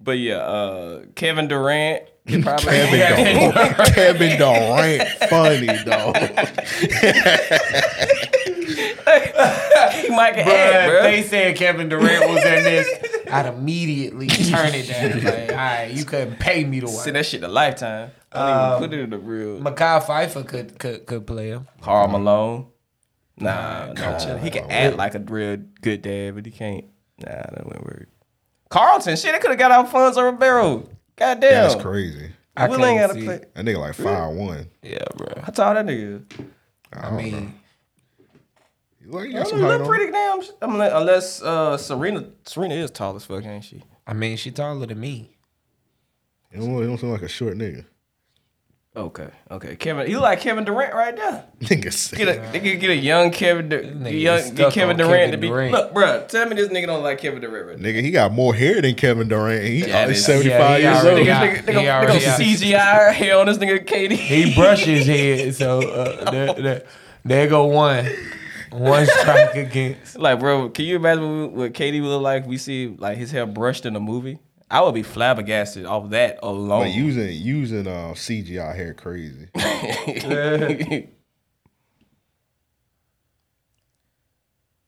Speaker 4: But yeah, uh, Kevin Durant. could Probably, (laughs)
Speaker 6: Kevin Durant, (laughs) Kevin Durant, funny dog.
Speaker 4: he might get
Speaker 9: Bruh,
Speaker 4: add, bro.
Speaker 9: (laughs) They said Kevin Durant was in this. I'd immediately turn it down. Like, all right, you couldn't pay me to
Speaker 4: Send
Speaker 9: watch.
Speaker 4: that shit to Lifetime. I don't even put it in the real.
Speaker 9: Makai Pfeiffer could could could play him.
Speaker 4: Carl Malone. Nah, nah chill. he can act like a real good dad, but he can't. Nah, that wouldn't work. Carlton, shit, they could have got Alfonso Ribeiro. God damn.
Speaker 6: That's crazy.
Speaker 9: I
Speaker 4: Will ain't
Speaker 9: can't
Speaker 4: got to
Speaker 9: see
Speaker 4: play.
Speaker 9: it.
Speaker 6: That nigga like five one.
Speaker 4: Yeah, bro. How tall that nigga? is?
Speaker 9: I mean,
Speaker 6: You look, you
Speaker 4: I
Speaker 6: got
Speaker 4: don't
Speaker 6: some height
Speaker 4: look
Speaker 6: on.
Speaker 4: pretty damn. sh- I mean, unless uh, Serena, Serena is tall as fuck, ain't she?
Speaker 9: I mean, she taller than me.
Speaker 6: He don't, he don't sound like a short nigga. (laughs)
Speaker 4: Okay, okay. Kevin, you look like Kevin Durant right there.
Speaker 6: Nigga, sick.
Speaker 4: Get a, they could get a young Kevin, Dur-
Speaker 9: nigga
Speaker 4: young
Speaker 9: is stuck
Speaker 4: get Kevin
Speaker 9: on
Speaker 4: Durant
Speaker 9: Kevin
Speaker 4: to be.
Speaker 9: Durant.
Speaker 4: Look, bro, tell me this nigga don't like Kevin Durant. Right now.
Speaker 6: nigga, he got more hair than Kevin Durant. He
Speaker 4: Yeah,
Speaker 6: only
Speaker 4: it is.
Speaker 6: seventy
Speaker 9: Yeah,
Speaker 6: five
Speaker 9: he
Speaker 6: years
Speaker 9: already
Speaker 6: old.
Speaker 4: Nigga,
Speaker 9: got-
Speaker 4: nigga,
Speaker 9: he
Speaker 4: nigga,
Speaker 9: already
Speaker 4: nigga
Speaker 9: got-
Speaker 4: CGI hair on this nigga KD.
Speaker 9: He brushed his head, so (laughs) uh, there, there, there go one, one strike against.
Speaker 4: Like, bro, can you imagine what, what Katie would look like? if We see like his hair brushed in a movie. I would be flabbergasted off that alone.
Speaker 6: But using using uh, CGI hair crazy.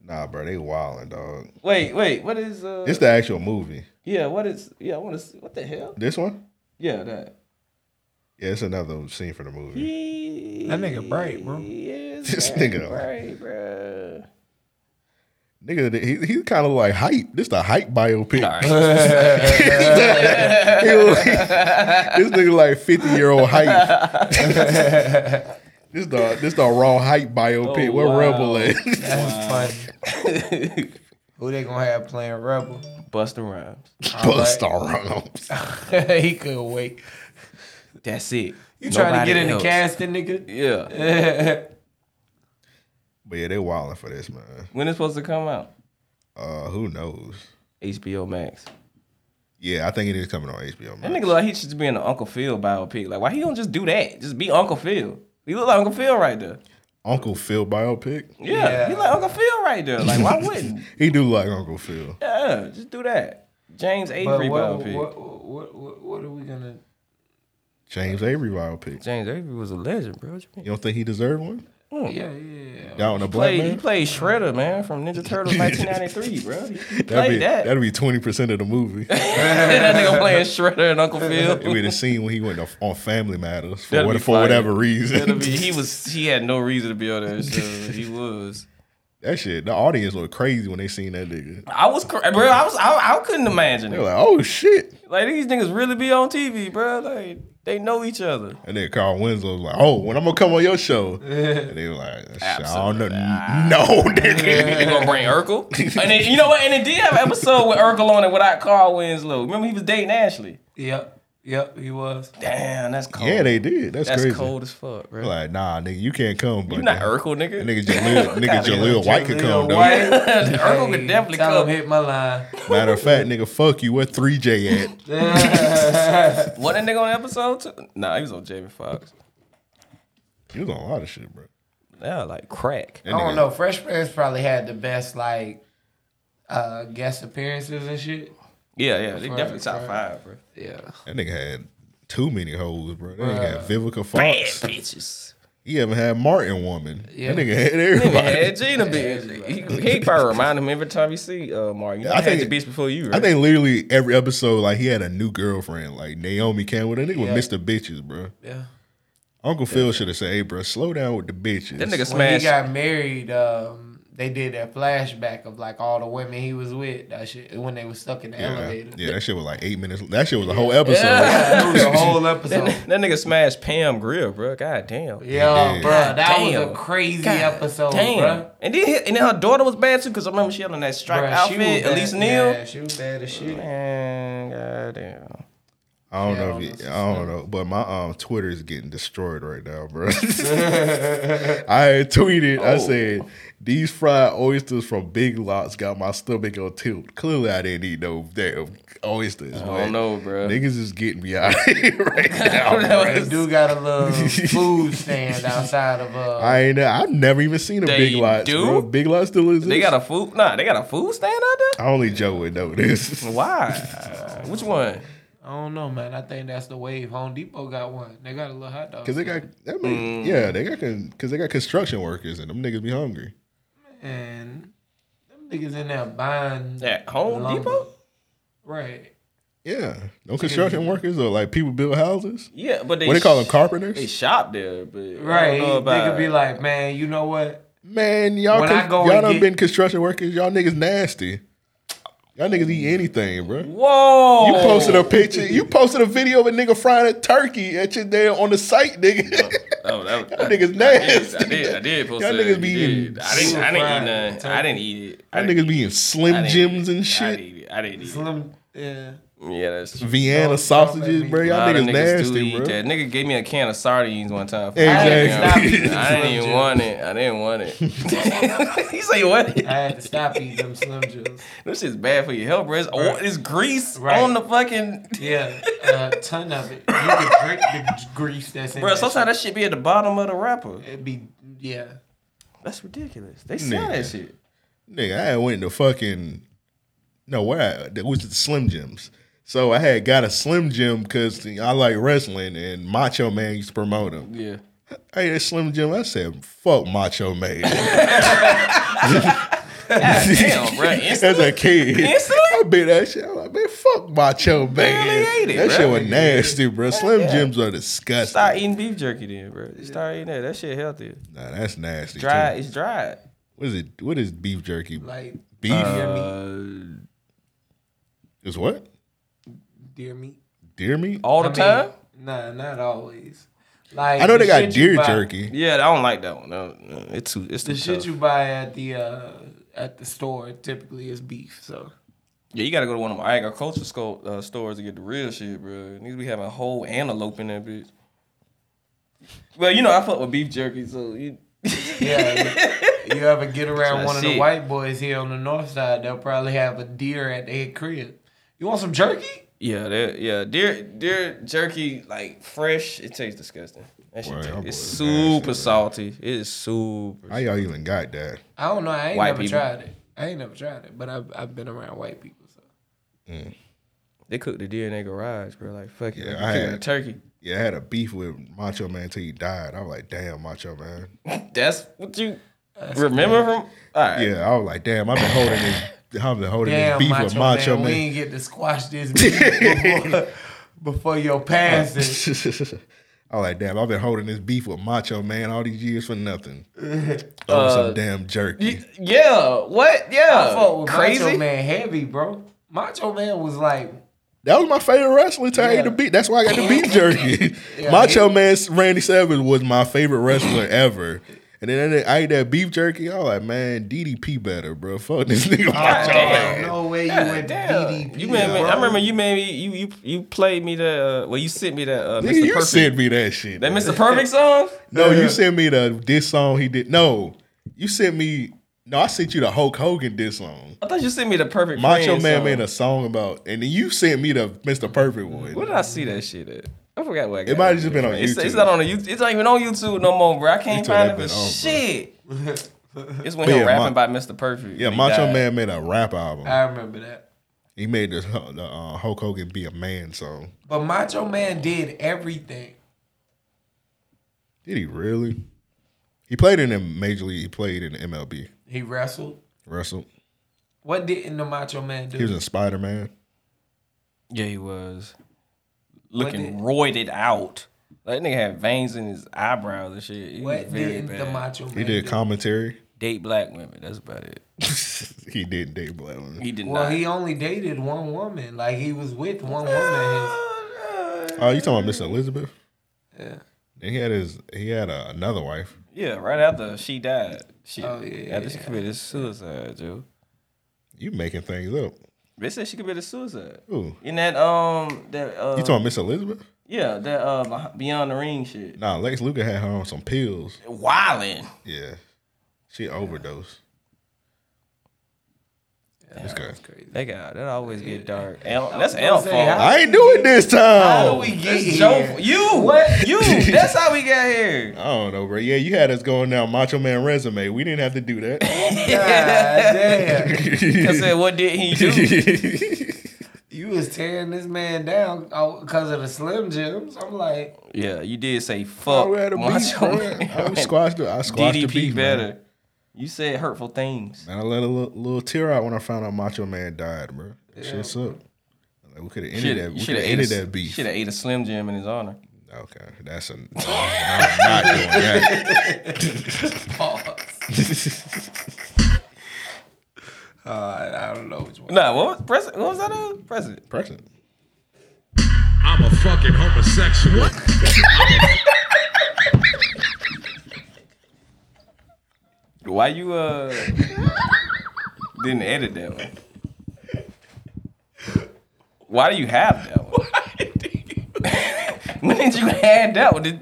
Speaker 6: nah, bro, they wilding dog.
Speaker 4: wait, wait, what is? uh
Speaker 6: It's the actual movie.
Speaker 4: Yeah, what is? Yeah, I want to see what the hell.
Speaker 6: This one?
Speaker 4: Yeah, that.
Speaker 6: Yeah, it's another scene from the movie.
Speaker 9: That nigga bright, bro.
Speaker 4: Yes,
Speaker 6: (laughs) This nigga,
Speaker 4: right, bro.
Speaker 6: nigga, he, he's kind of like hype. This the hype biopic. (laughs) this nigga like fifty year old hype. (laughs) this the this the raw hype biopic.
Speaker 4: Oh,
Speaker 6: what
Speaker 4: wow.
Speaker 6: rebel at? (laughs)
Speaker 9: That's funny. Who they gonna have playing Rebel?
Speaker 4: Busta Rhymes.
Speaker 6: Bust all Rhymes.
Speaker 9: (laughs) he could wait.
Speaker 4: That's it.
Speaker 9: You trying to
Speaker 4: Nobody
Speaker 9: get in
Speaker 4: else.
Speaker 9: the casting, nigga?
Speaker 4: Yeah.
Speaker 6: But yeah, they wilding for this man.
Speaker 4: when it's supposed to come out?
Speaker 6: Uh, who knows?
Speaker 4: HBO Max.
Speaker 6: Yeah, I think it is coming on HBO.
Speaker 4: That
Speaker 6: Max.
Speaker 4: nigga look like he should be in an Uncle Phil biopic. Like, why he don't just do that? Just be Uncle Phil. He look like Uncle Phil right there.
Speaker 6: Uncle Phil biopic.
Speaker 4: Yeah,
Speaker 9: Yeah.
Speaker 4: he like Uncle Phil right there. Like, why
Speaker 9: (laughs)
Speaker 4: wouldn't?
Speaker 6: He do look like Uncle Phil.
Speaker 4: yeah, just do that. James
Speaker 9: But
Speaker 4: Avery
Speaker 9: what,
Speaker 4: biopic.
Speaker 9: what, what, what, what are we gonna?
Speaker 6: James Avery biopic.
Speaker 4: James Avery was a legend, bro. What you mean?
Speaker 6: You don't think he deserved one?
Speaker 9: Yeah, yeah.
Speaker 6: Down on the black
Speaker 4: Played, he
Speaker 6: man.
Speaker 4: played Shredder, man, from (laughs) Ninja Turtles 1993, bro. He
Speaker 6: That'd be,
Speaker 4: played that.
Speaker 6: that'd be twenty percent of
Speaker 4: (laughs)
Speaker 6: the movie. It'd
Speaker 4: that nigga playing Shredder and Uncle (laughs) Phil.
Speaker 6: be the scene when he went to- on Family Matters for,
Speaker 4: That'd
Speaker 6: what,
Speaker 4: be
Speaker 6: for
Speaker 4: fire.
Speaker 6: whatever
Speaker 4: That'll
Speaker 6: reason.
Speaker 4: be- he was he had no reason to be on there, so he was.
Speaker 6: (laughs) that shit. The audience was crazy when they seen that nigga.
Speaker 4: I was, cr- bro. I was, I, I couldn't imagine
Speaker 6: They
Speaker 4: it.
Speaker 6: were like, oh shit.
Speaker 4: Like these niggas really be on TV, bro. Like they know each other.
Speaker 6: And then Carl Winslow was like, oh, when I'm gonna come on
Speaker 4: (laughs)
Speaker 6: your show? And they were like, "Shit, I don't know. (laughs) No, nigga.
Speaker 4: They (laughs) gonna bring Urkel, and then, you know what? And it did have an episode with Urkel on it without Carl Winslow. Remember he was dating Ashley.
Speaker 9: Yep, yep. He was.
Speaker 4: Damn, that's cold.
Speaker 6: yeah, they did. That's,
Speaker 4: That's
Speaker 6: crazy.
Speaker 4: cold as fuck, bro.
Speaker 6: They're Like, nah, nigga, you can't come. But
Speaker 4: you not
Speaker 6: that-
Speaker 4: Urkel, nigga.
Speaker 6: that
Speaker 4: (laughs)
Speaker 6: nigga
Speaker 9: (laughs)
Speaker 6: Jaleel, nigga Jaleel White could come though.
Speaker 4: Urkel could definitely
Speaker 9: tell him
Speaker 4: come.
Speaker 9: hit my line.
Speaker 6: Matter of fact, nigga, fuck you. What three J at?
Speaker 4: What that nigga on episode two? Nah, he was on Jamie Foxx.
Speaker 6: You was on a lot of shit, bro.
Speaker 4: Yeah, like crack.
Speaker 6: That
Speaker 9: I don't
Speaker 6: nigga-
Speaker 9: know. Fresh Prince probably had the best like uh guest appearances and shit.
Speaker 4: Yeah, yeah, they
Speaker 9: Right,
Speaker 4: definitely top
Speaker 9: right.
Speaker 4: five, bro.
Speaker 9: Yeah.
Speaker 6: That nigga had too many hoes, bro. That nigga had Vivica Fox.
Speaker 4: Bitches.
Speaker 6: He even had Martin Woman.
Speaker 9: Yeah.
Speaker 4: (laughs)
Speaker 6: That nigga had
Speaker 4: Yeah,
Speaker 6: everybody.
Speaker 4: had Gina bitch. He, he probably remind him every time he see uh, Mark. You know, I,
Speaker 6: I
Speaker 4: had
Speaker 6: think-
Speaker 4: the bitch before you. Right?
Speaker 6: I think literally every episode, like he had a new girlfriend, like Naomi Campbell. That nigga was Mr. Bitches, bro.
Speaker 9: Yeah.
Speaker 6: Uncle Phil should have said, "Hey, bro, slow down with the bitches."
Speaker 4: that nigga
Speaker 9: When
Speaker 4: smashed.
Speaker 9: he got married, um, they did that flashback of like all the women he was with. That shit when they was stuck in the
Speaker 6: yeah.
Speaker 9: elevator.
Speaker 6: yeah, that shit was like eight minutes. That shit was a whole episode.
Speaker 9: That was the (laughs) whole episode.
Speaker 4: (laughs) that nigga smashed Pam Grill, bro. God damn.
Speaker 9: Yo,
Speaker 6: Yeah.
Speaker 9: bro, that was
Speaker 4: Damn.
Speaker 9: a crazy
Speaker 4: God
Speaker 9: episode,
Speaker 4: Damn.
Speaker 9: bro.
Speaker 4: And then and then her daughter was bad too, because I remember she had on that striped
Speaker 9: Bruh, she was
Speaker 4: outfit,
Speaker 9: bad-
Speaker 4: Elise
Speaker 9: Yeah,
Speaker 4: Neal.
Speaker 9: she was bad as shit.
Speaker 4: Man, goddamn.
Speaker 6: I don't know.
Speaker 9: Yeah,
Speaker 6: If you, I don't know, but my um Twitter is getting destroyed right now,
Speaker 4: (laughs)
Speaker 6: bro. (laughs) I tweeted.
Speaker 4: Oh.
Speaker 6: I said these fried oysters from Big Lots got my stomach on tilt. Clearly, I didn't eat no damn oysters.
Speaker 4: I don't know, bro.
Speaker 6: Niggas is getting me out of (laughs) here
Speaker 4: (laughs)
Speaker 6: right now. bro. (laughs)
Speaker 9: They do got a little food stand outside of uh
Speaker 6: I ain't. I've never even seen a
Speaker 4: They
Speaker 6: Big Lots.
Speaker 4: do?
Speaker 6: Bro. Big Lots still exists.
Speaker 4: They got a food. Nah, they got a food stand out there.
Speaker 6: I only Joe would
Speaker 4: (laughs)
Speaker 6: know this. (laughs)
Speaker 4: Why? Which one?
Speaker 9: I don't know, man. I think that's the wave. Home Depot got one. They got a little hot dog.
Speaker 6: Cause they got that
Speaker 4: Mm.
Speaker 6: mean, yeah, they got cause they got construction workers and them niggas be hungry.
Speaker 9: and them niggas in there buying
Speaker 4: At Home
Speaker 9: lumber.
Speaker 4: Depot?
Speaker 9: Right.
Speaker 6: Yeah, no construction workers or like people build houses.
Speaker 4: Yeah, but they
Speaker 6: What they call them
Speaker 4: sh-
Speaker 6: carpenters?
Speaker 4: They shop there, but I
Speaker 9: Right.
Speaker 4: don't know
Speaker 9: They
Speaker 4: about
Speaker 9: could be like, man, you know what?
Speaker 6: Man, y'all
Speaker 9: When
Speaker 6: con-
Speaker 9: I go
Speaker 6: y'all
Speaker 9: and
Speaker 6: done
Speaker 9: get-
Speaker 6: been construction workers. Y'all niggas nasty. Y'all niggas eat anything, bro.
Speaker 4: whoa.
Speaker 9: Oh.
Speaker 6: You posted a picture. You posted a video of a nigga frying a turkey at your damn on the site, nigga.
Speaker 4: Oh, that,
Speaker 6: Y'all niggas nasty.
Speaker 4: I did. I did post
Speaker 6: Y'all
Speaker 4: that.
Speaker 6: niggas
Speaker 4: You
Speaker 6: be
Speaker 4: did.
Speaker 6: eating
Speaker 4: I didn't. I
Speaker 9: fried
Speaker 4: didn't eat none. I didn't eat it. I
Speaker 6: (laughs) Y'all
Speaker 4: didn't
Speaker 6: niggas be eating
Speaker 4: I
Speaker 6: Slim
Speaker 4: didn't
Speaker 6: Jims
Speaker 4: eat it.
Speaker 6: and
Speaker 4: I
Speaker 6: shit.
Speaker 4: didn't eat it. I didn't eat it.
Speaker 9: Slim, yeah.
Speaker 4: Yeah, that's true.
Speaker 6: Vienna
Speaker 9: Don't- don't
Speaker 6: sausages,
Speaker 9: let
Speaker 6: bro.
Speaker 9: me-
Speaker 6: Y'all
Speaker 4: Lot of
Speaker 6: niggas, nasty,
Speaker 4: eat
Speaker 6: bro.
Speaker 4: that. Nigga gave me a can of sardines one time. for-
Speaker 9: I had to
Speaker 6: Exactly.
Speaker 9: stop eating them
Speaker 4: I didn't
Speaker 9: Slim
Speaker 4: even
Speaker 9: Jims.
Speaker 4: want it. I didn't want it. (laughs)
Speaker 6: (laughs)
Speaker 4: you say what?
Speaker 9: I had to stop eating them Slim Jims.
Speaker 4: This shit's bad for your health, bro. It's, oh, it's grease
Speaker 9: Right.
Speaker 4: on the fucking.
Speaker 9: Yeah, a ton of it. You can drink the grease that's in
Speaker 4: Bro,
Speaker 9: that
Speaker 4: sometimes that shit be at the bottom of the wrapper.
Speaker 9: shit. It'd be, yeah.
Speaker 4: That's ridiculous. They sell that
Speaker 6: Nigga.
Speaker 4: shit.
Speaker 6: Nigga, I had went to fucking no, where I, that was the Slim Jims. So I had got a Slim Jim because I like wrestling and Macho Man used to promote them.
Speaker 4: Yeah.
Speaker 6: Hey, that Slim Jim, I said, fuck Macho
Speaker 9: (laughs)
Speaker 6: Man. (laughs)
Speaker 4: Damn, bro.
Speaker 6: As a kid,
Speaker 4: Instantly?
Speaker 6: I bet that shit. I'm like, man, fuck Macho Man.
Speaker 4: they ate it,
Speaker 6: that
Speaker 4: bro.
Speaker 6: shit was nasty, bro. Slim Jims are disgusting.
Speaker 4: Start eating beef jerky then, bro. Just Start eating that. That shit healthy.
Speaker 6: Nah, that's nasty.
Speaker 4: Dry.
Speaker 6: too.
Speaker 4: It's dried.
Speaker 6: What is it? What is beef jerky?
Speaker 9: Like, uh,
Speaker 6: beef
Speaker 9: deer
Speaker 6: Uh,
Speaker 9: meat.
Speaker 6: is what?
Speaker 9: Deer meat.
Speaker 6: Deer meat?
Speaker 4: All the
Speaker 9: I mean,
Speaker 4: time?
Speaker 9: Nah, not always. Like
Speaker 6: I know they
Speaker 9: the
Speaker 6: got
Speaker 9: shit you
Speaker 6: deer
Speaker 9: buy-
Speaker 6: jerky.
Speaker 4: Yeah, I don't like that one. No, no, it's too. It's too
Speaker 9: The shit
Speaker 4: tough.
Speaker 9: you buy at the uh, at the store typically is beef.
Speaker 4: (laughs)
Speaker 9: So
Speaker 4: Yeah, you gotta go to one of them agriculture sco- uh, stores to get the real shit, bro. Niggas be having a whole antelope in that bitch. Well, you know I fuck with beef jerky, so you. (laughs)
Speaker 9: yeah, you, you ever get around
Speaker 4: That's
Speaker 9: one of
Speaker 4: shit.
Speaker 9: the white boys here on the north side, they'll probably have a deer at their crib. You want some jerky?
Speaker 4: Yeah, that yeah, deer deer jerky like fresh. It tastes disgusting. That shit,
Speaker 6: Right,
Speaker 4: tastes-
Speaker 6: I'm
Speaker 4: it's
Speaker 6: with that
Speaker 4: super
Speaker 6: shit,
Speaker 4: salty. It is super.
Speaker 6: How y'all even got that?
Speaker 9: I don't know. I ain't
Speaker 4: White
Speaker 9: never
Speaker 4: people.
Speaker 9: tried it. I ain't never tried it, but I've I've been around white people. So
Speaker 4: They cook the deer in their garage, bro. Like fuck it,
Speaker 6: Yeah,
Speaker 4: like,
Speaker 6: I
Speaker 4: you cooking a
Speaker 6: had-
Speaker 4: turkey.
Speaker 6: Yeah, I had a beef with Macho Man till he died. I was like, damn, Macho Man.
Speaker 4: That's what you remember from. All right,
Speaker 6: Yeah, I was like, damn, I've been holding this. I've been holding
Speaker 9: damn,
Speaker 6: this beef
Speaker 9: macho,
Speaker 6: with Macho
Speaker 9: man, we
Speaker 6: Man.
Speaker 9: ain't get to squash this beef before, before your passing.
Speaker 6: (laughs)
Speaker 4: (laughs)
Speaker 6: I was like, damn, I've been holding this beef with Macho Man all these years
Speaker 4: (laughs)
Speaker 6: for nothing. Over
Speaker 4: Uh,
Speaker 6: some damn jerky.
Speaker 4: Y- yeah. What? Yeah,
Speaker 9: I fuck with
Speaker 4: Uh, crazy.
Speaker 9: Macho Man heavy, bro. Macho Man was like,
Speaker 6: That was my favorite wrestler until I
Speaker 9: Yeah.
Speaker 6: ate the beef. That's why I got the
Speaker 4: (laughs)
Speaker 6: beef jerky. Macho Man Randy Savage was my favorite wrestler ever. And then I ate that beef jerky. I was like, man, DDP better, bro. Fuck
Speaker 4: (laughs)
Speaker 6: this nigga. Macho Man.
Speaker 4: Damn.
Speaker 9: no way you
Speaker 4: God
Speaker 9: went
Speaker 4: damn.
Speaker 9: DDP.
Speaker 4: You made me,
Speaker 9: bro.
Speaker 4: I remember you made me you you you played me that uh, well you sent me that uh, Mr.
Speaker 6: Nigga, you
Speaker 4: Perfect
Speaker 6: sent me that shit.
Speaker 4: that Mr. Perfect song.
Speaker 6: No, you sent me the diss song he did. No, you sent me. No, I sent you the Hulk Hogan diss song.
Speaker 4: I thought you sent me the Perfect
Speaker 6: Macho
Speaker 4: Friend
Speaker 6: Man
Speaker 4: song.
Speaker 6: made a song about, and then you sent me the Mr. Perfect one.
Speaker 4: Where did I see that shit at? I forgot where I got
Speaker 6: It might have just been on
Speaker 4: It's, it's
Speaker 6: YouTube.
Speaker 4: not on the YouTube. It's not even on YouTube no more, bro. I can't
Speaker 6: YouTube
Speaker 4: find
Speaker 6: that
Speaker 4: it for
Speaker 6: been on, bro.
Speaker 4: shit.
Speaker 6: (laughs)
Speaker 4: it's when he
Speaker 6: But yeah,
Speaker 4: was rapping
Speaker 6: Ma-
Speaker 4: by Mr. Perfect.
Speaker 6: yeah,
Speaker 4: He
Speaker 6: Macho
Speaker 4: died.
Speaker 6: Man made a rap album.
Speaker 9: I remember that.
Speaker 6: he made the, the uh, Hulk Hogan "Be a Man" song.
Speaker 9: But Macho Man did everything.
Speaker 6: Did he really? He played in the major league. He played in the MLB.
Speaker 9: He wrestled.
Speaker 6: Wrestled.
Speaker 9: What didn't the Macho Man do?
Speaker 6: He was in Spider Man.
Speaker 4: Yeah, he was
Speaker 9: What
Speaker 4: looking
Speaker 9: did-
Speaker 4: roided out. Like that nigga had veins in his eyebrows and shit. He was
Speaker 9: what
Speaker 4: very
Speaker 9: didn't the
Speaker 4: bad.
Speaker 9: Macho Man
Speaker 6: He did
Speaker 9: do?
Speaker 6: commentary. (laughs)
Speaker 4: date black women? That's about it.
Speaker 6: he didn't date black women.
Speaker 4: He did
Speaker 9: well,
Speaker 4: not.
Speaker 9: he only dated one woman. Like he was with one woman.
Speaker 6: Ah.
Speaker 9: His,
Speaker 6: Oh, you talking about Miss Elizabeth?
Speaker 9: Yeah.
Speaker 6: Then he had his. He had uh, another wife.
Speaker 4: Yeah, right after she died. She,
Speaker 9: Oh, yeah,
Speaker 4: After she
Speaker 9: yeah.
Speaker 4: committed suicide, Joe.
Speaker 6: You making things up.
Speaker 4: They said she committed suicide.
Speaker 6: Ooh.
Speaker 4: In that um that uh
Speaker 6: You talking Miss Elizabeth?
Speaker 4: yeah, that uh Beh- Beyond the Ring shit.
Speaker 6: Nah, Lex Luger had her on some pills.
Speaker 4: Wildin'.
Speaker 6: Yeah. She overdosed. That's good.
Speaker 9: crazy.
Speaker 4: That guy, that always get dark. L, that's L
Speaker 9: say,
Speaker 4: fault.
Speaker 9: how-
Speaker 6: I ain't do it this time.
Speaker 9: How do we get
Speaker 4: That's
Speaker 9: here?
Speaker 4: Joe fault. You what? You that's how we got here.
Speaker 6: (laughs) I don't know, bro. Yeah, you had us going down Macho Man resume. We didn't have to do that.
Speaker 9: God damn.
Speaker 4: I said, what did he do?
Speaker 9: You was tearing this man down because of the Slim Jims. I'm like,
Speaker 4: (laughs) yeah, you did say fuck.
Speaker 6: Oh, (laughs) we had a beef, Oh.
Speaker 4: Macho
Speaker 6: bro.
Speaker 4: (laughs) Man.
Speaker 6: I squashed the I squashed
Speaker 4: DDP
Speaker 6: the beef,
Speaker 4: better.
Speaker 6: Man.
Speaker 4: You said hurtful things.
Speaker 6: And I let a little, little tear out when I found out Macho Man died, bro. That shit's up. Like, we could have ended
Speaker 4: Should have
Speaker 6: that. We could have
Speaker 4: ate
Speaker 6: ended
Speaker 4: a,
Speaker 6: that beef.
Speaker 4: Should have ate a Slim Jim in his honor.
Speaker 6: Okay, that's a. (laughs) I'm not doing that.
Speaker 9: Uh, I don't know which one.
Speaker 4: Nah, what was president? What was that? Uh, president.
Speaker 6: President.
Speaker 10: (laughs) I'm a fucking homosexual.
Speaker 4: Why you uh didn't edit that one? Why do you have that one? (laughs) when did you add that one? Did,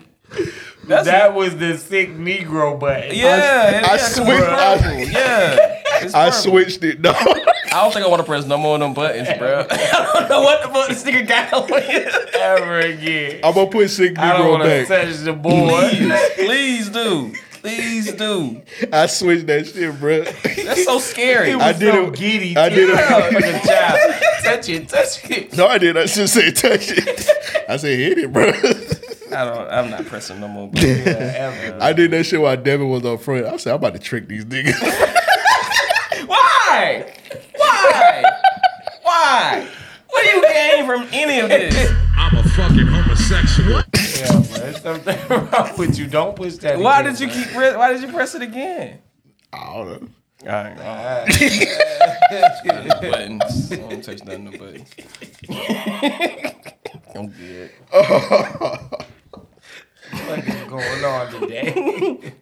Speaker 4: that's
Speaker 9: That was the sick Negro button.
Speaker 4: yeah, yeah,
Speaker 6: I
Speaker 4: 'cause it's
Speaker 6: switched- I-
Speaker 4: purple. yeah. it's
Speaker 6: (laughs) I
Speaker 4: purple.
Speaker 6: switched it though.
Speaker 4: I don't think I want to press no more of them buttons, bro.
Speaker 6: (laughs)
Speaker 4: I don't know what the fuck this nigga got on.
Speaker 9: Ever
Speaker 6: (laughs)
Speaker 9: again.
Speaker 6: I'm gonna put sick
Speaker 9: I don't
Speaker 6: Oh, Negro
Speaker 9: want to
Speaker 6: back.
Speaker 9: touch
Speaker 6: (laughs)
Speaker 9: the boy.
Speaker 4: Please, please do, please do.
Speaker 6: I switched that shit, bro.
Speaker 4: That's so scary.
Speaker 6: I did
Speaker 9: so
Speaker 6: it.
Speaker 9: giddy,
Speaker 6: I (laughs) did
Speaker 4: Yeah.
Speaker 6: it.
Speaker 9: Like a child. touch it, touch it.
Speaker 6: (laughs) No, I did. I just said touch it. I said hit it, bro.
Speaker 4: (laughs) I don't. I'm not pressing no more. buttons.
Speaker 6: I did that shit while Devin was up front. I said, I'm about to trick these niggas. (laughs)
Speaker 4: Why? Why? Why? What do you gain from any of this?
Speaker 10: I'm a fucking homosexual.
Speaker 9: Yeah, bro. There's something (laughs) wrong with you. Don't push that.
Speaker 4: Why
Speaker 9: again,
Speaker 4: did you
Speaker 9: bro.
Speaker 4: keep? Re- why did you press it again?
Speaker 6: I don't know.
Speaker 4: All right, (laughs) all right. buttons. I don't touch nothing but buttons. I'm good.
Speaker 9: What is going on today,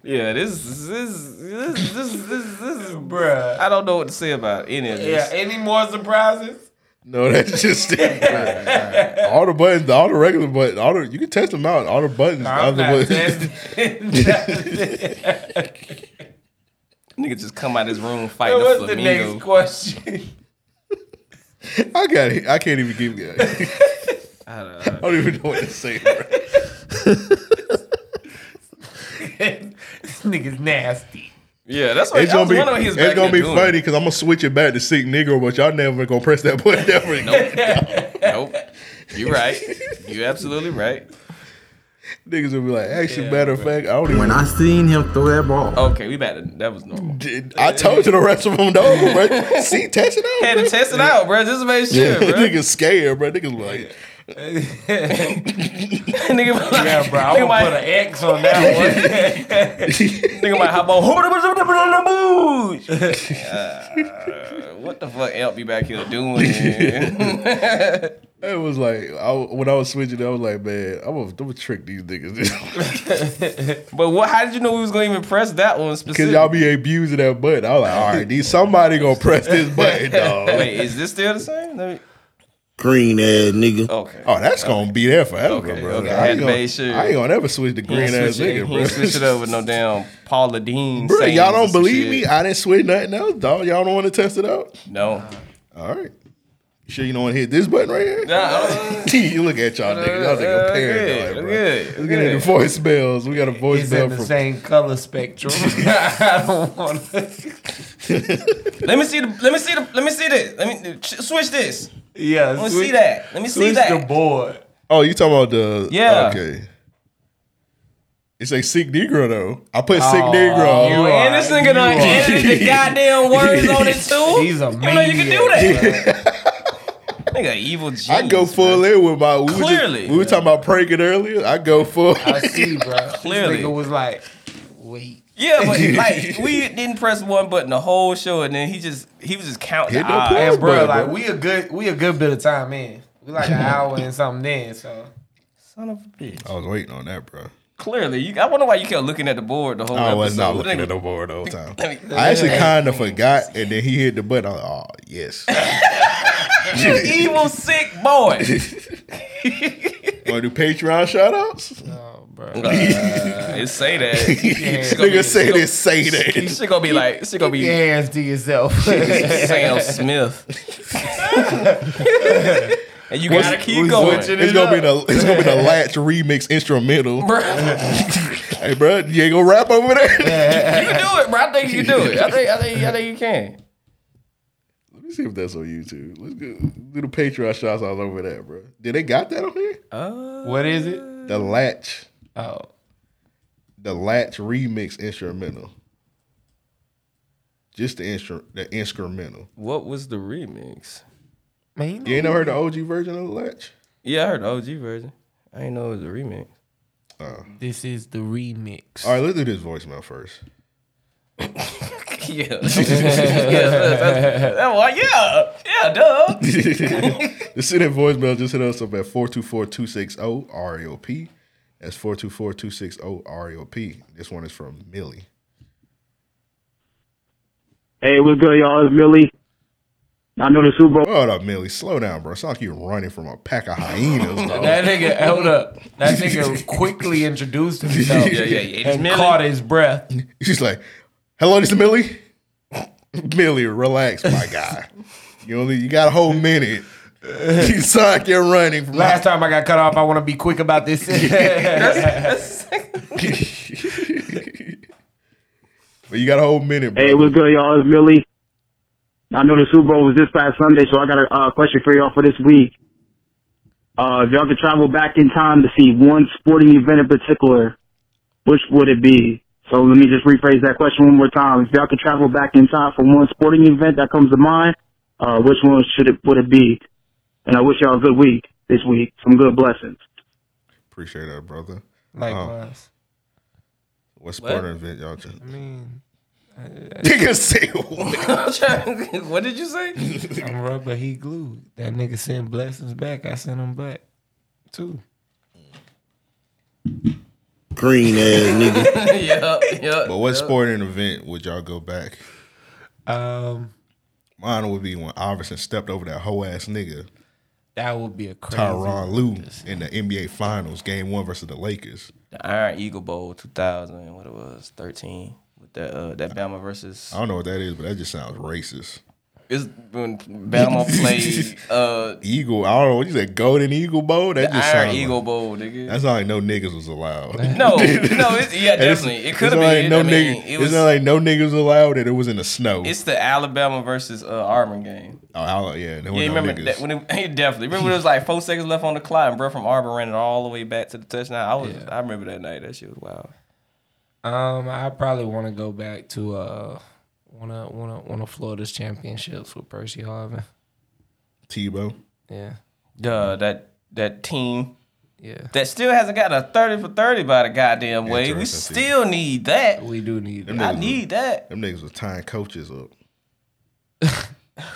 Speaker 4: Yeah, this, this, this, this, this, this is.
Speaker 9: bruh?
Speaker 4: I don't know what to say about any of
Speaker 9: Yeah.
Speaker 4: this.
Speaker 9: Any more surprises?
Speaker 6: No, that's just it. bro.
Speaker 4: (laughs)
Speaker 6: all the buttons, all the regular buttons, all the you can test them out. All the buttons,
Speaker 9: I'm
Speaker 6: the
Speaker 9: not
Speaker 6: other (laughs) buttons.
Speaker 9: (laughs) testing.
Speaker 4: Nigga just come out of his room fighting a
Speaker 9: What's the
Speaker 4: flamingo.
Speaker 9: next question? (laughs)
Speaker 6: I got it. I can't even give you. I
Speaker 4: (laughs)
Speaker 6: don't even know what to say. Bro.
Speaker 9: this nigga's nasty.
Speaker 4: yeah, that's what
Speaker 6: It's
Speaker 4: (laughs) I was
Speaker 6: gonna be.
Speaker 4: wondering what he was
Speaker 6: It's
Speaker 4: back
Speaker 6: gonna be
Speaker 4: there
Speaker 6: funny because I'm gonna switch it back to sick Negro, but y'all never gonna press that button ever
Speaker 4: doing.
Speaker 6: again.
Speaker 4: Nope. You're right. You're absolutely right.
Speaker 6: Niggas will be like, actually, matter of fact, I don't even. I,
Speaker 10: seen him throw that ball.
Speaker 4: Okay, we back. To, that was normal.
Speaker 6: I told you the rest of them though,
Speaker 4: (laughs)
Speaker 6: bro. See, test it out.
Speaker 4: Had to
Speaker 6: bro.
Speaker 4: test it out, bro. Just to make sure, bro.
Speaker 6: Niggas scared, bro. Niggas like,
Speaker 4: nigga,
Speaker 9: Yeah, bro. I
Speaker 4: nigga,
Speaker 9: would put an
Speaker 4: might,
Speaker 9: X on that one.
Speaker 4: (laughs) nigga might hop on.
Speaker 6: (laughs)
Speaker 4: Uh, What the fuck, Elp be back here
Speaker 6: (laughs)
Speaker 4: doing?
Speaker 6: It was like I, when I was switching, I was like, man, I'm gonna, I'm gonna trick these (laughs) niggas
Speaker 4: but what? How did you know we was gonna even press that one
Speaker 6: because
Speaker 4: specifically?
Speaker 6: y'all be abusing that button. I was like, all right, these somebody gonna press
Speaker 4: (laughs)
Speaker 6: this button, dog.
Speaker 4: Wait, is this still the same? Let me,
Speaker 5: Green ass nigga.
Speaker 4: okay.
Speaker 6: Oh, that's gonna be there forever,
Speaker 4: Okay,
Speaker 6: bro.
Speaker 4: okay.
Speaker 6: I,
Speaker 4: Had
Speaker 6: ain't
Speaker 4: to
Speaker 6: gonna,
Speaker 4: make sure.
Speaker 6: I ain't gonna ever switch to
Speaker 4: He
Speaker 6: green
Speaker 4: ain't
Speaker 6: ass
Speaker 4: switch it-
Speaker 6: nigga,
Speaker 4: he ain't switch it up
Speaker 6: bro.
Speaker 4: with no damn Paula Dean.
Speaker 6: Bro, y'all
Speaker 4: sayings and
Speaker 6: don't
Speaker 4: some
Speaker 6: believe
Speaker 4: shit.
Speaker 6: me? I didn't switch nothing else, dog. Y'all don't want to test it out.
Speaker 4: No.
Speaker 6: All right, you sure you don't want to hit this button right here?
Speaker 4: Nah, I don't-
Speaker 6: (laughs) you look at y'all niggas. Y'all nigga
Speaker 4: Uh,
Speaker 6: paranoid,
Speaker 4: good,
Speaker 6: bro.
Speaker 4: good,
Speaker 6: Let's get into voicemails. We got a
Speaker 9: It's in
Speaker 6: voicemail
Speaker 9: the
Speaker 6: from
Speaker 9: same color
Speaker 6: (laughs)
Speaker 9: spectrum. (laughs) I don't want to.
Speaker 4: Let me see the. Let me see the. Let me see this. Let me sh- switch this.
Speaker 9: Yeah,
Speaker 4: Let me see that. Let me see
Speaker 9: Switch the
Speaker 4: that.
Speaker 9: board.
Speaker 6: Oh, you talking about the
Speaker 4: Yeah.
Speaker 6: Okay. It's a sick Negro though. I put sick Negro.
Speaker 9: you-
Speaker 4: And this nigga done
Speaker 9: You are-
Speaker 4: edited the goddamn words on it too.
Speaker 9: He's a
Speaker 4: You know Oh, you can do
Speaker 9: (laughs) maniac,
Speaker 4: that. nigga, evil genius.
Speaker 6: I go full in with my. We were just-
Speaker 4: Clearly.
Speaker 6: we were talking about pranking earlier. I go full.
Speaker 9: I see, bro.
Speaker 4: Clearly.
Speaker 9: this nigga was like, wait.
Speaker 4: Yeah, but like we didn't press one button the whole show, and then he just he was just counting.
Speaker 6: Hit
Speaker 4: the
Speaker 6: no
Speaker 4: odds.
Speaker 6: play.
Speaker 9: And bro,
Speaker 6: Bruh,
Speaker 9: like
Speaker 6: bro.
Speaker 9: we a good we a good bit of time in. We like
Speaker 6: (laughs)
Speaker 9: an hour and something in, so
Speaker 4: Son of a bitch.
Speaker 6: (laughs) I was waiting on that, bro.
Speaker 4: Clearly, you, I wonder why you kept looking at the board the whole.
Speaker 6: I was not
Speaker 4: episode.
Speaker 6: looking at
Speaker 4: Nigga,
Speaker 6: the board the whole time.
Speaker 4: Let me-
Speaker 6: I actually kind of forgot, and then he hit the button. I was like, oh (laughs) yes.
Speaker 4: You evil sick boy.
Speaker 6: Want to do Patreon shout outs?
Speaker 4: uh, It say that.
Speaker 6: (laughs) Nigga say this, say that.
Speaker 4: She gonna be like, she gonna be
Speaker 9: your hands to yourself.
Speaker 4: Sam Smith. and you gotta keep
Speaker 9: what's-
Speaker 4: going.
Speaker 9: what's your-
Speaker 6: It's gonna be the it's gonna be the latch remix instrumental.
Speaker 4: Bruh,
Speaker 6: (laughs) Hey, bro, you ain't gonna rap over there.
Speaker 4: you can do it, bro. I think you can do it. I think, I think, I think you (laughs) can.
Speaker 6: (laughs) Let me see if that's on YouTube. Let's go, do the Patreon shots all over that, bro. Did they got that on here?
Speaker 9: (laughs) what is it?
Speaker 6: The Latch,
Speaker 9: Oh,
Speaker 6: the Latch remix instrumental. Just the instru- the instrumental.
Speaker 4: What was the remix?
Speaker 9: Man, you know-
Speaker 6: You ain't never heard the OG version of Latch?
Speaker 4: Yeah, I heard the OG version. I didn't know it was a remix.
Speaker 9: This is the remix.
Speaker 6: All right, let's do this voicemail first.
Speaker 4: (laughs) yeah. (laughs) yeah, that's, that's- that's why- yeah, yeah, duh.
Speaker 6: (laughs) the city voicemail just hit us up at oh, 424-260-REOP. That's oh, 424-260-REOP. This one is from Millie.
Speaker 10: Hey, what's good, y'all? It's Millie. I know the Super Bowl.
Speaker 6: Hold up, Millie. Slow down, bro. Sound like you're running from a pack of hyenas, bro.
Speaker 9: That nigga, hold up. That nigga quickly introduced himself
Speaker 4: Yeah, yeah, yeah. It's
Speaker 9: and
Speaker 4: Millie.
Speaker 9: caught his breath.
Speaker 6: She's like, hello, this is Millie. (laughs) Millie, relax, my guy. You only you got a whole minute. You sound like you're running from
Speaker 9: Last time I got cut off, I want to be quick about this. (laughs)
Speaker 6: (laughs) But you got a whole minute, bro.
Speaker 10: Hey, what's good, y'all? It's Millie. I know the Super Bowl was this past Sunday, so I got a uh, question for y'all for this week. Uh, if y'all could travel back in time to see one sporting event in particular, which would it be? So let me just rephrase that question one more time. If y'all could travel back in time for one sporting event that comes to mind, uh, which one should it would it be? And I wish y'all a good week this week. Some good blessings.
Speaker 6: Appreciate that, brother. Um,
Speaker 9: Likewise.
Speaker 6: What sport event y'all just
Speaker 9: I mean,
Speaker 6: Nigga say what?
Speaker 4: (laughs) what did you (laughs) say?
Speaker 9: I'm rubber, he glued. That nigga sent blessings back. I sent him back, too.
Speaker 5: Green ass nigga.
Speaker 4: yeah, yeah.
Speaker 6: But what sporting event would y'all go back?
Speaker 9: Um,
Speaker 6: Mine would be when Iverson stepped over that whole ass nigga,
Speaker 9: that would be a crazy.
Speaker 6: Tyronn Lue, in the NBA Finals, game one versus the Lakers.
Speaker 4: The Iron Eagle Bowl 2000, what it was, 13, with that uh, that Bama versus.
Speaker 6: I don't know what that is, but that just sounds racist.
Speaker 4: It's when (laughs) Bama played uh,
Speaker 6: Eagle, I don't know what you said, Golden Eagle Bowl? That just
Speaker 4: Iron
Speaker 6: sounds.
Speaker 4: Eagle
Speaker 6: Like,
Speaker 4: Bowl, nigga.
Speaker 6: that's not like no niggas was allowed.
Speaker 4: no, no, it's, yeah, (laughs)
Speaker 6: (laughs) It's-
Speaker 4: definitely. It
Speaker 6: it's
Speaker 4: could have
Speaker 6: not
Speaker 4: been.
Speaker 6: Like no
Speaker 4: I mean,
Speaker 6: niggas,
Speaker 4: it
Speaker 6: it's
Speaker 4: was,
Speaker 6: not like no niggas allowed, and it was in the snow.
Speaker 4: it's the Alabama versus uh, Auburn game.
Speaker 6: oh, I, yeah, there
Speaker 4: Yeah,
Speaker 6: was
Speaker 4: you
Speaker 6: no
Speaker 4: remember
Speaker 6: niggas.
Speaker 4: that when it (laughs) yeah, definitely remember when it was like four seconds left on the clock and bro from Arbor ran it all the way back to the touchdown. I was I remember that night. That shit was wild.
Speaker 9: Um, I probably want to go back to uh one of one of one of Florida's championships with Percy Harvin.
Speaker 6: Tebow.
Speaker 9: Yeah,
Speaker 4: Duh, that that team
Speaker 9: yeah,
Speaker 4: that still hasn't got a thirty for thirty by the goddamn way. We
Speaker 6: Interesting.
Speaker 4: still need that.
Speaker 9: we do need
Speaker 6: Them
Speaker 9: that.
Speaker 4: I
Speaker 6: niggas
Speaker 4: need that.
Speaker 6: Them niggas was tying coaches up.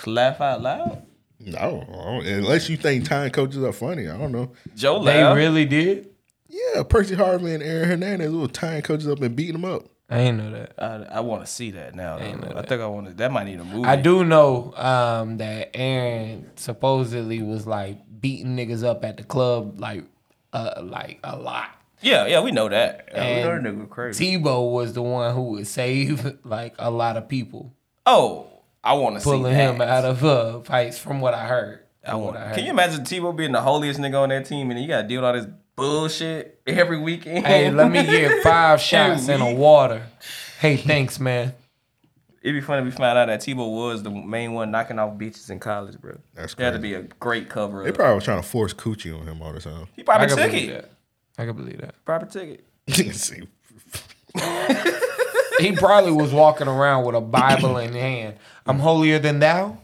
Speaker 4: Laugh out loud.
Speaker 6: No, I don't- unless you think tying coaches are funny, I don't know.
Speaker 4: Joe
Speaker 9: They
Speaker 4: laugh.
Speaker 9: really did.
Speaker 6: Yeah, Percy Harvin and Aaron Hernandez were tying coaches up and beating them up.
Speaker 9: I ain't know that.
Speaker 4: I, I want to see that now. though. I think I want to. That might need a movie.
Speaker 9: I do know um that Aaron supposedly was like beating niggas up at the club like uh like a lot.
Speaker 4: Yeah, yeah, we know that. Yeah,
Speaker 9: And
Speaker 4: we know that nigga crazy.
Speaker 9: Tebow was the one who would save like a lot of people,
Speaker 4: oh, I want to see
Speaker 9: pulling
Speaker 4: that.
Speaker 9: him out of uh fights. From what I heard,
Speaker 4: I
Speaker 9: From what
Speaker 4: want. Can you imagine Tebow being the holiest nigga on that team, and you got to deal with all this bullshit every weekend?
Speaker 9: Hey,
Speaker 4: (laughs)
Speaker 9: let me get five shots
Speaker 4: Hey,
Speaker 9: and a
Speaker 4: we-
Speaker 9: water. Hey, thanks, man.
Speaker 4: It'd be funny if we found out that Tebow was the main one knocking off bitches in college, bro.
Speaker 6: That's
Speaker 4: That'd be a great cover.
Speaker 6: They
Speaker 4: Up.
Speaker 6: probably was trying to force Coochie on him all the time. (laughs)
Speaker 4: he probably
Speaker 9: I can
Speaker 4: took
Speaker 9: believe
Speaker 4: it.
Speaker 9: that. I can believe that.
Speaker 4: Probably took it. (laughs)
Speaker 6: See,
Speaker 9: He probably was walking around with a Bible in hand. I'm holier than thou.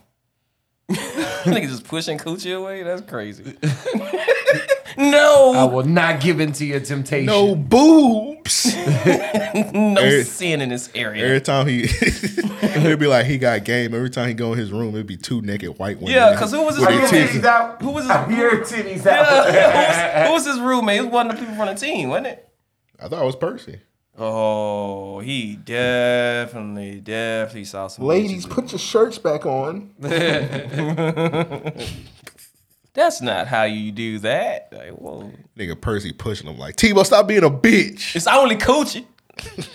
Speaker 4: Niggas just pushing Coochie away. That's crazy.
Speaker 9: (laughs)
Speaker 4: (laughs) no,
Speaker 9: I will not give in to your temptation.
Speaker 6: no boobs.
Speaker 4: (laughs)
Speaker 6: (laughs)
Speaker 4: no
Speaker 6: Eric-
Speaker 4: sin in this area.
Speaker 6: every time he, (laughs) it'd be like he got game. Every time he go in his room, it'd be two naked white women.
Speaker 4: yeah, cause who was his
Speaker 6: With their
Speaker 4: roommate?
Speaker 6: titties
Speaker 9: out.
Speaker 4: Who was his?
Speaker 9: I'm
Speaker 4: Yeah,
Speaker 9: your titties
Speaker 4: (laughs) who,
Speaker 9: out.
Speaker 4: was, who was his roommate? It was one of the people from the team, wasn't it?
Speaker 6: I thought it was Percy.
Speaker 4: Oh, he definitely, definitely saw some bitches.
Speaker 6: put your shirts back on.
Speaker 4: That's not how you do that. Like, whoa,
Speaker 6: Nigga, Percy pushing him like Tebow, stop being a bitch.
Speaker 4: it's only coochie.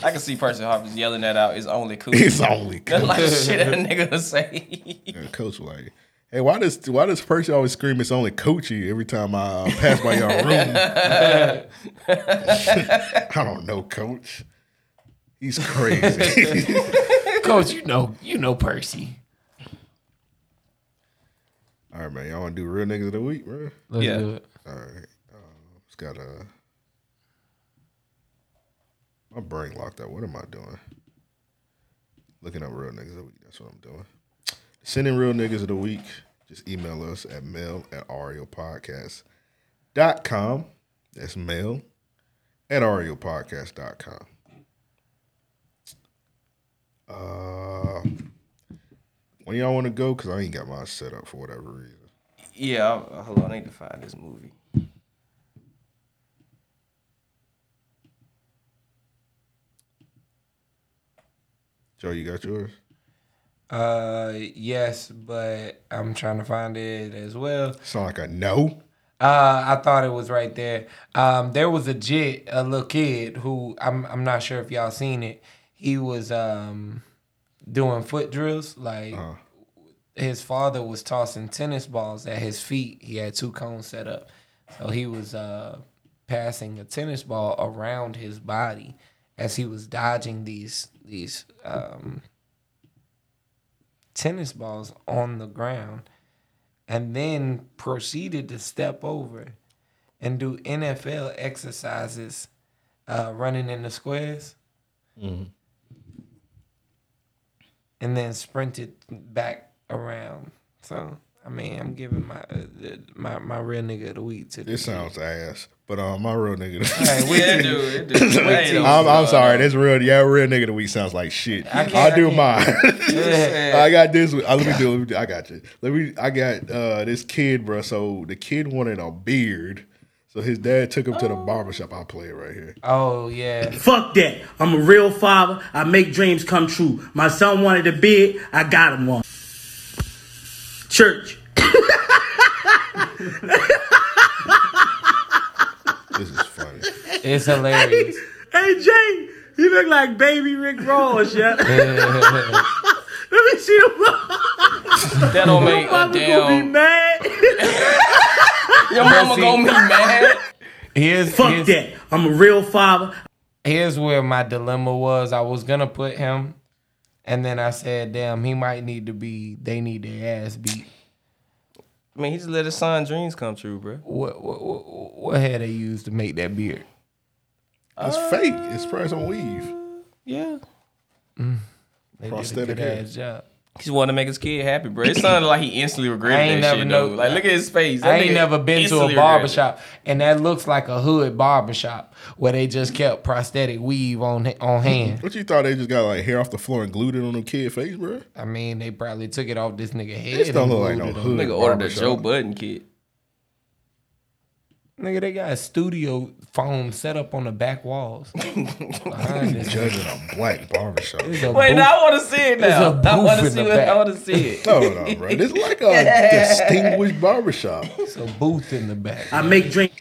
Speaker 4: I can see Percy Harvey's yelling that out. It's only
Speaker 6: It's
Speaker 4: coochie. (laughs)
Speaker 6: only
Speaker 4: That's
Speaker 6: coach.
Speaker 4: like shit that nigga would say.
Speaker 6: And coach was like, hey, why does why does Percy always scream it's only Coochie every time I uh, pass by your room?
Speaker 4: (laughs)
Speaker 6: I don't know, coach. He's crazy. (laughs)
Speaker 9: Coach, you know, you know Percy.
Speaker 6: All right, man. Y'all want to do real niggas of the week, bro?
Speaker 9: Let's
Speaker 4: Yeah.
Speaker 9: do it.
Speaker 6: All right. Um, it's got a. My brain locked out. What am I doing? Looking up real niggas of the week. That's what I'm doing. Sending real niggas of the week Just email us at mail at ariopodcast.com. That's mail at ariopodcast.com. Uh, when y'all want to go, because I ain't got mine set up for whatever reason.
Speaker 4: Yeah, I, hold on, I need to find this movie.
Speaker 6: Joe, you got yours?
Speaker 9: Uh, yes, but I'm trying to find it as well.
Speaker 6: Sound like a no.
Speaker 9: Uh, I thought it was right there. Um, there was a jit, a little kid who I'm I'm not sure if y'all seen it. He was um doing foot drills. Like his father was tossing tennis balls at his feet. He had two cones set up, so he was uh passing a tennis ball around his body as he was dodging these these um tennis balls on the ground and then proceeded to step over and do NFL exercises uh, running in the squares. And then sprinted back around. So, I mean, I'm giving my uh, the- my, my real nigga of the week to
Speaker 6: This
Speaker 9: this.
Speaker 6: sounds ass, but um, my real nigga.
Speaker 9: Hey, wait
Speaker 4: Yeah,
Speaker 6: (laughs)
Speaker 9: till-
Speaker 4: dude.
Speaker 9: (laughs)
Speaker 4: It do. Wait till-
Speaker 6: I'm, I'm sorry. That's real. Yeah, real nigga the week sounds like shit. I
Speaker 9: can't-
Speaker 6: will do
Speaker 9: I
Speaker 6: mine.
Speaker 4: Yeah.
Speaker 6: (laughs) I got this. one. Uh, let me do. Let me do- I got you. Let me. I got uh, this kid, bro. So the kid wanted a beard, so his dad took him to the barbershop. I'll play it right here.
Speaker 9: Oh, yeah.
Speaker 10: Fuck that. I'm a real father. I make dreams come true. My son wanted a beard. I got him one. Church.
Speaker 6: This is funny.
Speaker 9: It's hilarious.
Speaker 10: Hey, Jay, you look like baby Rick Ross, yeah? (laughs) Let me see the mother
Speaker 4: That don't make a
Speaker 10: gonna be
Speaker 4: damn.
Speaker 10: mad. (laughs)
Speaker 4: Your mama gonna be
Speaker 9: (laughs)
Speaker 4: mad.
Speaker 9: Here's,
Speaker 10: Fuck
Speaker 9: here's-
Speaker 10: that. I'm a real father.
Speaker 9: here's where my dilemma was. I was gonna put him, and then I said, "Damn, he might need to be. They need their ass beat."
Speaker 4: I mean, he just let his son dreams come true, bro.
Speaker 9: What what what, what had they used to make that beard?
Speaker 6: It's fake. It's probably some weave.
Speaker 4: Yeah.
Speaker 9: They
Speaker 6: Prosthetic
Speaker 9: did a
Speaker 6: hair.
Speaker 9: good ass job.
Speaker 4: He just wanted to make his kid happy, bro. It sounded like he instantly
Speaker 9: I ain't
Speaker 4: regretted that
Speaker 9: never
Speaker 4: shit,
Speaker 9: know-
Speaker 4: though. Like, look at his face. That
Speaker 9: I ain't
Speaker 4: nigga
Speaker 9: never been to
Speaker 4: instantly
Speaker 9: a
Speaker 4: regretted it.
Speaker 9: barbershop, and that looks like a hood barbershop where they just kept prosthetic weave on on hand.
Speaker 6: What you thought they just got like hair off the floor and glued it on the kid face, bro?
Speaker 9: I mean, they probably took it off this nigga head.
Speaker 6: This don't
Speaker 9: and
Speaker 6: look like
Speaker 9: glued
Speaker 6: no
Speaker 9: it on.
Speaker 6: hood.
Speaker 4: Nigga ordered a
Speaker 6: barbershop.
Speaker 4: Joe Budden kid.
Speaker 9: Nigga, they got a studio foam set up on the
Speaker 6: (laughs)
Speaker 9: back walls. Behind this
Speaker 6: Judging a black barbershop.
Speaker 9: (laughs) It's a
Speaker 4: Wait,
Speaker 9: booth.
Speaker 4: now I want to see it now.
Speaker 9: There's a
Speaker 4: I want
Speaker 9: booth
Speaker 4: to
Speaker 9: in
Speaker 4: see
Speaker 9: the
Speaker 4: it. I
Speaker 9: back.
Speaker 4: want to see
Speaker 6: (laughs)
Speaker 4: it.
Speaker 6: No, no, bro. This is like a distinguished barbershop.
Speaker 9: It's a booth in the back.
Speaker 10: I make dreams.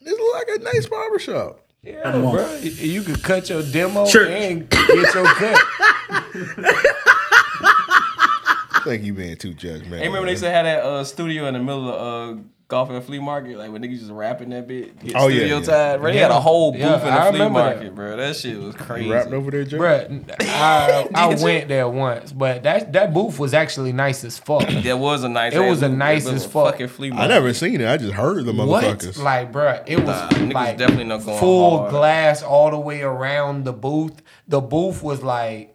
Speaker 6: This is like a nice barbershop.
Speaker 9: Yeah, bro. You- You could cut your demo
Speaker 10: Church.
Speaker 9: and get your cut.
Speaker 6: I think you being too judgmental.
Speaker 4: Hey, remember they
Speaker 6: man.
Speaker 4: used to have that uh, studio in the middle of uh, golf and flea market, like when niggas just rapping that bit. Get
Speaker 6: Oh, yeah,
Speaker 4: studio
Speaker 6: yeah.
Speaker 4: tied. Bro, they had
Speaker 9: Yeah.
Speaker 4: a whole booth
Speaker 9: Yeah,
Speaker 4: in the
Speaker 9: I
Speaker 4: flea
Speaker 9: remember
Speaker 4: market,
Speaker 9: that.
Speaker 4: bro. That shit was crazy.
Speaker 6: You rapped over there, Joe.
Speaker 9: Bruh, I, I
Speaker 4: Did you?
Speaker 9: went there once, but that that booth was actually nice as fuck.
Speaker 4: That was a nice.
Speaker 9: It
Speaker 4: ass
Speaker 9: was a
Speaker 4: booth.
Speaker 9: nice
Speaker 4: It was
Speaker 9: as
Speaker 4: a
Speaker 9: fuck.
Speaker 4: Fucking flea
Speaker 6: I
Speaker 4: market.
Speaker 6: never seen it. I just heard the
Speaker 9: What?
Speaker 6: motherfuckers.
Speaker 9: Like, bruh, it was
Speaker 4: Nah, niggas
Speaker 9: like
Speaker 4: definitely not going
Speaker 9: full
Speaker 4: hard.
Speaker 9: glass all the way around the booth. The booth was like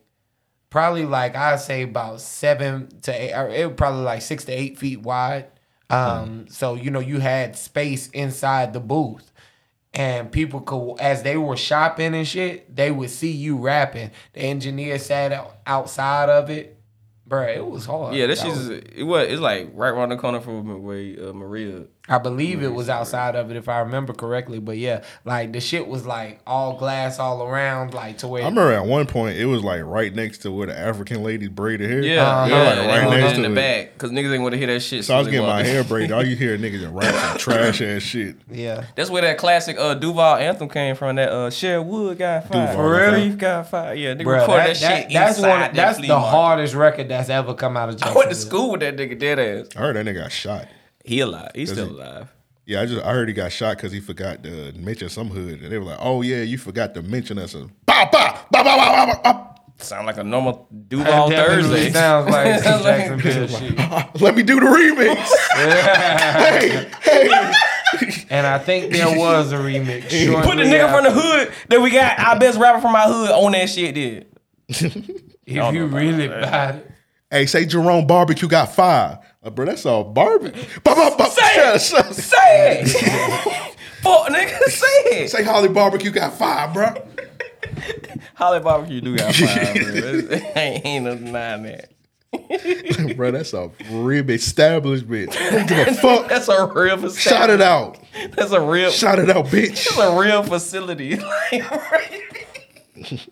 Speaker 9: probably like I say about seven to eight. Or it was probably like six to eight feet wide. Um, so you know you had space inside the booth. and people could as they were shopping and shit, they would see you rapping. The engineer sat out, outside of it, Bruh, It was hard.
Speaker 4: Yeah, this
Speaker 9: That was-
Speaker 4: is it was it's like right around the corner from where uh, Maria.
Speaker 9: I believe it was outside of it if I remember correctly. But yeah, like the shit was like all glass all around, like to where
Speaker 6: I remember at one point it was like right next to where the African lady braided hair.
Speaker 4: Yeah,
Speaker 6: They
Speaker 4: yeah,
Speaker 6: were, Uh-huh. like,
Speaker 4: they
Speaker 6: right
Speaker 4: went
Speaker 6: next
Speaker 4: in
Speaker 6: to
Speaker 4: the
Speaker 6: it.
Speaker 4: back because niggas ain't want to hear that shit.
Speaker 6: So I was
Speaker 4: they
Speaker 6: getting my
Speaker 4: walked in.
Speaker 6: hair braided. All you hear niggas is rap some trash ass shit.
Speaker 9: yeah.
Speaker 4: That's where that classic uh, Duval anthem came from. That uh, Sherwood Wood got fired.
Speaker 6: Duval. For
Speaker 9: real?
Speaker 4: Reef got fired. Yeah, nigga
Speaker 9: Bruh,
Speaker 4: recorded
Speaker 9: that,
Speaker 4: that,
Speaker 9: that-
Speaker 4: shit
Speaker 9: that's
Speaker 4: inside
Speaker 9: one.
Speaker 4: that
Speaker 9: that's
Speaker 4: flea
Speaker 9: the
Speaker 4: market.
Speaker 9: hardest record that's ever come out of
Speaker 4: I
Speaker 9: Jacksonville.
Speaker 4: went to school with that nigga dead ass.
Speaker 6: I heard that nigga got shot.
Speaker 4: He alive. He's
Speaker 6: Does
Speaker 4: still
Speaker 6: he?
Speaker 4: alive.
Speaker 6: Yeah, I just I heard he got shot because he forgot to mention some hood, and they were like, "Oh yeah, you forgot to mention us." And bah bah bah bah bah bah. bah,
Speaker 4: Sound like a normal Duval
Speaker 9: That definitely
Speaker 4: Thursday. (laughs)
Speaker 9: sounds like some
Speaker 4: Like- (laughs)
Speaker 9: Jacksonville shit.
Speaker 6: bah. (laughs) Let me do the remix. (laughs) hey, hey.
Speaker 9: And I think there was
Speaker 6: (laughs)
Speaker 9: a remix.
Speaker 4: Put the nigga from the hood that we got our best rapper from our hood on that shit. Did
Speaker 9: If you really bad.
Speaker 6: Hey, say Jerome Barbecue got five. Uh, bro, that's all barbecue. Ba, ba, ba-
Speaker 4: Say it.
Speaker 6: shut up, shut up.
Speaker 4: Say it. (laughs) Fuck, nigga. Say it.
Speaker 6: Say Holly Barbecue got five, bro. (laughs)
Speaker 4: Holly barbecue do got five, (laughs) bro. ain't, ain't no denying that.
Speaker 6: bro, that's a rib establishment. Don't
Speaker 4: (laughs)
Speaker 6: give a fuck.
Speaker 4: That's a real facility.
Speaker 6: Shout it out.
Speaker 4: That's a real.
Speaker 6: Shout it out, bitch.
Speaker 4: That's (laughs) a real facility. (laughs) Like, right? (laughs)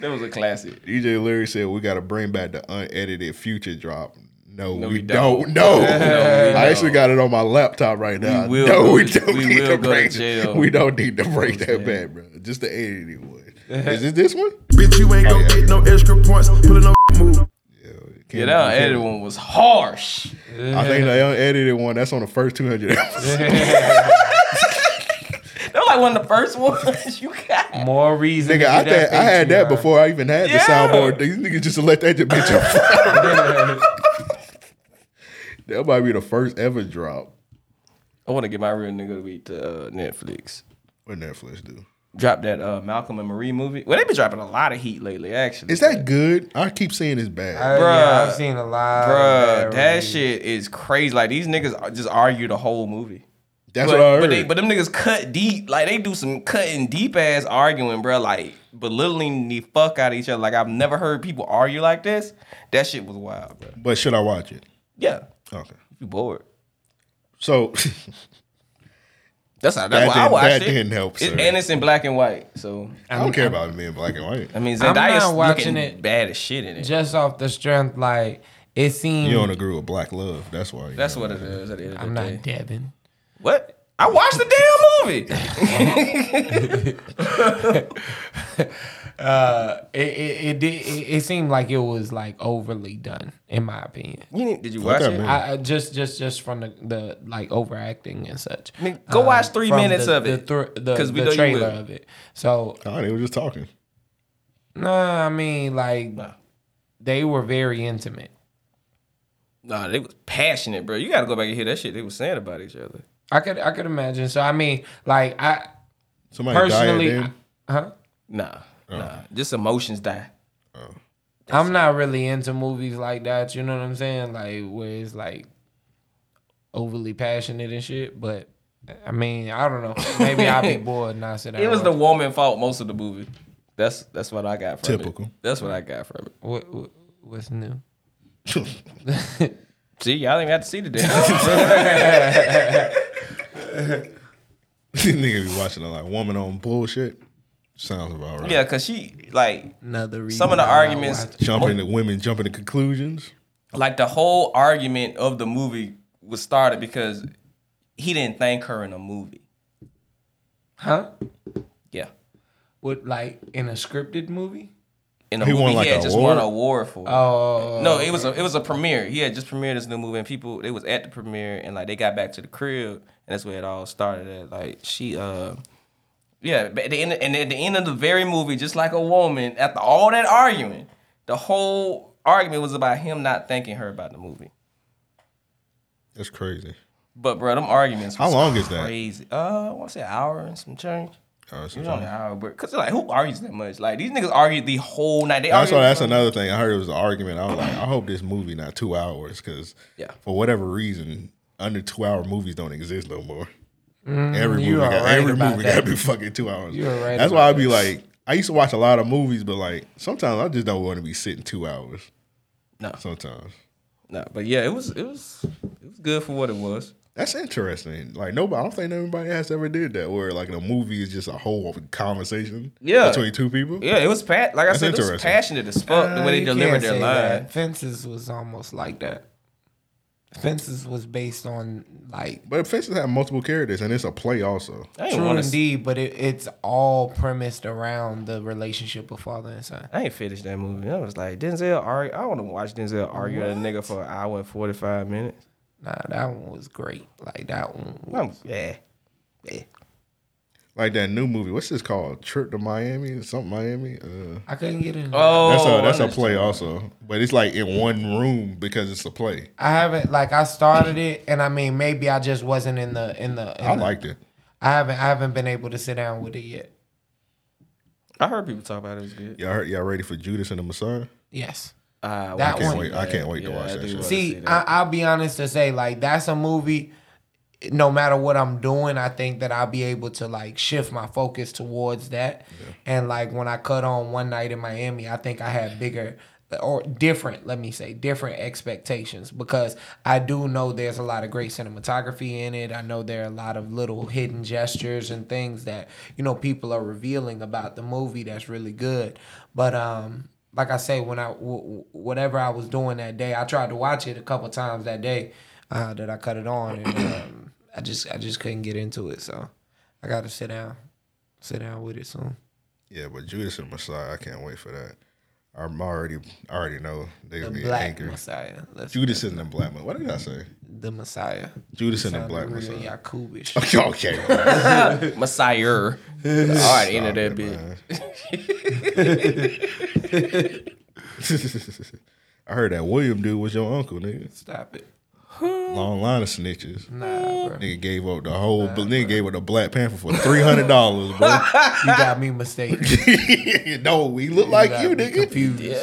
Speaker 4: that was a classic.
Speaker 6: DJ Larry said we got to bring back the unedited future drop. No,
Speaker 4: No,
Speaker 6: we
Speaker 4: we
Speaker 6: don't.
Speaker 4: don't. (laughs)
Speaker 6: (laughs) No,
Speaker 4: No, we
Speaker 6: I actually
Speaker 4: don't.
Speaker 6: got it on my laptop right now.
Speaker 4: We will
Speaker 6: no,
Speaker 4: go
Speaker 6: we
Speaker 4: to-
Speaker 6: don't
Speaker 4: we
Speaker 6: need
Speaker 4: will
Speaker 6: to
Speaker 4: go to
Speaker 6: break.
Speaker 4: jail.
Speaker 6: (laughs) We don't need to break that back, bro. Just the edited
Speaker 4: (laughs)
Speaker 6: one. Is it this one?
Speaker 11: Bitch, you ain't
Speaker 6: Oh,
Speaker 11: gon'
Speaker 6: yeah.
Speaker 11: get no extra points. Pulling no (laughs) move.
Speaker 4: Yeah, that unedited one was harsh.
Speaker 6: I think the
Speaker 4: (laughs)
Speaker 6: unedited one. That's on the first two hundred episodes.
Speaker 4: That was like one of the first ones (laughs) you got.
Speaker 9: More reason.
Speaker 6: Nigga,
Speaker 9: to
Speaker 6: I,
Speaker 9: get that
Speaker 6: th- I had that
Speaker 9: Patreon.
Speaker 6: before I even had the
Speaker 4: Yeah.
Speaker 6: soundboard. These niggas just let that just bitch up.
Speaker 4: (laughs)
Speaker 6: (laughs) that might be the first ever drop.
Speaker 4: I want to get my real nigga to week to uh, Netflix.
Speaker 6: What Netflix do?
Speaker 4: Drop that uh, Malcolm and Marie movie. Well, they been dropping a lot of heat lately, actually.
Speaker 6: Is that good? I keep saying it's bad.
Speaker 9: Uh, yeah,
Speaker 4: Bruh.
Speaker 9: I've seen a lot.
Speaker 4: Bruh,
Speaker 9: of
Speaker 4: that
Speaker 9: reviews.
Speaker 4: shit is crazy. Like these niggas are- just argue the whole movie.
Speaker 6: That's
Speaker 4: But,
Speaker 6: what I heard.
Speaker 4: but they, but them niggas cut deep. Like they do some cutting deep ass arguing, bruh. Like belittling the fuck out of each other. Like I've never heard people argue like this. That shit was wild, bruh.
Speaker 6: But should I watch it?
Speaker 4: Yeah,
Speaker 6: Okay.
Speaker 4: you bored.
Speaker 6: So (laughs)
Speaker 4: That's how.
Speaker 6: That
Speaker 4: That's why I
Speaker 6: didn't-
Speaker 4: watched
Speaker 6: that
Speaker 4: it.
Speaker 6: didn't help,
Speaker 4: It-
Speaker 6: sir.
Speaker 4: and it's in black and white. So
Speaker 6: I don't care about it being black and white.
Speaker 4: I mean,
Speaker 9: I'm not
Speaker 4: Zendaya's
Speaker 9: watching
Speaker 4: looking
Speaker 9: it.
Speaker 4: bad as shit in it.
Speaker 9: Just off the strength, like it seemed.
Speaker 6: You don't agree with black love. That's why. you
Speaker 4: That's
Speaker 6: know.
Speaker 4: what it is at the end of the
Speaker 9: I'm
Speaker 4: day.
Speaker 9: not Devin.
Speaker 4: What? I watched the damn movie. (laughs)
Speaker 9: Uh, it it it, did, it it seemed like it was like overly done, in my opinion.
Speaker 4: You didn't, did you
Speaker 6: Fuck
Speaker 4: watch
Speaker 6: that
Speaker 4: it?
Speaker 6: movie.
Speaker 9: I, I just just just from the, the like overacting and such. Uh,
Speaker 4: Nigga, go watch three
Speaker 9: from
Speaker 4: minutes
Speaker 9: the-
Speaker 4: of it,
Speaker 9: The, thr- the,
Speaker 4: 'cause we
Speaker 9: the
Speaker 4: know you
Speaker 9: trailer
Speaker 4: will.
Speaker 9: of it. So
Speaker 6: Nah, they were just talking.
Speaker 9: nah, I mean like they were very intimate.
Speaker 4: Nah, they was passionate, bro. You got to go back and hear that shit they was saying about each other.
Speaker 9: I could I could imagine. So I mean like I
Speaker 6: Somebody
Speaker 9: personally,
Speaker 6: died in.
Speaker 9: huh?
Speaker 4: Nah,
Speaker 6: Oh.
Speaker 4: nah, just emotions die.
Speaker 9: I'm not really into movies like that. You know what I'm saying? Like where it's like overly passionate and shit. But I mean, I don't know. (laughs) Maybe I'll be bored and I sit down.
Speaker 4: It
Speaker 9: and
Speaker 6: Uh,
Speaker 4: was the
Speaker 9: watch-
Speaker 4: woman fault most of the movie. That's that's what I got from
Speaker 6: Typical.
Speaker 4: it. That's what I got from it.
Speaker 9: what, what what's new?
Speaker 4: See, y'all didn't even have to see the
Speaker 6: (laughs)
Speaker 4: damn.
Speaker 6: (laughs) These niggas be watching it like woman on bullshit. Sounds about right.
Speaker 4: yeah, cause she like
Speaker 9: Another reason
Speaker 4: some of the
Speaker 9: why I
Speaker 4: arguments,
Speaker 9: watch it.
Speaker 6: Jumping to women, jumping to conclusions.
Speaker 4: like the whole argument of the movie was started because he didn't thank her in a movie.
Speaker 9: huh?
Speaker 4: Yeah.
Speaker 9: What like in a scripted movie?
Speaker 4: In a
Speaker 6: He
Speaker 4: movie,
Speaker 6: won, like,
Speaker 4: he had
Speaker 6: an
Speaker 4: just won an award
Speaker 6: award?
Speaker 4: for. it.
Speaker 9: Oh,
Speaker 4: No, it was a it was a premiere. He had just premiered this new movie, and people they was at the premiere, and like they got back to the crib, and that's where it all started. At like she, uh, yeah, but at the end, and at the end of the very movie, just like a woman, after all that arguing, the whole argument was about him not thanking her about the movie.
Speaker 6: That's crazy.
Speaker 4: But bro, them arguments.
Speaker 6: How
Speaker 4: was
Speaker 6: long is that?
Speaker 4: Crazy. Uh, I want to say an hour and some change.
Speaker 6: Oh, that's
Speaker 4: It was
Speaker 6: what I'm
Speaker 4: only an
Speaker 6: saying.
Speaker 4: hour, but cause like who argues that much? Like these niggas argued the whole night. They
Speaker 6: That's,
Speaker 4: argued
Speaker 6: why, that's
Speaker 4: for-
Speaker 6: another thing. I heard it was an argument. I was like, I hope this movie not two hours because
Speaker 4: Yeah.
Speaker 6: for whatever reason, under two hour movies don't exist no more. every movie,
Speaker 9: Mm, you are
Speaker 6: got,
Speaker 9: right
Speaker 6: every
Speaker 9: about
Speaker 6: movie
Speaker 9: that.
Speaker 6: got to be fucking two hours.
Speaker 9: You are right
Speaker 6: That's why I'd
Speaker 9: about
Speaker 6: be like, I used to watch a lot of movies, but like sometimes I just don't want to be sitting two hours.
Speaker 4: No.
Speaker 6: sometimes
Speaker 4: No, but yeah, it was it was it was good for what it was.
Speaker 6: that's interesting. Like nobody, I don't think anybody has ever did that. Where like a movie is just a whole conversation
Speaker 4: Yeah.
Speaker 6: between two people.
Speaker 4: Yeah, it was pat. Like I
Speaker 6: That's
Speaker 4: said, it was
Speaker 6: interesting.
Speaker 4: passionate as fuck the
Speaker 9: Uh,
Speaker 4: way they
Speaker 9: you
Speaker 4: delivered
Speaker 9: can't
Speaker 4: their
Speaker 9: say
Speaker 4: line.
Speaker 9: that. Fences was almost like that. Fences was based on like
Speaker 6: But Fences have multiple characters, and it's a play also.
Speaker 4: I ain't
Speaker 9: true
Speaker 4: want to.
Speaker 9: indeed, but it, it's all premised around the relationship of father and son.
Speaker 4: I ain't finished that movie. I was like Denzel argue. I want to watch Denzel argue with a nigga for an hour and forty five minutes.
Speaker 9: Nah, that one was great. Like that one.
Speaker 4: I'm, yeah, yeah.
Speaker 6: Like that new movie. What's this called? Trip to Miami? Something Miami? Uh,
Speaker 9: I couldn't get in.
Speaker 4: Oh,
Speaker 6: that's a that's
Speaker 4: I
Speaker 6: a play also, but it's like in one room because it's a play.
Speaker 9: I haven't like I started it, and I mean maybe I just wasn't in the in the. in
Speaker 6: I
Speaker 9: the-
Speaker 6: liked it.
Speaker 9: I haven't I haven't been able to sit down with it yet.
Speaker 4: I heard people talk about it. It was good.
Speaker 6: Y'all heard, y'all ready for Judas and the Messiah?
Speaker 9: Yes.
Speaker 4: Uh,
Speaker 9: That
Speaker 6: I can't
Speaker 9: one.
Speaker 6: wait. I can't wait to watch that. shit.
Speaker 9: See, I, I'll be honest to say, like, that's a movie. No matter what I'm doing, I think that I'll be able to like shift my focus towards that. And like when I cut on one night in Miami, I think I had bigger or different, let me say, different expectations because I do know there's a lot of great cinematography in it. I know there are a lot of little hidden gestures and things that, you know, people are revealing about the movie that's really good. But um like I say, when I w- w- whatever I was doing that day, I tried to watch it a couple times that day uh, that I cut it on, and um, I just I just couldn't get into it. So I got to sit down, sit down with it soon.
Speaker 6: Yeah, but Judas and the Messiah, I can't wait for that. I'm already, I already know they
Speaker 9: The
Speaker 6: gonna be
Speaker 9: Black
Speaker 6: angry.
Speaker 9: Messiah. Let's-
Speaker 6: Judas and the Black Messiah. What did I say?
Speaker 9: The Messiah.
Speaker 6: Judas and the
Speaker 9: Sound
Speaker 6: Black
Speaker 9: real
Speaker 6: Messiah. (laughs)
Speaker 9: Yakubish.
Speaker 6: Okay,
Speaker 9: (laughs)
Speaker 6: okay.
Speaker 4: (laughs) Messiah. All right, end of that bitch.
Speaker 6: (laughs) I heard that William dude was your uncle, nigga.
Speaker 9: Stop it.
Speaker 6: Long line of snitches.
Speaker 9: Nah, bro.
Speaker 6: Nigga gave up the whole, but nigga gave up the Black Panther for three hundred dollars, bro. (laughs)
Speaker 9: You got me mistaken.
Speaker 6: no, we look like
Speaker 9: got
Speaker 6: you,
Speaker 9: me
Speaker 6: nigga.
Speaker 9: Confused. Yeah.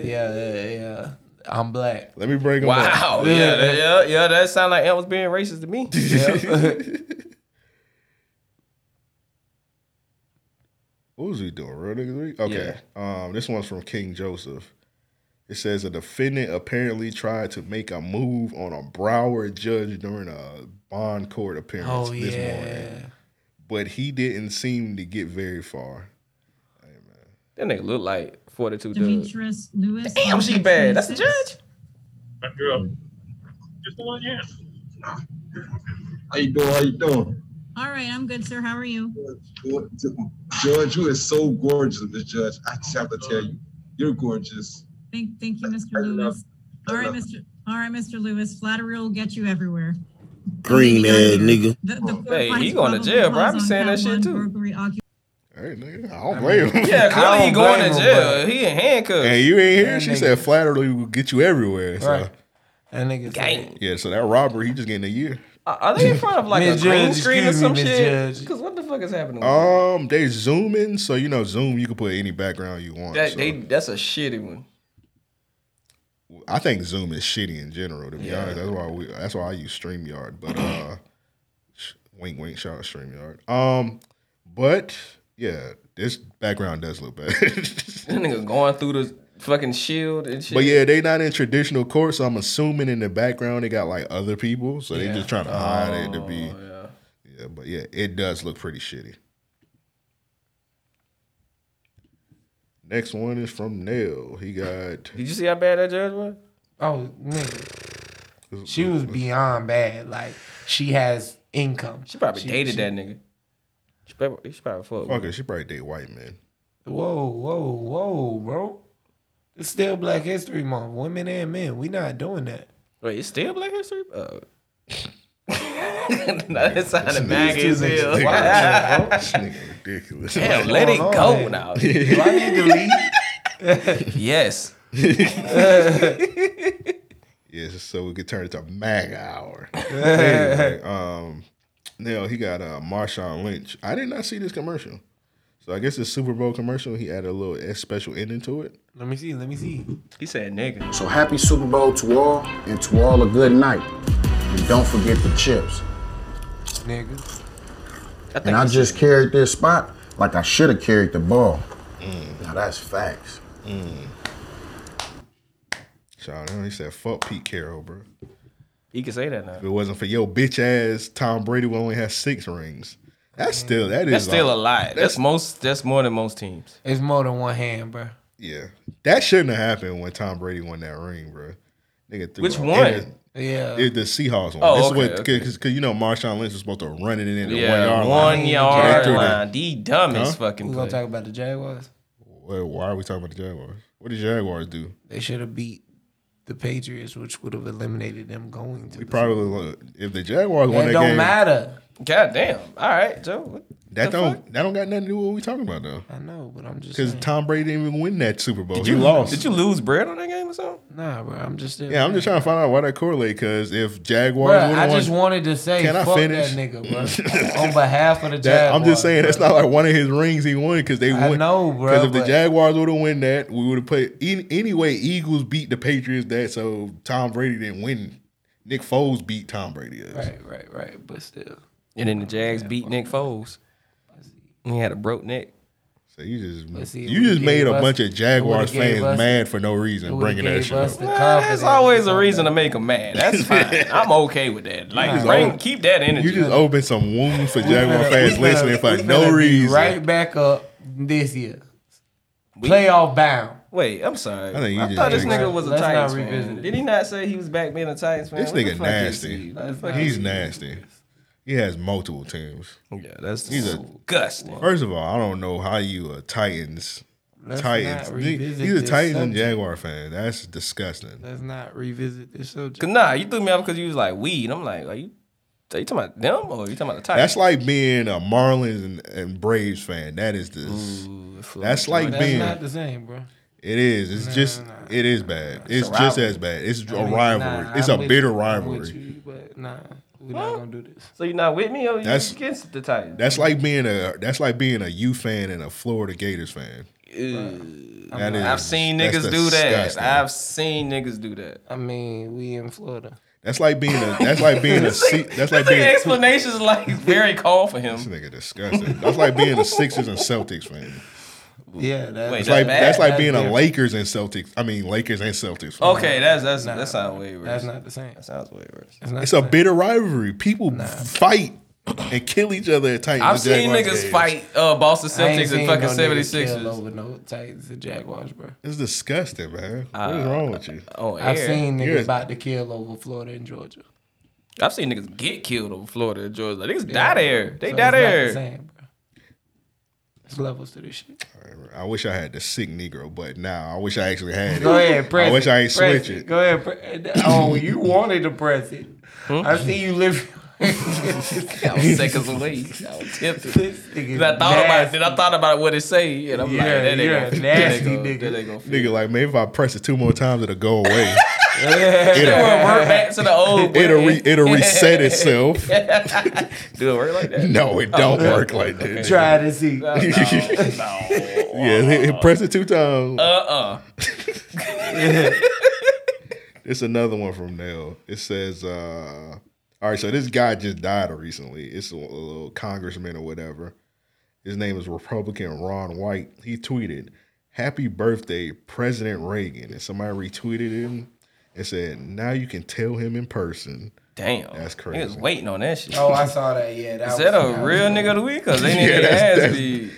Speaker 9: yeah, yeah, yeah. I'm black.
Speaker 6: Let me bring him up.
Speaker 4: Wow. Yeah, that- yeah, yeah. That sound like Ant was being racist to (laughs) me.
Speaker 6: What was we doing, real niggas week? Okay. Um, this one's from King Joseph. It says a defendant apparently tried to make a move on a Broward judge during a bond court appearance
Speaker 9: Oh
Speaker 6: this
Speaker 9: yeah.
Speaker 6: morning, but he didn't seem to get very far.
Speaker 4: That nigga look like 42 dudes.
Speaker 12: Lewis.
Speaker 4: Damn, she bad. That's the judge.
Speaker 13: That girl. Just the one, yeah. How you doing? How you doing?
Speaker 12: All right, I'm good, sir. How are you?
Speaker 13: George, you is so gorgeous, Miss Judge. I just have to tell you, you're gorgeous.
Speaker 12: Thank, thank you, Mr.
Speaker 13: I love-
Speaker 12: Lewis. All right,
Speaker 13: love-
Speaker 12: Mr. All right, Mr. Lewis. Flattery will get you everywhere.
Speaker 5: Green ass nigga.
Speaker 12: The, the court
Speaker 4: Hey, he going to
Speaker 12: finds probable
Speaker 4: jail, bro. I
Speaker 12: cause
Speaker 4: be
Speaker 12: on
Speaker 4: saying that
Speaker 12: count
Speaker 4: shit
Speaker 12: one,
Speaker 4: too.
Speaker 12: burglary, occup-
Speaker 6: Hey, nigga, I don't blame him.
Speaker 4: Yeah,
Speaker 9: I
Speaker 4: clearly
Speaker 9: don't
Speaker 4: he going
Speaker 9: blame
Speaker 4: to
Speaker 9: him,
Speaker 4: jail.
Speaker 9: but-
Speaker 4: he in
Speaker 6: (laughs)
Speaker 4: handcuffs.
Speaker 6: And you ain't here.
Speaker 9: That
Speaker 6: She
Speaker 9: nigga-
Speaker 6: said flattery will get you everywhere. So
Speaker 9: Right. That nigga. said-
Speaker 6: yeah, so that robbery, he just getting a year.
Speaker 4: Are- Are they in front of like a
Speaker 9: Miss
Speaker 4: green
Speaker 9: Judge,
Speaker 4: screen or
Speaker 9: excuse me,
Speaker 4: some
Speaker 9: Miss
Speaker 4: shit?
Speaker 9: Judge.
Speaker 4: Because what the fuck is happening? With that?
Speaker 6: Um, they zooming, so you know Zoom, you can put any background you want.
Speaker 4: that,
Speaker 6: so.
Speaker 4: they, that's a shitty one. (laughs)
Speaker 6: I think Zoom is shitty in general. To be
Speaker 4: Yeah.
Speaker 6: honest, that's why we. That's why I use Streamyard. But uh, sh- wink, wink, shout out Streamyard. Um, but yeah, this background does look bad. (laughs)
Speaker 4: That nigga going through the fucking shield and shit.
Speaker 6: but yeah, they not in traditional court, so I'm assuming in the background they got like other people, so they just trying to hide it to be.
Speaker 4: Oh, yeah.
Speaker 6: Yeah, but yeah, it does look pretty shitty. Next one is from Nail. He got
Speaker 4: Did you see how bad that judge was?
Speaker 9: Oh, nigga. She was beyond bad. Like she has income.
Speaker 4: She probably dated that nigga. She probably, she probably fucked. with
Speaker 6: fucker. She probably date white men.
Speaker 9: Whoa, whoa, whoa, bro. It's still Black History Month. Women and men. We not doing that.
Speaker 4: Wait, it's still Black History?
Speaker 6: (laughs)
Speaker 4: (laughs) Uh, no, it sounded bad
Speaker 9: These
Speaker 4: as
Speaker 9: two niggas
Speaker 4: hell.
Speaker 9: wild, bro.
Speaker 6: This nigga ridiculous.
Speaker 4: Damn, let it
Speaker 9: going
Speaker 4: go
Speaker 9: on,
Speaker 6: (laughs)
Speaker 4: now.
Speaker 9: Do I need to leave?
Speaker 4: yes.
Speaker 6: Yeah, just so we could turn it to mag hour. anyway, um, now he got uh, Marshawn Lynch. I did not see this commercial, so I guess the Super Bowl commercial. He added a little eh, special ending to it.
Speaker 9: Let me see. Let me see.
Speaker 4: He said nigga.
Speaker 14: So happy Super Bowl to all, and to all a good night. And don't forget the chips.
Speaker 9: Nigga.
Speaker 14: And I just carried this spot like I should have carried the ball. Now that's facts.
Speaker 6: Shout out! He said, "Fuck Pete Carroll, bro.
Speaker 4: He can say that now.
Speaker 6: If it wasn't for your bitch ass, Tom Brady would only have six rings. That's still that is
Speaker 4: That's still a
Speaker 6: like-
Speaker 4: lot. That's, most. That's more than most teams.
Speaker 9: It's more than one hand, bro.
Speaker 6: Yeah, that shouldn't have happened when Tom Brady won that ring, bro. Nigga, threw
Speaker 4: Which
Speaker 6: a-
Speaker 4: one?
Speaker 6: and it-
Speaker 9: Yeah.
Speaker 6: It, the Seahawks one.
Speaker 4: Oh,
Speaker 6: this
Speaker 4: okay,
Speaker 6: is what
Speaker 4: okay.
Speaker 6: because you know Marshawn Lynch was supposed to run it in at the
Speaker 4: Yeah,
Speaker 6: one yard line.
Speaker 4: one yard
Speaker 6: They threw that-
Speaker 4: line. The dumbest
Speaker 6: Huh?
Speaker 4: fucking
Speaker 9: we
Speaker 4: play.
Speaker 9: gonna talk about the Jaguars.
Speaker 6: Wait, why are we talking about the Jaguars? What did Jaguars do?
Speaker 9: They should have beat the Patriots, which would have eliminated them going to
Speaker 6: We
Speaker 9: the
Speaker 6: probably if the Jaguars won
Speaker 9: It
Speaker 6: that
Speaker 9: don't
Speaker 6: game,
Speaker 9: matter.
Speaker 4: God damn. All right, Joe. What?
Speaker 6: That
Speaker 9: The
Speaker 6: don't that don't got nothing to do with what we talking about though.
Speaker 9: I know, but I'm just
Speaker 6: Because
Speaker 9: saying.
Speaker 6: Tom Brady didn't even win that Super Bowl.
Speaker 4: Did
Speaker 6: he
Speaker 4: you-
Speaker 6: lost.
Speaker 4: did you lose bread on that game or something?
Speaker 9: Nah, bro. I'm just
Speaker 6: Yeah, I'm just trying to find out why that correlate. Because if Jaguars,
Speaker 9: Bruh,
Speaker 6: would've
Speaker 9: I
Speaker 6: won-
Speaker 9: just wanted to say,
Speaker 6: Can I
Speaker 9: fuck
Speaker 6: finish?
Speaker 9: that
Speaker 6: (laughs)
Speaker 9: nigga, bro. On behalf of the
Speaker 6: That-
Speaker 9: Jaguars.
Speaker 6: I'm just saying that's not like one of his rings he won because they
Speaker 9: I
Speaker 6: won.
Speaker 9: know, bro,
Speaker 6: Because if the
Speaker 9: but-
Speaker 6: Jaguars would have won that, we would have played. In, anyway, Eagles beat the Patriots that, so Tom Brady didn't win. Nick Foles beat Tom Brady. uh, Is.
Speaker 9: Right, right, right. But still.
Speaker 4: And then the Jags beat Nick Foles. He had a broke neck.
Speaker 6: So you just
Speaker 9: see,
Speaker 6: you
Speaker 9: who
Speaker 6: just
Speaker 9: gave
Speaker 6: made a
Speaker 9: us-
Speaker 6: bunch of Jaguars
Speaker 9: who would've gave
Speaker 6: fans
Speaker 9: us-
Speaker 6: mad for no
Speaker 9: who
Speaker 6: reason,
Speaker 9: would've
Speaker 6: bringing that
Speaker 9: gave
Speaker 6: shit
Speaker 9: us
Speaker 6: up.
Speaker 9: the
Speaker 4: Well,
Speaker 9: confidence
Speaker 4: There's always a reason to make him mad.
Speaker 6: (laughs)
Speaker 4: That's fine. I'm okay with that.
Speaker 6: You
Speaker 4: Like,
Speaker 6: just
Speaker 4: bring,
Speaker 6: open-
Speaker 4: keep that energy.
Speaker 6: You just open some wounds for
Speaker 9: We
Speaker 6: Jaguar
Speaker 9: finna-
Speaker 6: fans
Speaker 9: we finna-
Speaker 6: listening for
Speaker 9: we
Speaker 6: no
Speaker 9: finna be
Speaker 6: reason.
Speaker 9: Right back up this year. Playoff bound.
Speaker 4: Wait, I'm sorry.
Speaker 6: I
Speaker 4: I,
Speaker 6: think you just
Speaker 4: thought this
Speaker 6: jinxed
Speaker 4: nigga
Speaker 6: it.
Speaker 4: was a
Speaker 9: Let's not
Speaker 4: Titans
Speaker 9: revisit
Speaker 4: fan.
Speaker 9: it.
Speaker 4: Did he not say he was back being a Titans fan?
Speaker 6: This
Speaker 4: What the
Speaker 6: nigga
Speaker 4: fuck is
Speaker 6: nasty.
Speaker 4: he? Let's not-
Speaker 6: He's nasty. He has multiple teams.
Speaker 4: Yeah, that's
Speaker 6: He's a
Speaker 4: disgusting.
Speaker 6: First of all, I don't know how you a Titans.
Speaker 9: Let's
Speaker 6: Titans.
Speaker 9: not
Speaker 6: He's
Speaker 9: revisit
Speaker 6: a
Speaker 9: this
Speaker 6: Titans and
Speaker 9: subject.
Speaker 6: Jaguar fan. That's disgusting.
Speaker 9: Let's not revisit this subject.
Speaker 4: Cause nah, you threw me off because you was like weed. I'm like, are you? Are you talking about them or are you talking about the Titans?
Speaker 6: That's like being a Marlins and, and Braves fan. That is this. that's like
Speaker 9: That's
Speaker 6: being.
Speaker 9: not the same, bro.
Speaker 6: it is. It's just. It is bad. It's, just
Speaker 4: rivalry.
Speaker 6: as bad. It's a
Speaker 9: I mean,
Speaker 6: rivalry.
Speaker 9: nah,
Speaker 6: it's
Speaker 9: I'm
Speaker 6: a
Speaker 9: with
Speaker 6: bitter
Speaker 9: you. I'm with
Speaker 6: rivalry.
Speaker 9: you, but nah, we're not gonna do this.
Speaker 4: so you're not with me or you
Speaker 6: That's-
Speaker 4: against the Titans?
Speaker 6: That's like being a. That's like being a U fan and a Florida Gators fan.
Speaker 4: Ew.
Speaker 6: That is-
Speaker 4: I've seen
Speaker 6: that's
Speaker 4: niggas do that.
Speaker 6: disgusting.
Speaker 4: I've seen niggas do
Speaker 6: (laughs)
Speaker 4: that.
Speaker 9: I mean, we in Florida.
Speaker 6: That's like being a. That's like
Speaker 9: (laughs)
Speaker 6: being a. se- That's like
Speaker 4: This nigga
Speaker 6: being.
Speaker 4: explanation is like very cold for him.
Speaker 6: (laughs) This (laughs) nigga disgusting. That's like being a Sixers and Celtics fan.
Speaker 9: Yeah, that's
Speaker 4: Wait,
Speaker 6: It's like
Speaker 4: bad?
Speaker 6: that's like
Speaker 9: That's
Speaker 6: being a
Speaker 9: different.
Speaker 6: Lakers and Celtics. I mean Lakers and Celtics. fan.
Speaker 4: Okay, that's that's that sounds way worse.
Speaker 9: that's not the same.
Speaker 4: that sounds way worse.
Speaker 9: That's not
Speaker 6: It's
Speaker 9: the
Speaker 6: a
Speaker 9: same.
Speaker 6: bitter rivalry. People fight and kill each other at Titans.
Speaker 4: I've
Speaker 6: and
Speaker 4: seen
Speaker 6: Jaguars
Speaker 4: niggas
Speaker 6: games.
Speaker 4: fight uh, Boston
Speaker 9: I ain't
Speaker 4: Celtics
Speaker 9: seen
Speaker 4: and fucking
Speaker 9: no nigga
Speaker 4: 76ers.
Speaker 9: kill over no Titans and Jaguars, bro.
Speaker 6: It's disgusting, man. what is wrong with you?
Speaker 4: on
Speaker 9: I've
Speaker 4: air.
Speaker 9: seen niggas
Speaker 6: You're-
Speaker 9: about to kill over Florida and Georgia.
Speaker 4: I've seen niggas get killed over Florida and Georgia. Like, niggas die
Speaker 9: Yeah,
Speaker 4: there. They
Speaker 9: so
Speaker 4: die
Speaker 9: it's not the
Speaker 4: there.
Speaker 9: same, bro. It's levels to this shit.
Speaker 6: I wish I had the sick Negro, but now I wish I actually had it.
Speaker 9: Go ahead, press
Speaker 6: I wish
Speaker 9: it,
Speaker 6: I ain't
Speaker 9: press
Speaker 6: switch it.
Speaker 9: Go ahead. Pre- oh, you wanted to press it.
Speaker 4: Hmm?
Speaker 9: I see you live. (laughs)
Speaker 6: (laughs)
Speaker 4: I was seconds away. I was tempted.
Speaker 9: This nigga
Speaker 4: Then I thought about
Speaker 9: nasty.
Speaker 4: then I thought about what it say, and I'm
Speaker 9: Yeah,
Speaker 4: like, that
Speaker 9: you're
Speaker 4: ain't
Speaker 9: a
Speaker 4: gonna-
Speaker 9: nasty
Speaker 4: that ain't
Speaker 9: nigga.
Speaker 4: gonna- that ain't gonna fit.
Speaker 6: Nigga, like maybe if I press it two more times, it'll go
Speaker 4: (laughs)
Speaker 6: away.
Speaker 4: It'll
Speaker 6: it'll
Speaker 4: revert back to the
Speaker 6: (laughs)
Speaker 4: old.
Speaker 6: it'll, re, it'll
Speaker 4: (laughs)
Speaker 6: reset itself.
Speaker 4: Do it work like
Speaker 6: (laughs)
Speaker 4: that?
Speaker 6: No, it don't work like that.
Speaker 9: Try to see.
Speaker 6: Yeah, hit- hit- (laughs) press it two times.
Speaker 4: Uh uh
Speaker 6: (laughs) It's another one from Nell. It says, uh, all right, so this guy just died recently. It's a little congressman or whatever. His name is Republican Ron White. He tweeted, Happy birthday, President Reagan. And somebody retweeted him and said, Now you can tell him in person.
Speaker 4: Damn.
Speaker 6: That's
Speaker 4: Niggas
Speaker 6: crazy.
Speaker 4: waiting on that shit.
Speaker 9: Oh, I saw that. Yeah, that
Speaker 4: Is
Speaker 9: was
Speaker 4: that
Speaker 9: that
Speaker 4: a real nigga of the week? Cause
Speaker 6: (laughs)
Speaker 4: they
Speaker 6: Yeah,
Speaker 4: need their
Speaker 6: that's-
Speaker 4: ass
Speaker 6: that's-
Speaker 4: beat.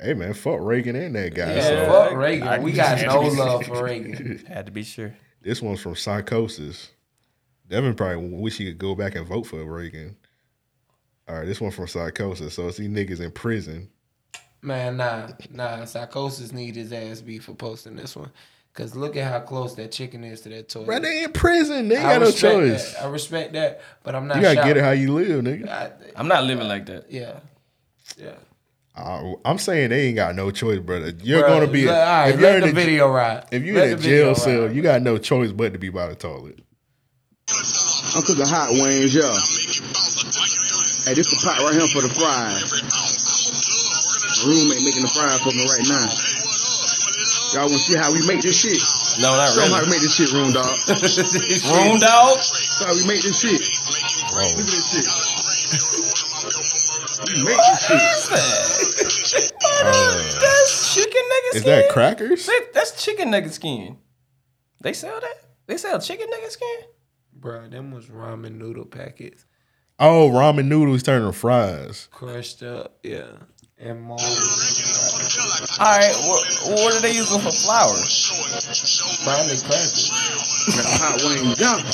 Speaker 6: Hey, man, fuck Reagan and that guy.
Speaker 4: Yeah.
Speaker 6: So
Speaker 9: Fuck Reagan. We got no love for Reagan.
Speaker 4: Had to be sure.
Speaker 6: this one's from Psychosis. Devin probably wish he could go back and vote for Reagan. All right, this one from Psychosis. So it's these niggas in prison.
Speaker 9: Man, nah, nah. Psychosis need his ass beat for posting this one. Cause look at how close that chicken is to that toy.
Speaker 6: Right, they in prison. They ain't
Speaker 9: I
Speaker 6: got no
Speaker 9: respect
Speaker 6: choice.
Speaker 9: That. I respect that, but I'm not.
Speaker 6: You gotta
Speaker 9: shouting.
Speaker 6: get it how you live, nigga.
Speaker 9: I,
Speaker 4: I'm not living like that.
Speaker 9: yeah, yeah.
Speaker 6: I, Uh, I'm saying they ain't got no choice, brother. You're
Speaker 9: Bruh,
Speaker 6: gonna be
Speaker 9: let, all right,
Speaker 6: if you're
Speaker 9: let
Speaker 6: in
Speaker 9: the
Speaker 6: a-
Speaker 9: video ride.
Speaker 6: If you
Speaker 9: Let
Speaker 6: in a
Speaker 9: the video
Speaker 6: jail
Speaker 9: ride.
Speaker 6: cell, you got no choice but to be by the toilet.
Speaker 5: I'm cooking hot wings, yo. Hey, this the pot right here for the fries. Roommate making the fries for me right now. Y'all wanna see how we make this shit?
Speaker 4: No, not
Speaker 5: Show
Speaker 4: (laughs)
Speaker 5: 'em how we
Speaker 4: really.
Speaker 5: make this shit, room dog.
Speaker 4: Room
Speaker 6: (laughs)
Speaker 4: dog.
Speaker 5: That's how we make this shit. Look at this shit. We make this shit.
Speaker 6: Uh,
Speaker 4: That's chicken nigga skin.
Speaker 6: is that crackers?
Speaker 4: That- That's chicken nugget skin. They sell that? They sell chicken nugget skin?
Speaker 9: bro, them was ramen noodle packets
Speaker 6: Oh, ramen noodles turning fries.
Speaker 9: crushed up, yeah, and mold.
Speaker 4: All right, wh- what are they using for flour? (laughs)
Speaker 9: Probably crushed.
Speaker 5: Hot wings, jump.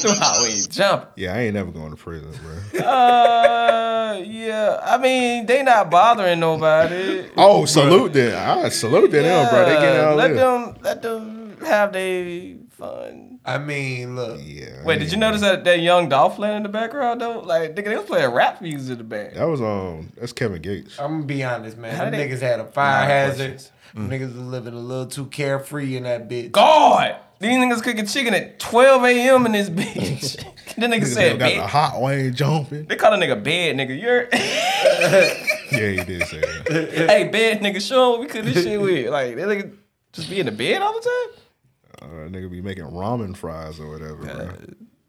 Speaker 4: Them Hot wings jump.
Speaker 6: Yeah, I ain't never going to prison,
Speaker 9: (laughs)
Speaker 6: bro.
Speaker 4: Uh, yeah. I mean, they not bothering nobody.
Speaker 6: (laughs) oh, salute them. I salute them, bro. They getting
Speaker 4: Yeah,
Speaker 6: out
Speaker 4: let
Speaker 6: of there.
Speaker 4: them, let them. have they fun.
Speaker 9: I mean, look.
Speaker 6: Yeah.
Speaker 4: Wait, did you notice that that young Dolph Lundgren in the background though? Like, nigga, they was playing rap music in the back.
Speaker 6: That was um, that's Kevin Gates.
Speaker 9: I'm gonna be honest, man.
Speaker 4: How
Speaker 9: Them
Speaker 4: they-
Speaker 9: niggas had a fire
Speaker 4: Nah,
Speaker 9: hazard. Them Niggas was living a little too carefree in that bitch.
Speaker 4: God, these niggas cooking chicken at 12 a.m. in this (laughs) bitch.
Speaker 6: (laughs)
Speaker 4: then nigga
Speaker 6: Nigga
Speaker 4: said,
Speaker 6: got
Speaker 4: bed.
Speaker 6: the hot wing jumping.
Speaker 4: they call a nigga bed, nigga. You're
Speaker 6: (laughs) Yeah, he did say that.
Speaker 4: hey bed, nigga. Show 'em what we cook this shit (laughs) with. Like, that nigga just be in the bed all the time.
Speaker 6: (laughs) Uh, nigga be making ramen fries or whatever. bro.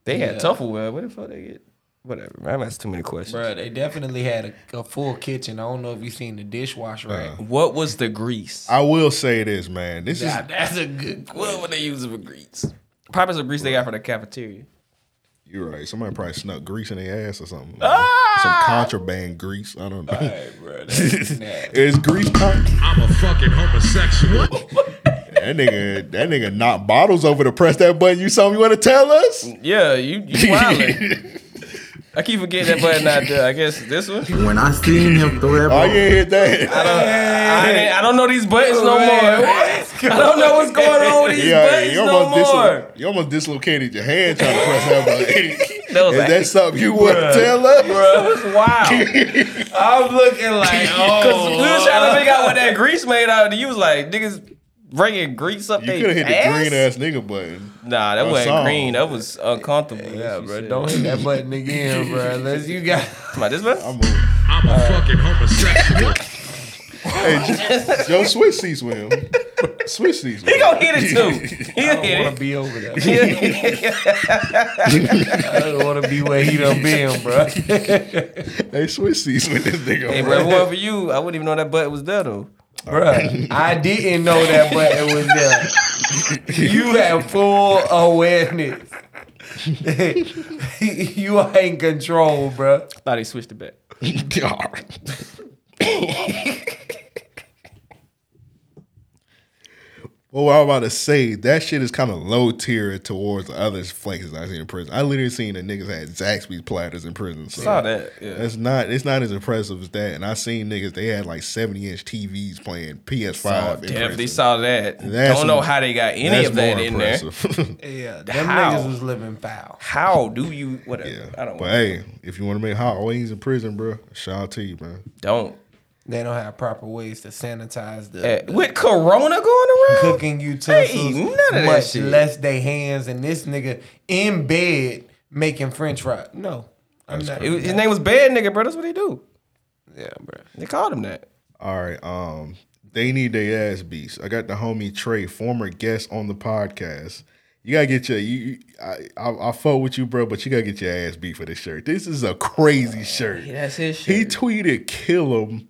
Speaker 4: They had
Speaker 9: Yeah.
Speaker 4: Tupperware. What the fuck they get? Whatever, man. I'm asking too many questions.
Speaker 9: Bro, they definitely had a, a full kitchen. I don't know if you seen the dishwasher rack. (laughs)
Speaker 4: What was the grease?
Speaker 6: I will say this, man. This is
Speaker 9: Nah, that's a good.
Speaker 4: What were they using for grease? Probably some grease they got for the cafeteria.
Speaker 6: You're right. Somebody probably snuck grease in their ass or something.
Speaker 4: Ah!
Speaker 6: Some contraband grease. I don't know.
Speaker 9: bro,
Speaker 6: (laughs)
Speaker 9: that's nasty.
Speaker 6: Is grease con-
Speaker 13: I'm a fucking homosexual.
Speaker 6: that nigga? That nigga knocked bottles over to press that button. You something you want to tell us?
Speaker 4: Yeah, you, (laughs) you wildin'. I keep forgetting that button out there. I guess this one.
Speaker 14: When I seen him throw that
Speaker 6: (laughs) Oh
Speaker 14: ball,
Speaker 6: yeah, hit that.
Speaker 4: I, didn't- I don't know these buttons no more. I don't know what's going on (laughs) with these buttons
Speaker 6: you
Speaker 4: no
Speaker 6: almost,
Speaker 4: more.
Speaker 6: dislo- you almost dislocated your hand trying to press that button.
Speaker 4: (laughs) That was
Speaker 6: Is
Speaker 4: like-
Speaker 6: that something you want to tell us?
Speaker 4: Bro,
Speaker 6: (laughs)
Speaker 4: it's (laughs) wild.
Speaker 9: I'm looking
Speaker 4: (laughs)
Speaker 9: like,
Speaker 4: Because we
Speaker 9: oh.
Speaker 4: were trying to figure out what that grease made out of. You was like, niggas bringing grease up
Speaker 6: You could
Speaker 4: their
Speaker 6: have hit
Speaker 4: ass?
Speaker 6: the green ass nigga button.
Speaker 4: Nah, that
Speaker 6: Or
Speaker 4: wasn't
Speaker 6: something.
Speaker 4: green. That was uncomfortable.
Speaker 9: Yeah, bro.
Speaker 4: Shit.
Speaker 9: Don't hit that (laughs) button again, bro. Unless you (laughs) got.
Speaker 4: Come on, this button?
Speaker 6: I'm moving.
Speaker 13: I'm a fucking homosexual.
Speaker 6: (laughs) Hey, Joe, Joe switch seats with him. Switch seats.
Speaker 4: (laughs)
Speaker 6: With
Speaker 4: He
Speaker 6: him.
Speaker 4: gonna hit it
Speaker 6: (laughs)
Speaker 4: too.
Speaker 9: I
Speaker 4: He'll
Speaker 9: don't want
Speaker 4: hit
Speaker 9: to be over there.
Speaker 4: it.
Speaker 6: (laughs)
Speaker 9: (laughs) I don't want to be where he done been, bro. (laughs)
Speaker 6: They switch seats with this nigga.
Speaker 4: (laughs) hey, bro, if it
Speaker 6: bro.
Speaker 4: wasn't for you, I wouldn't even know that button was there though. (laughs)
Speaker 9: Bruh, I didn't know that button was there. You have full awareness. (laughs) you are in control, bruh.
Speaker 4: Thought he switched it back.
Speaker 6: (laughs) Well, what I'm about to say, that shit is kind of low tier towards the other flakes I've seen in prison. I literally seen the niggas had Zaxby's platters in prison. So
Speaker 4: Saw that. Yeah.
Speaker 6: That's not. It's not as impressive as that. And I seen niggas they had like 70 inch TVs playing PS5.
Speaker 4: Saw,
Speaker 6: in
Speaker 4: definitely
Speaker 6: prison.
Speaker 4: saw that.
Speaker 6: That's-
Speaker 4: Don't know how they got any
Speaker 6: That's
Speaker 4: of that
Speaker 6: more
Speaker 4: in there.
Speaker 6: impressive. (laughs)
Speaker 9: Yeah, them
Speaker 4: How?
Speaker 9: niggas was living foul.
Speaker 4: How do you? Whatever.
Speaker 6: yeah.
Speaker 4: I don't.
Speaker 6: But hey, if you want to make hot wings in prison, bro, shout out to you, bro.
Speaker 4: Don't.
Speaker 9: They don't have proper ways to sanitize the,
Speaker 4: Eh,
Speaker 9: the
Speaker 4: With Corona going around,
Speaker 9: cooking utensils,
Speaker 4: Hey, none of that
Speaker 9: much
Speaker 4: shit.
Speaker 9: less they hands. And this nigga in bed making French fries. No, I'm not.
Speaker 4: It was- his name was Bad Nigga, bro. That's what he do.
Speaker 9: yeah, bruh.
Speaker 4: They called him that.
Speaker 6: All right. Um, they need their ass beats. I got the homie Trey, former guest on the podcast. You gotta get your you. you- I I, I fuck with you, bro, but you gotta get your ass beat for this shirt. This is a crazy shirt.
Speaker 4: That's his shit.
Speaker 6: He tweeted "kill him"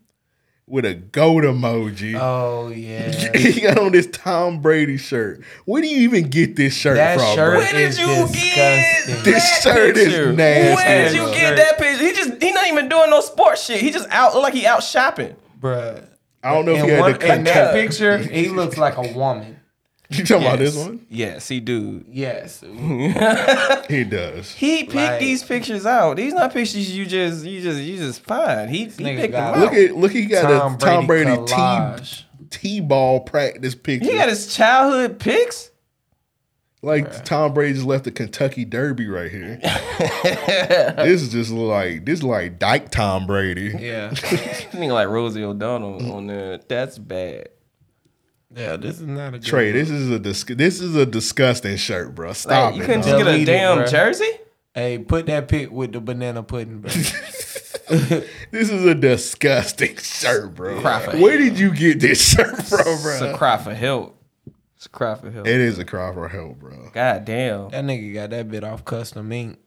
Speaker 6: with a goat emoji. (laughs)
Speaker 9: Oh yeah,
Speaker 6: he got on this Tom Brady shirt. Where do you even get this shirt
Speaker 9: that
Speaker 6: from? bro?
Speaker 9: shirt
Speaker 4: Where did
Speaker 9: is
Speaker 4: you
Speaker 9: disgusting.
Speaker 4: get
Speaker 6: This
Speaker 4: that
Speaker 6: shirt is
Speaker 4: picture?
Speaker 6: nasty,
Speaker 4: Where did you
Speaker 9: bro.
Speaker 4: get that picture? He just he not even doing no sports shit. He just out look like he out shopping.
Speaker 9: bruh?
Speaker 6: I don't know if
Speaker 9: In,
Speaker 6: he had
Speaker 9: one,
Speaker 6: the
Speaker 9: in that
Speaker 6: contact.
Speaker 9: picture, he looks like a woman.
Speaker 6: You talking about this
Speaker 4: Yes.
Speaker 6: one?
Speaker 4: Yes, he (laughs) do.
Speaker 9: Yes,
Speaker 6: He does.
Speaker 4: He picked
Speaker 9: Like-
Speaker 4: these pictures out. These not pictures you just you just you just find. He, he
Speaker 9: nigga
Speaker 4: picked them
Speaker 9: got-
Speaker 4: out.
Speaker 6: Look at look. He got
Speaker 9: Tom
Speaker 6: a Tom
Speaker 9: Brady
Speaker 6: Brady
Speaker 9: collage.
Speaker 6: t t ball practice picture.
Speaker 4: he got his childhood pics.
Speaker 6: Like Tom Brady just left the Kentucky Derby
Speaker 4: (laughs)
Speaker 6: right here. this is just like this is like Dyke Tom Brady.
Speaker 9: Yeah. (laughs)
Speaker 4: Nigga like Rosie O'Donnell on there. That's bad.
Speaker 9: Yeah, this is not a good
Speaker 6: Trey, this is a dis- this is a disgusting shirt, bro. Stop
Speaker 4: Like, you
Speaker 6: it.
Speaker 4: couldn't
Speaker 6: dog.
Speaker 4: just get a
Speaker 9: Delete it,
Speaker 4: damn
Speaker 9: bruh.
Speaker 4: jersey.
Speaker 9: Hey, put that pic with the banana
Speaker 6: (laughs)
Speaker 9: pudding, bro.
Speaker 6: This is a disgusting shirt, bro.
Speaker 4: Cry for
Speaker 6: Where did you get this shirt from,
Speaker 4: It's a
Speaker 6: bro?
Speaker 4: cry for help. It's a cry for help.
Speaker 6: It is a cry for help, bro.
Speaker 4: God damn.
Speaker 9: that nigga got that bit off custom ink.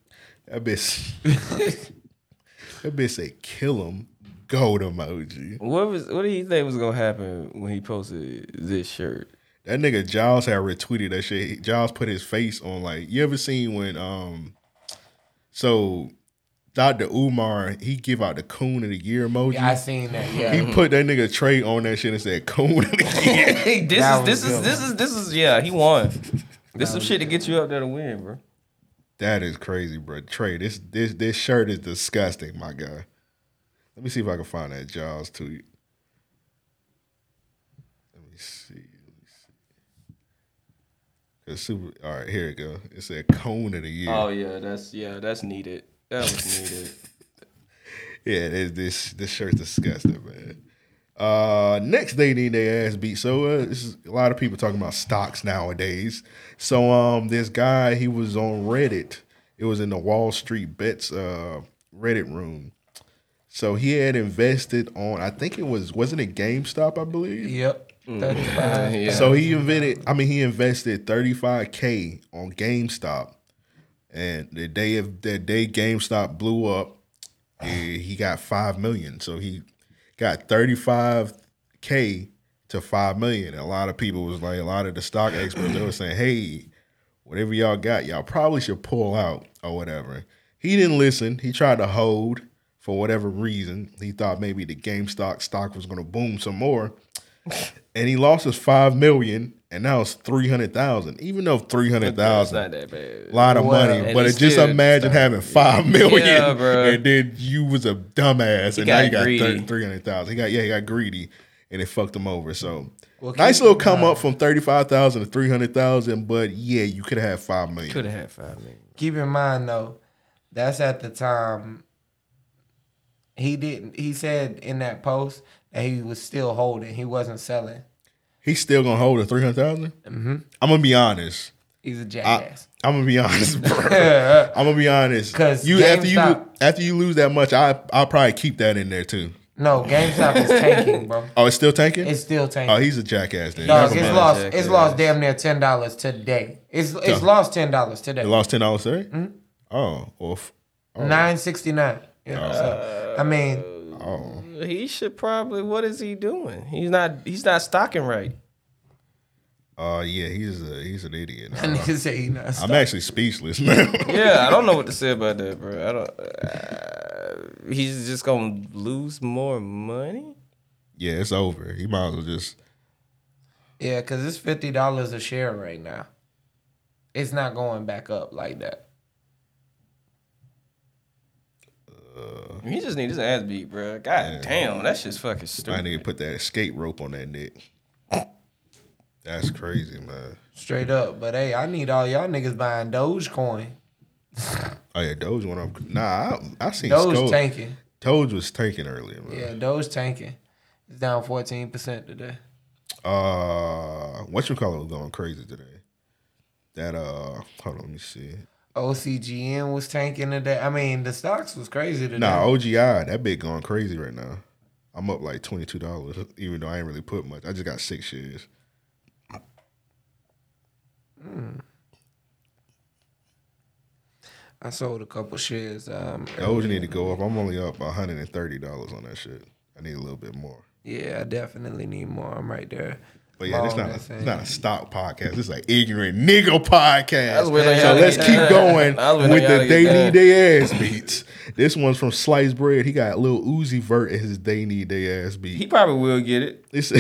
Speaker 6: That bitch.
Speaker 4: (laughs)
Speaker 6: (laughs) that bitch say kill him. Gold emoji.
Speaker 4: What was what do you think was gonna happen when he posted this shirt?
Speaker 6: That nigga Giles had retweeted that shit. Giles put his face on like you ever seen when um so Dr. Umar he give out the coon of the year emoji.
Speaker 9: Yeah, I seen
Speaker 6: (laughs)
Speaker 9: that. Mm-hmm. Yeah,
Speaker 6: he put that nigga Trey on that shit and said coon of the year.
Speaker 9: (laughs)
Speaker 4: Hey, this
Speaker 9: That
Speaker 4: is this
Speaker 9: was
Speaker 4: is
Speaker 9: good.
Speaker 4: this is this is yeah, he won. This some shit to get you up there to win, bro.
Speaker 6: that is crazy, bro. Trey, this this this shirt is disgusting, my guy. Let me see if I can find that Giles tweet. Let me see. Let me see. the super. All right, here it go. It said cone of the year.
Speaker 4: Oh yeah, that's yeah, that's needed. That was needed.
Speaker 6: Yeah, this this this shirt's disgusting, man. Uh, next they need their ass beat. So uh, this is a lot of people talking about stocks nowadays. So um, this guy he was on Reddit. It was in the Wall Street Bets uh Reddit room. So he had invested on I think it was wasn't it GameStop I believe.
Speaker 9: Yep. 35. Mm. (laughs) Yeah.
Speaker 6: So he invented. I mean, he invested 35k on GaMstop, and the day of the day GameStop blew up,
Speaker 4: Ah.
Speaker 6: he he got five million. So he got 35k to five million. And a lot of people was like, a lot of
Speaker 4: (gasps)
Speaker 6: the stock experts they were saying, hey, whatever y'all got, y'all probably should pull out or whatever. He didn't listen. He tried to hold for whatever reason. He thought maybe the GameStop stock was going to boom
Speaker 4: (laughs)
Speaker 6: some more and he lost his five million, and now it's three hundred thousand. Even though three hundred
Speaker 4: That's not
Speaker 6: thousand,
Speaker 4: that bad.
Speaker 6: lot of
Speaker 4: Well,
Speaker 6: money,
Speaker 4: and
Speaker 6: but
Speaker 4: he
Speaker 6: it just
Speaker 4: still-
Speaker 6: imagine having five million,
Speaker 4: Yeah, bro.
Speaker 6: and then you was a dumbass,
Speaker 4: He
Speaker 6: and now
Speaker 4: got
Speaker 6: you got
Speaker 4: greedy.
Speaker 6: three hundred thousand. He got yeah, he got greedy, and it fucked him over. So
Speaker 4: Well,
Speaker 6: nice
Speaker 4: keep
Speaker 6: little
Speaker 4: in
Speaker 6: come
Speaker 4: mind-
Speaker 6: up from thirty five thousand to three hundred thousand, but yeah, you could have had five million.
Speaker 4: Could have had five million.
Speaker 9: Keep in mind though, that's at the time he didn't he said in that post that he was still holding, he wasn't selling.
Speaker 6: He's still gonna hold a three hundred thousand.
Speaker 4: Mm-hmm.
Speaker 9: Mhm.
Speaker 6: I'm gonna be honest.
Speaker 9: He's a jackass.
Speaker 6: I, am gonna
Speaker 4: (laughs)
Speaker 6: be honest, bro. I'm gonna be honest.
Speaker 9: 'Cause
Speaker 6: you after you
Speaker 9: GameStop-
Speaker 6: after you lose that much, I I'll probably keep that in there too.
Speaker 9: No, GameStop is tanking, bro.
Speaker 6: Oh, it's still tanking.
Speaker 9: It's still tanking.
Speaker 6: Oh, he's a jackass. Then.
Speaker 9: Dog,
Speaker 6: Never
Speaker 9: it's
Speaker 6: mind.
Speaker 9: lost it's lost damn near ten dollars today. It's it's
Speaker 6: Dog.
Speaker 9: lost ten dollars today.
Speaker 6: It lost ten dollars today.
Speaker 9: Hmm?
Speaker 6: Oh, off. Oh.
Speaker 9: Nine sixty nine. You know what I'm saying? I mean
Speaker 6: Oh.
Speaker 4: He should probably. What is he doing? He's not. He's not stocking right.
Speaker 6: Oh yeah, he's a he's an idiot.
Speaker 9: That nigga said he not
Speaker 6: I'm
Speaker 9: stop.
Speaker 6: actually speechless now.
Speaker 4: Yeah, I don't know what to say about that, bro. I don't. Uh, he's just gonna lose more money.
Speaker 6: (laughs) yeah, it's over. He might as well just.
Speaker 9: Yeah, because it's fifty dollars a share right now. It's not going back up like that.
Speaker 4: He just need his ass beat, bro. God damn, that shit's fucking
Speaker 6: I
Speaker 4: stupid.
Speaker 6: need to put that escape rope on that neck. That's crazy, man.
Speaker 9: Straight up. But hey, I need all y'all niggas buying Dogecoin.
Speaker 6: Oh yeah, Doge went up. Nah, I, I seen
Speaker 9: Doge
Speaker 6: Sco-
Speaker 9: tanking.
Speaker 6: Doge was tanking earlier, man.
Speaker 9: Yeah, Doge tanking. It's down fourteen percent today.
Speaker 6: Uh, what you call it was going crazy today? That uh, hold on, let me see.
Speaker 9: OCGN was tanking today. I mean, the stocks was crazy today.
Speaker 6: Nah, OGI, that bit going crazy right now. I'm up like twenty two dollars, even though I ain't really put much. I just got six shares.
Speaker 9: I sold a couple shares. Um,
Speaker 6: Doge
Speaker 9: earlier.
Speaker 6: need to go up. I'm only up hundred and thirty dollars on that shit. I need a little bit more.
Speaker 9: Yeah, I definitely need more. I'm right there.
Speaker 6: But yeah, it's
Speaker 9: Long
Speaker 6: not a,
Speaker 9: as
Speaker 6: it's
Speaker 9: in-
Speaker 6: not a stock podcast. It's an ignorant nigga podcast.
Speaker 4: was waiting on
Speaker 6: So
Speaker 4: y'all to
Speaker 6: let's
Speaker 4: get
Speaker 6: keep
Speaker 4: that.
Speaker 6: going
Speaker 4: I was waiting
Speaker 6: with
Speaker 4: on y'all
Speaker 6: the
Speaker 4: to get
Speaker 6: they
Speaker 4: that.
Speaker 6: need their ass beats. This one's from Sliced Bread. He got Lil Uzi Vert as his they need their ass beat.
Speaker 4: He probably will get it.
Speaker 6: It's,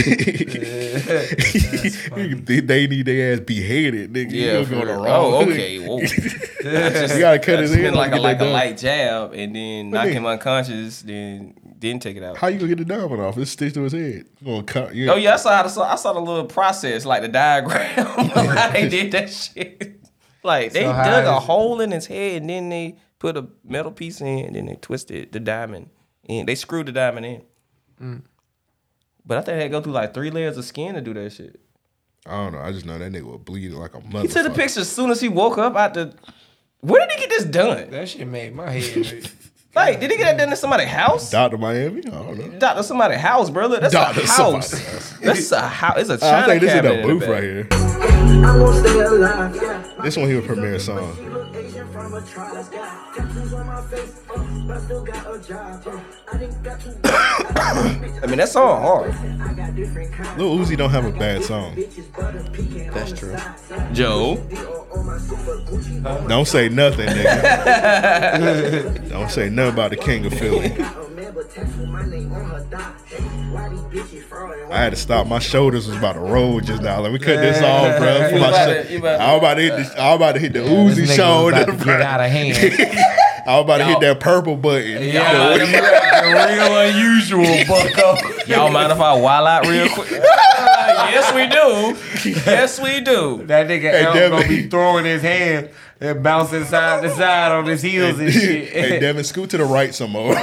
Speaker 6: (laughs) they, (laughs) they need their ass beheaded, nigga. You
Speaker 4: Yeah,
Speaker 6: don't
Speaker 4: for
Speaker 6: go to
Speaker 4: real.
Speaker 6: wrong.
Speaker 4: Oh, okay.
Speaker 6: (laughs)
Speaker 4: Whoa.
Speaker 6: You gotta cut his
Speaker 4: his
Speaker 6: head off
Speaker 4: like
Speaker 6: to
Speaker 4: a
Speaker 6: get
Speaker 4: like
Speaker 6: that
Speaker 4: a
Speaker 6: done.
Speaker 4: light jab and then
Speaker 6: But
Speaker 4: knock
Speaker 6: nigga-
Speaker 4: him unconscious, then then take it out.
Speaker 6: How you gonna get the diamond off? It's stitched to his head. You gonna cut? You
Speaker 4: Oh yeah, I saw, I saw I saw the little process, like the diagram. (laughs) how they did that shit. Like they
Speaker 9: So how
Speaker 4: dug a
Speaker 9: is it-
Speaker 4: hole in his head and then they put a metal piece in and then they twisted the diamond in. They screwed the diamond in.
Speaker 9: Mm.
Speaker 4: But I think they had to go through like three layers of skin to do that shit.
Speaker 6: I don't know. I just know that nigga was bleeding like a motherfucker.
Speaker 4: He took the picture as soon as he woke up out the Where did he get this done?
Speaker 9: That shit made my head. hurt.
Speaker 6: (laughs)
Speaker 4: Like, did he get that done in somebody's house?
Speaker 6: Doctor Miami. I don't know.
Speaker 4: Doctor somebody's house, bro. Look, that's
Speaker 6: Doctor
Speaker 4: a
Speaker 6: somebody
Speaker 4: house. That's a house. It's a
Speaker 6: Uh, (laughs) I
Speaker 4: China
Speaker 6: think this is
Speaker 4: cabinet in the
Speaker 6: the booth
Speaker 4: back.
Speaker 6: right here. This one he was premiere song.
Speaker 4: I mean, that song hard.
Speaker 6: Lil Uzi don't have a bad song.
Speaker 4: That's true. Joe.
Speaker 6: Don't say nothing, nigga.
Speaker 9: (laughs)
Speaker 6: don't say nothing about the King of Philly. I had to stop. My shoulders was about to roll just now. Let me cut this off, bro.
Speaker 4: You
Speaker 6: My
Speaker 4: about
Speaker 6: shou-
Speaker 4: to- you about to-
Speaker 6: I'm about to hit the, I'm about to hit the
Speaker 9: This
Speaker 6: Uzi
Speaker 9: nigga was
Speaker 6: shoulder,
Speaker 9: about to get
Speaker 6: bro.
Speaker 9: out
Speaker 6: (laughs)
Speaker 9: of hand.
Speaker 6: I'm about to hit that purple button.
Speaker 9: Yeah, the
Speaker 6: (laughs)
Speaker 9: real unusual bucko. (laughs)
Speaker 4: Y'all mind if I wild out real quick? yes, we do. Yes, we do.
Speaker 9: That nigga
Speaker 4: Hey,
Speaker 9: Elm
Speaker 4: Devin.
Speaker 9: gonna be throwing his hand and bouncing side to side on his heels and
Speaker 6: (laughs)
Speaker 9: shit.
Speaker 6: hey,
Speaker 9: (laughs)
Speaker 6: Devin, scoot to the right some more.
Speaker 4: Do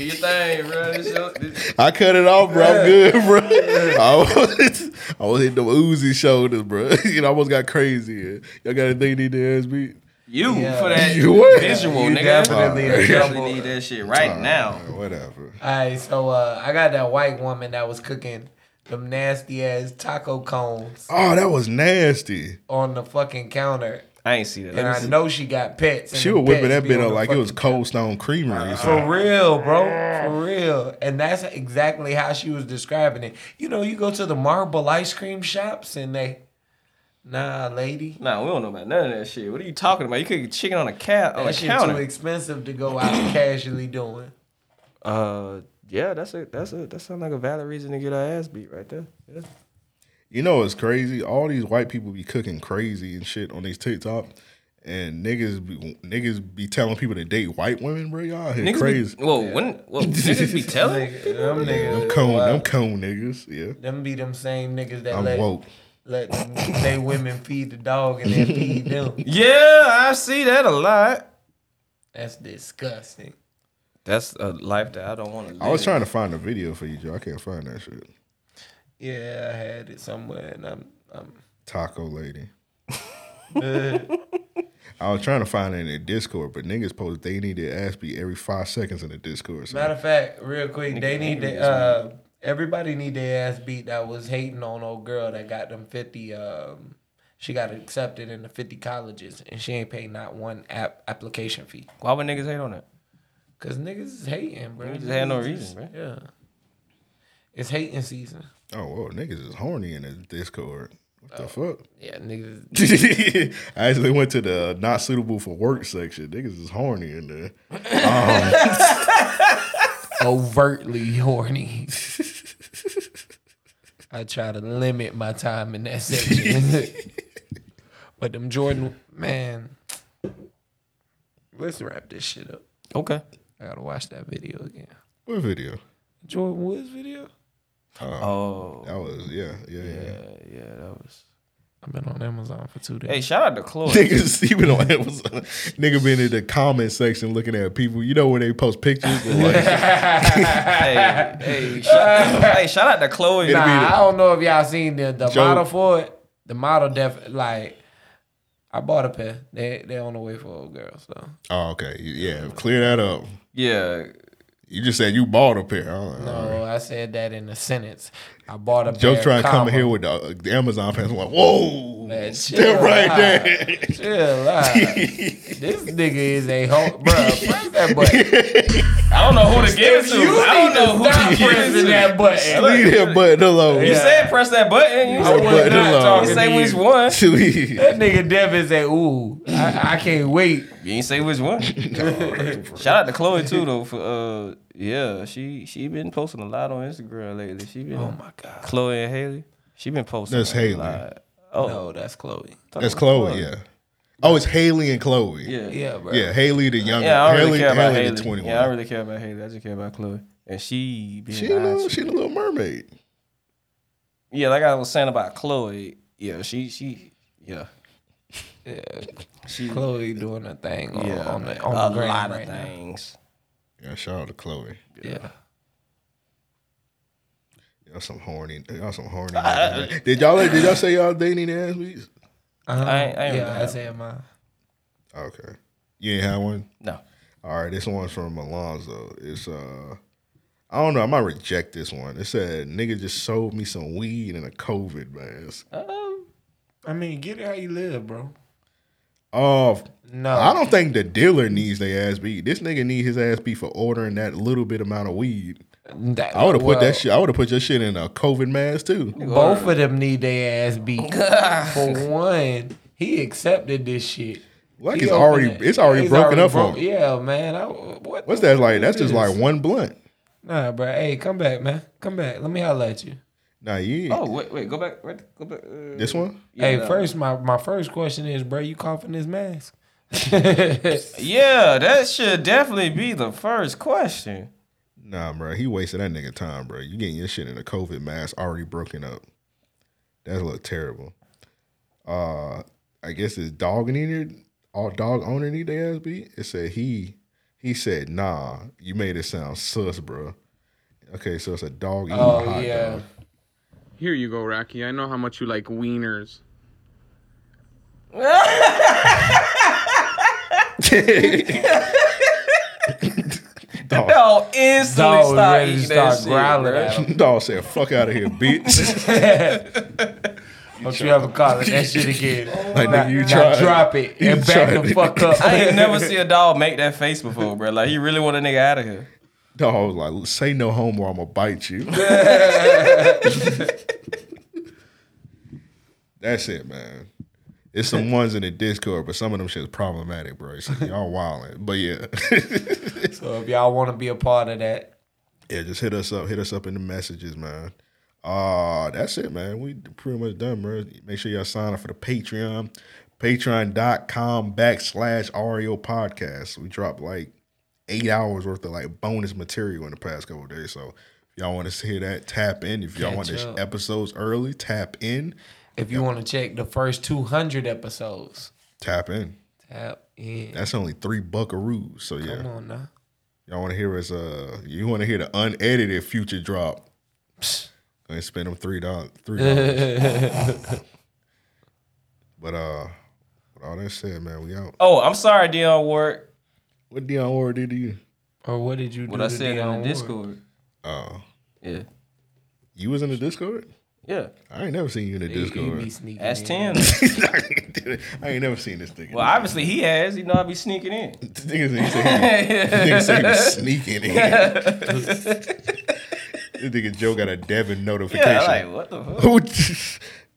Speaker 4: your thing, bro. This your- this-
Speaker 6: I cut it off, bro. I'm good, bro. (laughs) I was, I was hitting the Uzi shoulders, bro. (laughs) It almost got crazy. Y'all got anything you need to ask me?
Speaker 4: You for that
Speaker 6: You what?
Speaker 4: visual,
Speaker 6: You
Speaker 4: nigga.
Speaker 6: definitely
Speaker 4: you
Speaker 6: in
Speaker 4: definitely
Speaker 6: trouble.
Speaker 4: need that shit right now.
Speaker 6: Whatever.
Speaker 9: All right, so uh, I got that white woman that was cooking them nasty ass taco cones
Speaker 6: Oh, that was nasty.
Speaker 9: on the fucking counter,
Speaker 4: I ain't see that.
Speaker 9: and I know she got pets. and
Speaker 6: She
Speaker 9: the
Speaker 6: was whipping
Speaker 9: pets
Speaker 6: that
Speaker 9: be
Speaker 6: bit
Speaker 9: on
Speaker 6: up
Speaker 9: the
Speaker 6: like it was Cold Stone Creamery. or
Speaker 9: For
Speaker 6: something.
Speaker 9: real, bro. For real. And that's exactly how she was describing it. You know, you go to the marble ice cream shops and they, nah, lady.
Speaker 4: Nah, we don't know about none of that shit. What are you talking about? You could get chicken on a cat on
Speaker 9: That
Speaker 4: Oh, a
Speaker 9: shit
Speaker 4: counter.
Speaker 9: too expensive to go out (coughs) casually doing.
Speaker 4: Uh, yeah, that's a that's a that sounds like a valid reason to get our ass beat right there. Yeah.
Speaker 6: You know it's crazy. All these white people be cooking crazy and shit on these TikTok, and niggas be, niggas be telling people to date white women, bro. Y'all here
Speaker 4: Niggas be-
Speaker 6: crazy.
Speaker 4: whoa, when whoa,
Speaker 9: (laughs)
Speaker 4: niggas be telling
Speaker 9: Nigga, them niggas.
Speaker 6: them cone,
Speaker 9: wild.
Speaker 6: them cone niggas. Yeah,
Speaker 9: Them be them same niggas that
Speaker 6: I'm
Speaker 9: let
Speaker 6: woke.
Speaker 9: let they women feed the dog and then feed them.
Speaker 6: (laughs)
Speaker 4: Yeah, I see that a lot.
Speaker 9: That's disgusting.
Speaker 4: That's a life that I don't want to live.
Speaker 6: I was trying to find a video for you, Joe. I can't find that shit.
Speaker 9: Yeah, I had it somewhere and I'm I'm
Speaker 6: Taco lady.
Speaker 9: uh,
Speaker 6: I was trying to find it in the Discord, but niggas posted they need to ask me every five seconds in the Discord. So
Speaker 9: Matter of fact, real quick, they
Speaker 4: Nigga,
Speaker 9: need
Speaker 4: angry
Speaker 9: to.
Speaker 4: as hell.
Speaker 9: Uh, everybody need their ass beat that was hating on old girl that got them fifty. Um, she got accepted into fifty colleges and she ain't paid not one app application fee.
Speaker 4: Why would niggas hate on that?
Speaker 9: Cause niggas is hating, bro.
Speaker 4: Niggas just had no
Speaker 9: Niggas
Speaker 4: reason,
Speaker 9: is-
Speaker 4: bro.
Speaker 9: Yeah, it's hating season.
Speaker 6: oh, whoa, niggas is horny in the Discord. What
Speaker 9: Oh.
Speaker 6: the fuck? (laughs)
Speaker 9: Yeah, niggas.
Speaker 6: I actually went to the not suitable for work section. Niggas is horny in there. Um,
Speaker 9: (laughs) overtly horny. I try to limit my time in that section. (laughs) but them Jordan, man, let's wrap this shit up.
Speaker 4: Okay.
Speaker 9: I gotta watch that video again.
Speaker 6: what video?
Speaker 9: Jordan Woods video?
Speaker 4: Oh,
Speaker 6: That was yeah, yeah, yeah.
Speaker 4: yeah, yeah, that was.
Speaker 9: I've been on Amazon for two
Speaker 4: (laughs)
Speaker 9: days.
Speaker 4: Hey, shout out to Chloe.
Speaker 6: (laughs) Niggas (laughs) even on Amazon. Nigga been in the comment section looking at people. You know where they post
Speaker 9: (laughs)
Speaker 6: pictures. But like,
Speaker 4: hey, (laughs) hey, shout, hey, shout out to Chloe.
Speaker 9: nah, I don't know if y'all seen the, the
Speaker 6: Joe-
Speaker 9: model for it. The model def like I bought a pair. They they on the way for old girl, so
Speaker 6: oh, okay, yeah, clear that up.
Speaker 4: Yeah,
Speaker 6: You just said you bought a pair. I'm like, all right.
Speaker 9: no, I said that in a sentence. I bought a
Speaker 6: Joe
Speaker 9: pair,
Speaker 6: trying to come
Speaker 9: comma.
Speaker 6: in here with the, uh, the Amazon pants. I'm like, whoa, (laughs)
Speaker 9: Man, chill
Speaker 6: step right
Speaker 9: out.
Speaker 6: there. (laughs)
Speaker 9: Chill out. this nigga is a hoe, bro. Press that
Speaker 6: (laughs)
Speaker 9: button.
Speaker 4: I don't know who to give it to.
Speaker 9: You
Speaker 4: I don't
Speaker 9: need
Speaker 4: know
Speaker 9: to
Speaker 4: who to
Speaker 9: stop
Speaker 4: give it
Speaker 9: pressing
Speaker 4: to.
Speaker 9: that button.
Speaker 6: Leave that button alone. (laughs)
Speaker 4: You said press that button. You
Speaker 9: I
Speaker 4: said,
Speaker 9: was
Speaker 6: button
Speaker 9: not
Speaker 6: alone.
Speaker 9: talking
Speaker 4: you
Speaker 9: to
Speaker 4: say
Speaker 9: you.
Speaker 4: which one.
Speaker 9: That nigga Devin said, "Ooh, I, I can't wait."
Speaker 4: You ain't say which one. (laughs) Shout out to Chloe too though for uh yeah she she been posting a lot on Instagram lately. She been
Speaker 9: Oh my god.
Speaker 4: Chloe and Haley. She been posting.
Speaker 6: That's
Speaker 4: a
Speaker 6: Haley.
Speaker 4: lot. Oh
Speaker 9: No, that's Chloe.
Speaker 6: That's Chloe, yeah. Oh, it's Haley and Chloe.
Speaker 4: yeah yeah.
Speaker 9: Yeah, bro.
Speaker 6: Yeah, Haley the younger.
Speaker 4: Yeah, I don't
Speaker 6: Haley,
Speaker 4: really care about
Speaker 6: Haley
Speaker 4: Haley.
Speaker 6: the 21.
Speaker 4: Yeah, I don't really care about Haley. I just care about Chloe. And she being
Speaker 6: she, a
Speaker 4: honest.
Speaker 6: little, she the little mermaid.
Speaker 4: yeah, like I was saying about Chloe. Yeah, she she yeah.
Speaker 9: Chloe doing a thing on,
Speaker 4: Yeah,
Speaker 9: Oh, on the
Speaker 4: a
Speaker 9: on the
Speaker 4: lot
Speaker 9: ground
Speaker 4: of
Speaker 9: right now.
Speaker 4: things.
Speaker 6: Yeah, shout out to Chloe.
Speaker 9: Yeah.
Speaker 6: Y'all some horny. Y'all some
Speaker 4: (laughs)
Speaker 6: horny. niggas. did y'all did y'all say y'all dating the ass beats?
Speaker 9: Uh-huh.
Speaker 4: I ain't- I ain't
Speaker 9: yeah,
Speaker 4: really
Speaker 9: I said mine.
Speaker 6: Okay. You ain't had one?
Speaker 4: No.
Speaker 6: All right, this one's from Alonzo. It's uh I don't know, I might reject this one. It said nigga just sold me some weed in a COVID mask.
Speaker 4: Um,
Speaker 9: I mean, get it how you live, bro.
Speaker 6: Oh
Speaker 9: No,
Speaker 6: I don't think the dealer needs their ass beat. This nigga need his ass beat for ordering that little bit amount of weed.
Speaker 9: That-
Speaker 6: I would have put
Speaker 9: well,
Speaker 6: that shit. I would have put your shit in a COVID mask too.
Speaker 9: Both of them need their
Speaker 4: (laughs)
Speaker 9: ass beat. For one, he accepted this shit.
Speaker 6: Like
Speaker 9: He
Speaker 6: it's already
Speaker 9: opened it.
Speaker 6: it's already
Speaker 9: He's
Speaker 6: broken up
Speaker 9: broke-
Speaker 6: on.
Speaker 9: Yeah, man. I, what
Speaker 6: What's
Speaker 9: the
Speaker 6: that
Speaker 9: fuck
Speaker 6: like?
Speaker 9: is
Speaker 6: That's just
Speaker 9: this?
Speaker 6: like one blunt.
Speaker 9: Nah, bro. Hey, come back, man. Come back. Let me holler at you.
Speaker 6: Nah, you
Speaker 4: oh wait wait go back right go back. Uh,
Speaker 6: this one?
Speaker 4: yeah,
Speaker 9: hey,
Speaker 4: no.
Speaker 9: first, my, my first question is, bro, you coughing this
Speaker 4: (laughs)
Speaker 9: mask?
Speaker 4: Yeah, that should definitely be the first question.
Speaker 6: Nah, bro, he wasted that nigga time, bro. You getting your shit in a COVID mask already broken up. That look terrible. Uh, I guess his dog and eater, all dog owner need their ass beat. It said he, he said, nah, you made it sound sus, bro. Okay, so it's a dog eating
Speaker 9: Oh,
Speaker 6: a hot dog.
Speaker 15: Here you go, Rocky. I know how much you like wieners.
Speaker 6: (laughs)
Speaker 4: Dog. (laughs) Dog instantly
Speaker 6: Dog was
Speaker 4: start
Speaker 6: ready to
Speaker 4: eating
Speaker 6: start
Speaker 4: that shit,
Speaker 6: growling
Speaker 4: bro.
Speaker 6: at him. Dog said, "Fuck out of here, bitch."
Speaker 9: Don't you ever call it
Speaker 4: (laughs)
Speaker 9: that shit again.
Speaker 6: Like,
Speaker 9: now,
Speaker 6: nigga, you
Speaker 9: now
Speaker 6: tried.
Speaker 9: drop
Speaker 6: (laughs)
Speaker 9: it
Speaker 6: You
Speaker 9: and back
Speaker 6: tried.
Speaker 9: the fuck up.
Speaker 4: I ain't never see a dog make that face before, bro. Like he really want a nigga out of here.
Speaker 6: Dog was like, "Say no home or I'ma bite you." That's it, man. It's some ones in the Discord, but some of them shit is problematic, bro. It's like, y'all wildin'. But yeah, (laughs)
Speaker 9: (laughs) so if y'all want to be a part of that,
Speaker 6: yeah, just hit us up. Hit us up in the messages, man. Uh that's it, man. We pretty much done, bro. Make sure y'all sign up for the Patreon. Patreon.com backslash REO podcast. We dropped like eight hours worth of like bonus material in the past couple of days. So if y'all want to hear that, tap in. If y'all want
Speaker 9: Catch
Speaker 6: the sh-
Speaker 9: up.
Speaker 6: episodes early, tap in.
Speaker 9: if you want to check the first 200 episodes,
Speaker 6: Tap in.
Speaker 9: tap in.
Speaker 6: That's only three buckaroos. So yeah.
Speaker 9: Come on now.
Speaker 6: Y'all want to hear us? Uh, you want to hear the unedited future drop? And spend them three dollars. Three dollars. (laughs) but uh, with all that said, man, we out.
Speaker 4: Oh, I'm sorry, Dion Ward.
Speaker 6: What Dion Ward did to you?
Speaker 9: Or what did you
Speaker 4: What
Speaker 9: do
Speaker 4: I
Speaker 9: to
Speaker 4: said
Speaker 9: Dionne
Speaker 4: on
Speaker 9: Ward?
Speaker 4: the Discord.
Speaker 6: Oh,
Speaker 4: yeah.
Speaker 6: You was in the Discord.
Speaker 4: Yeah.
Speaker 6: I ain't never seen you in the
Speaker 4: He- he
Speaker 6: Discord. (laughs)
Speaker 4: be sneaking Ask in. Tim.
Speaker 6: I ain't never seen this thing.
Speaker 4: Well, obviously he has. You know, I be sneaking
Speaker 6: (laughs)
Speaker 4: in.
Speaker 6: Niggas ain't saying niggas ain't
Speaker 4: (laughs)
Speaker 6: sneaking in. this nigga Joe got a Devin notification.
Speaker 4: Yeah, like, what the fuck? (laughs)
Speaker 6: (laughs) Who?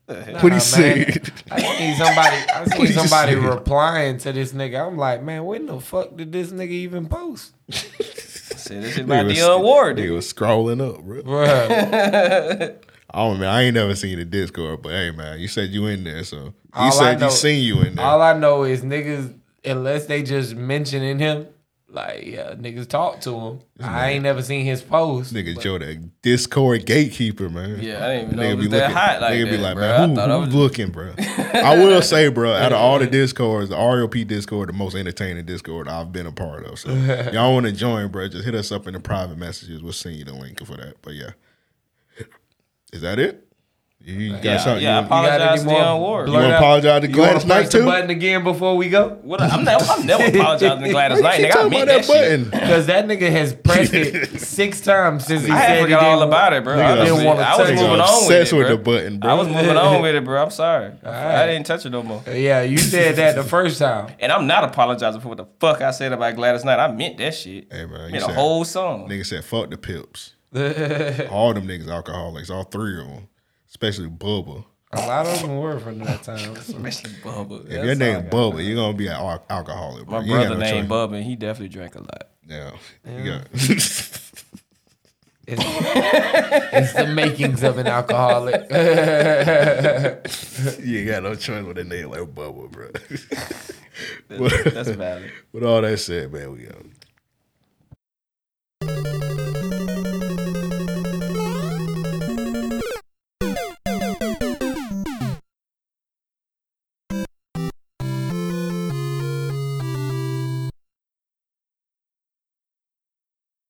Speaker 4: The hell?
Speaker 6: what he
Speaker 9: Nah, man.
Speaker 6: said?
Speaker 9: I see somebody. (laughs) I
Speaker 6: What
Speaker 9: see
Speaker 6: he
Speaker 9: somebody
Speaker 6: said.
Speaker 9: replying to this nigga. I'm like, man, when the fuck did this nigga even post?
Speaker 4: Said this shit
Speaker 6: Nigga
Speaker 4: about
Speaker 6: was-
Speaker 4: Dion Ward.
Speaker 6: Nigga was scrolling up, bro.
Speaker 9: Bruh.
Speaker 6: I don't man, I ain't never seen the Discord, but hey man, you said you in there, so he
Speaker 9: All I
Speaker 6: said
Speaker 9: know-
Speaker 6: he seen you in there.
Speaker 9: (laughs) All I know is niggas, unless they just mentioning him, like yeah, niggas talk to him. I ain't never seen his post.
Speaker 6: Nigga Joe, that Discord gatekeeper, man.
Speaker 9: Yeah, I didn't even
Speaker 6: Nigga
Speaker 9: know it
Speaker 6: be
Speaker 9: was that
Speaker 6: looking-
Speaker 9: hot like
Speaker 6: Nigga be
Speaker 9: that,
Speaker 6: like,
Speaker 9: bruh. I
Speaker 6: man, who,
Speaker 9: thought I
Speaker 6: who
Speaker 9: was-
Speaker 6: looking,
Speaker 9: (laughs)
Speaker 6: bro? I will say, bro, out of all the discords, the RLP Discord, the most entertaining Discord I've been a part
Speaker 9: (laughs)
Speaker 6: of. So y'all want to join, bro? Just hit us up in the private messages. We'll send you the link for that. But yeah, is that it? You you got
Speaker 4: Yeah,
Speaker 6: something?
Speaker 4: yeah, I
Speaker 6: you,
Speaker 4: apologize
Speaker 6: you got any
Speaker 4: to
Speaker 6: more
Speaker 4: Dionne Ward.
Speaker 6: You want
Speaker 4: Blurt
Speaker 6: to
Speaker 4: out-
Speaker 6: apologize to
Speaker 4: you wanna
Speaker 6: Gladys
Speaker 4: press
Speaker 6: Knight
Speaker 4: the
Speaker 6: too?
Speaker 9: button again before we go.
Speaker 4: What I'm never, I'm
Speaker 6: (laughs)
Speaker 4: never apologizing to Gladys
Speaker 9: Why
Speaker 4: Knight.
Speaker 9: you keep
Speaker 4: Nigga, I
Speaker 9: talking
Speaker 4: meant
Speaker 9: about
Speaker 4: that,
Speaker 9: that
Speaker 4: shit.
Speaker 9: Because that nigga has pressed (laughs) it six times since he
Speaker 4: I
Speaker 9: said
Speaker 4: had
Speaker 9: he
Speaker 4: forgot all
Speaker 9: didn't-
Speaker 4: about it, bro.
Speaker 9: he
Speaker 4: I,
Speaker 9: didn't want to
Speaker 4: I was
Speaker 9: touch it.
Speaker 4: moving on with
Speaker 6: obsessed
Speaker 4: it, bro.
Speaker 6: with the button, bro.
Speaker 4: I was moving
Speaker 6: (laughs)
Speaker 4: on with it, bro. I'm sorry. I- I
Speaker 9: right.
Speaker 4: didn't touch it no more.
Speaker 9: Yeah, you said that the first time. (laughs)
Speaker 4: And I'm not apologizing for what the fuck I said about Gladys Knight. I meant that shit.
Speaker 6: Hey, man,
Speaker 4: I
Speaker 6: you
Speaker 4: meant a
Speaker 6: said-
Speaker 4: whole song.
Speaker 6: Nigga said, fuck the pips. all them niggas alcoholics, all three of them, especially Bubba.
Speaker 9: A lot of them were from that time. Especially
Speaker 4: Bubba.
Speaker 6: If your name Bubba, you're gonna be an al- alcoholic. Bro.
Speaker 4: My
Speaker 6: You ain't got
Speaker 4: brother
Speaker 6: no
Speaker 4: named
Speaker 6: choice.
Speaker 4: Bub, and he definitely drank a lot.
Speaker 6: Yeah.
Speaker 4: Yeah.
Speaker 6: You got- (laughs)
Speaker 9: it's the makings of an alcoholic.
Speaker 6: you ain't got no choice with a name like Bubba, bro.
Speaker 4: (laughs)
Speaker 6: (laughs)
Speaker 4: That's- that's valid.
Speaker 6: With all that said, man, we got.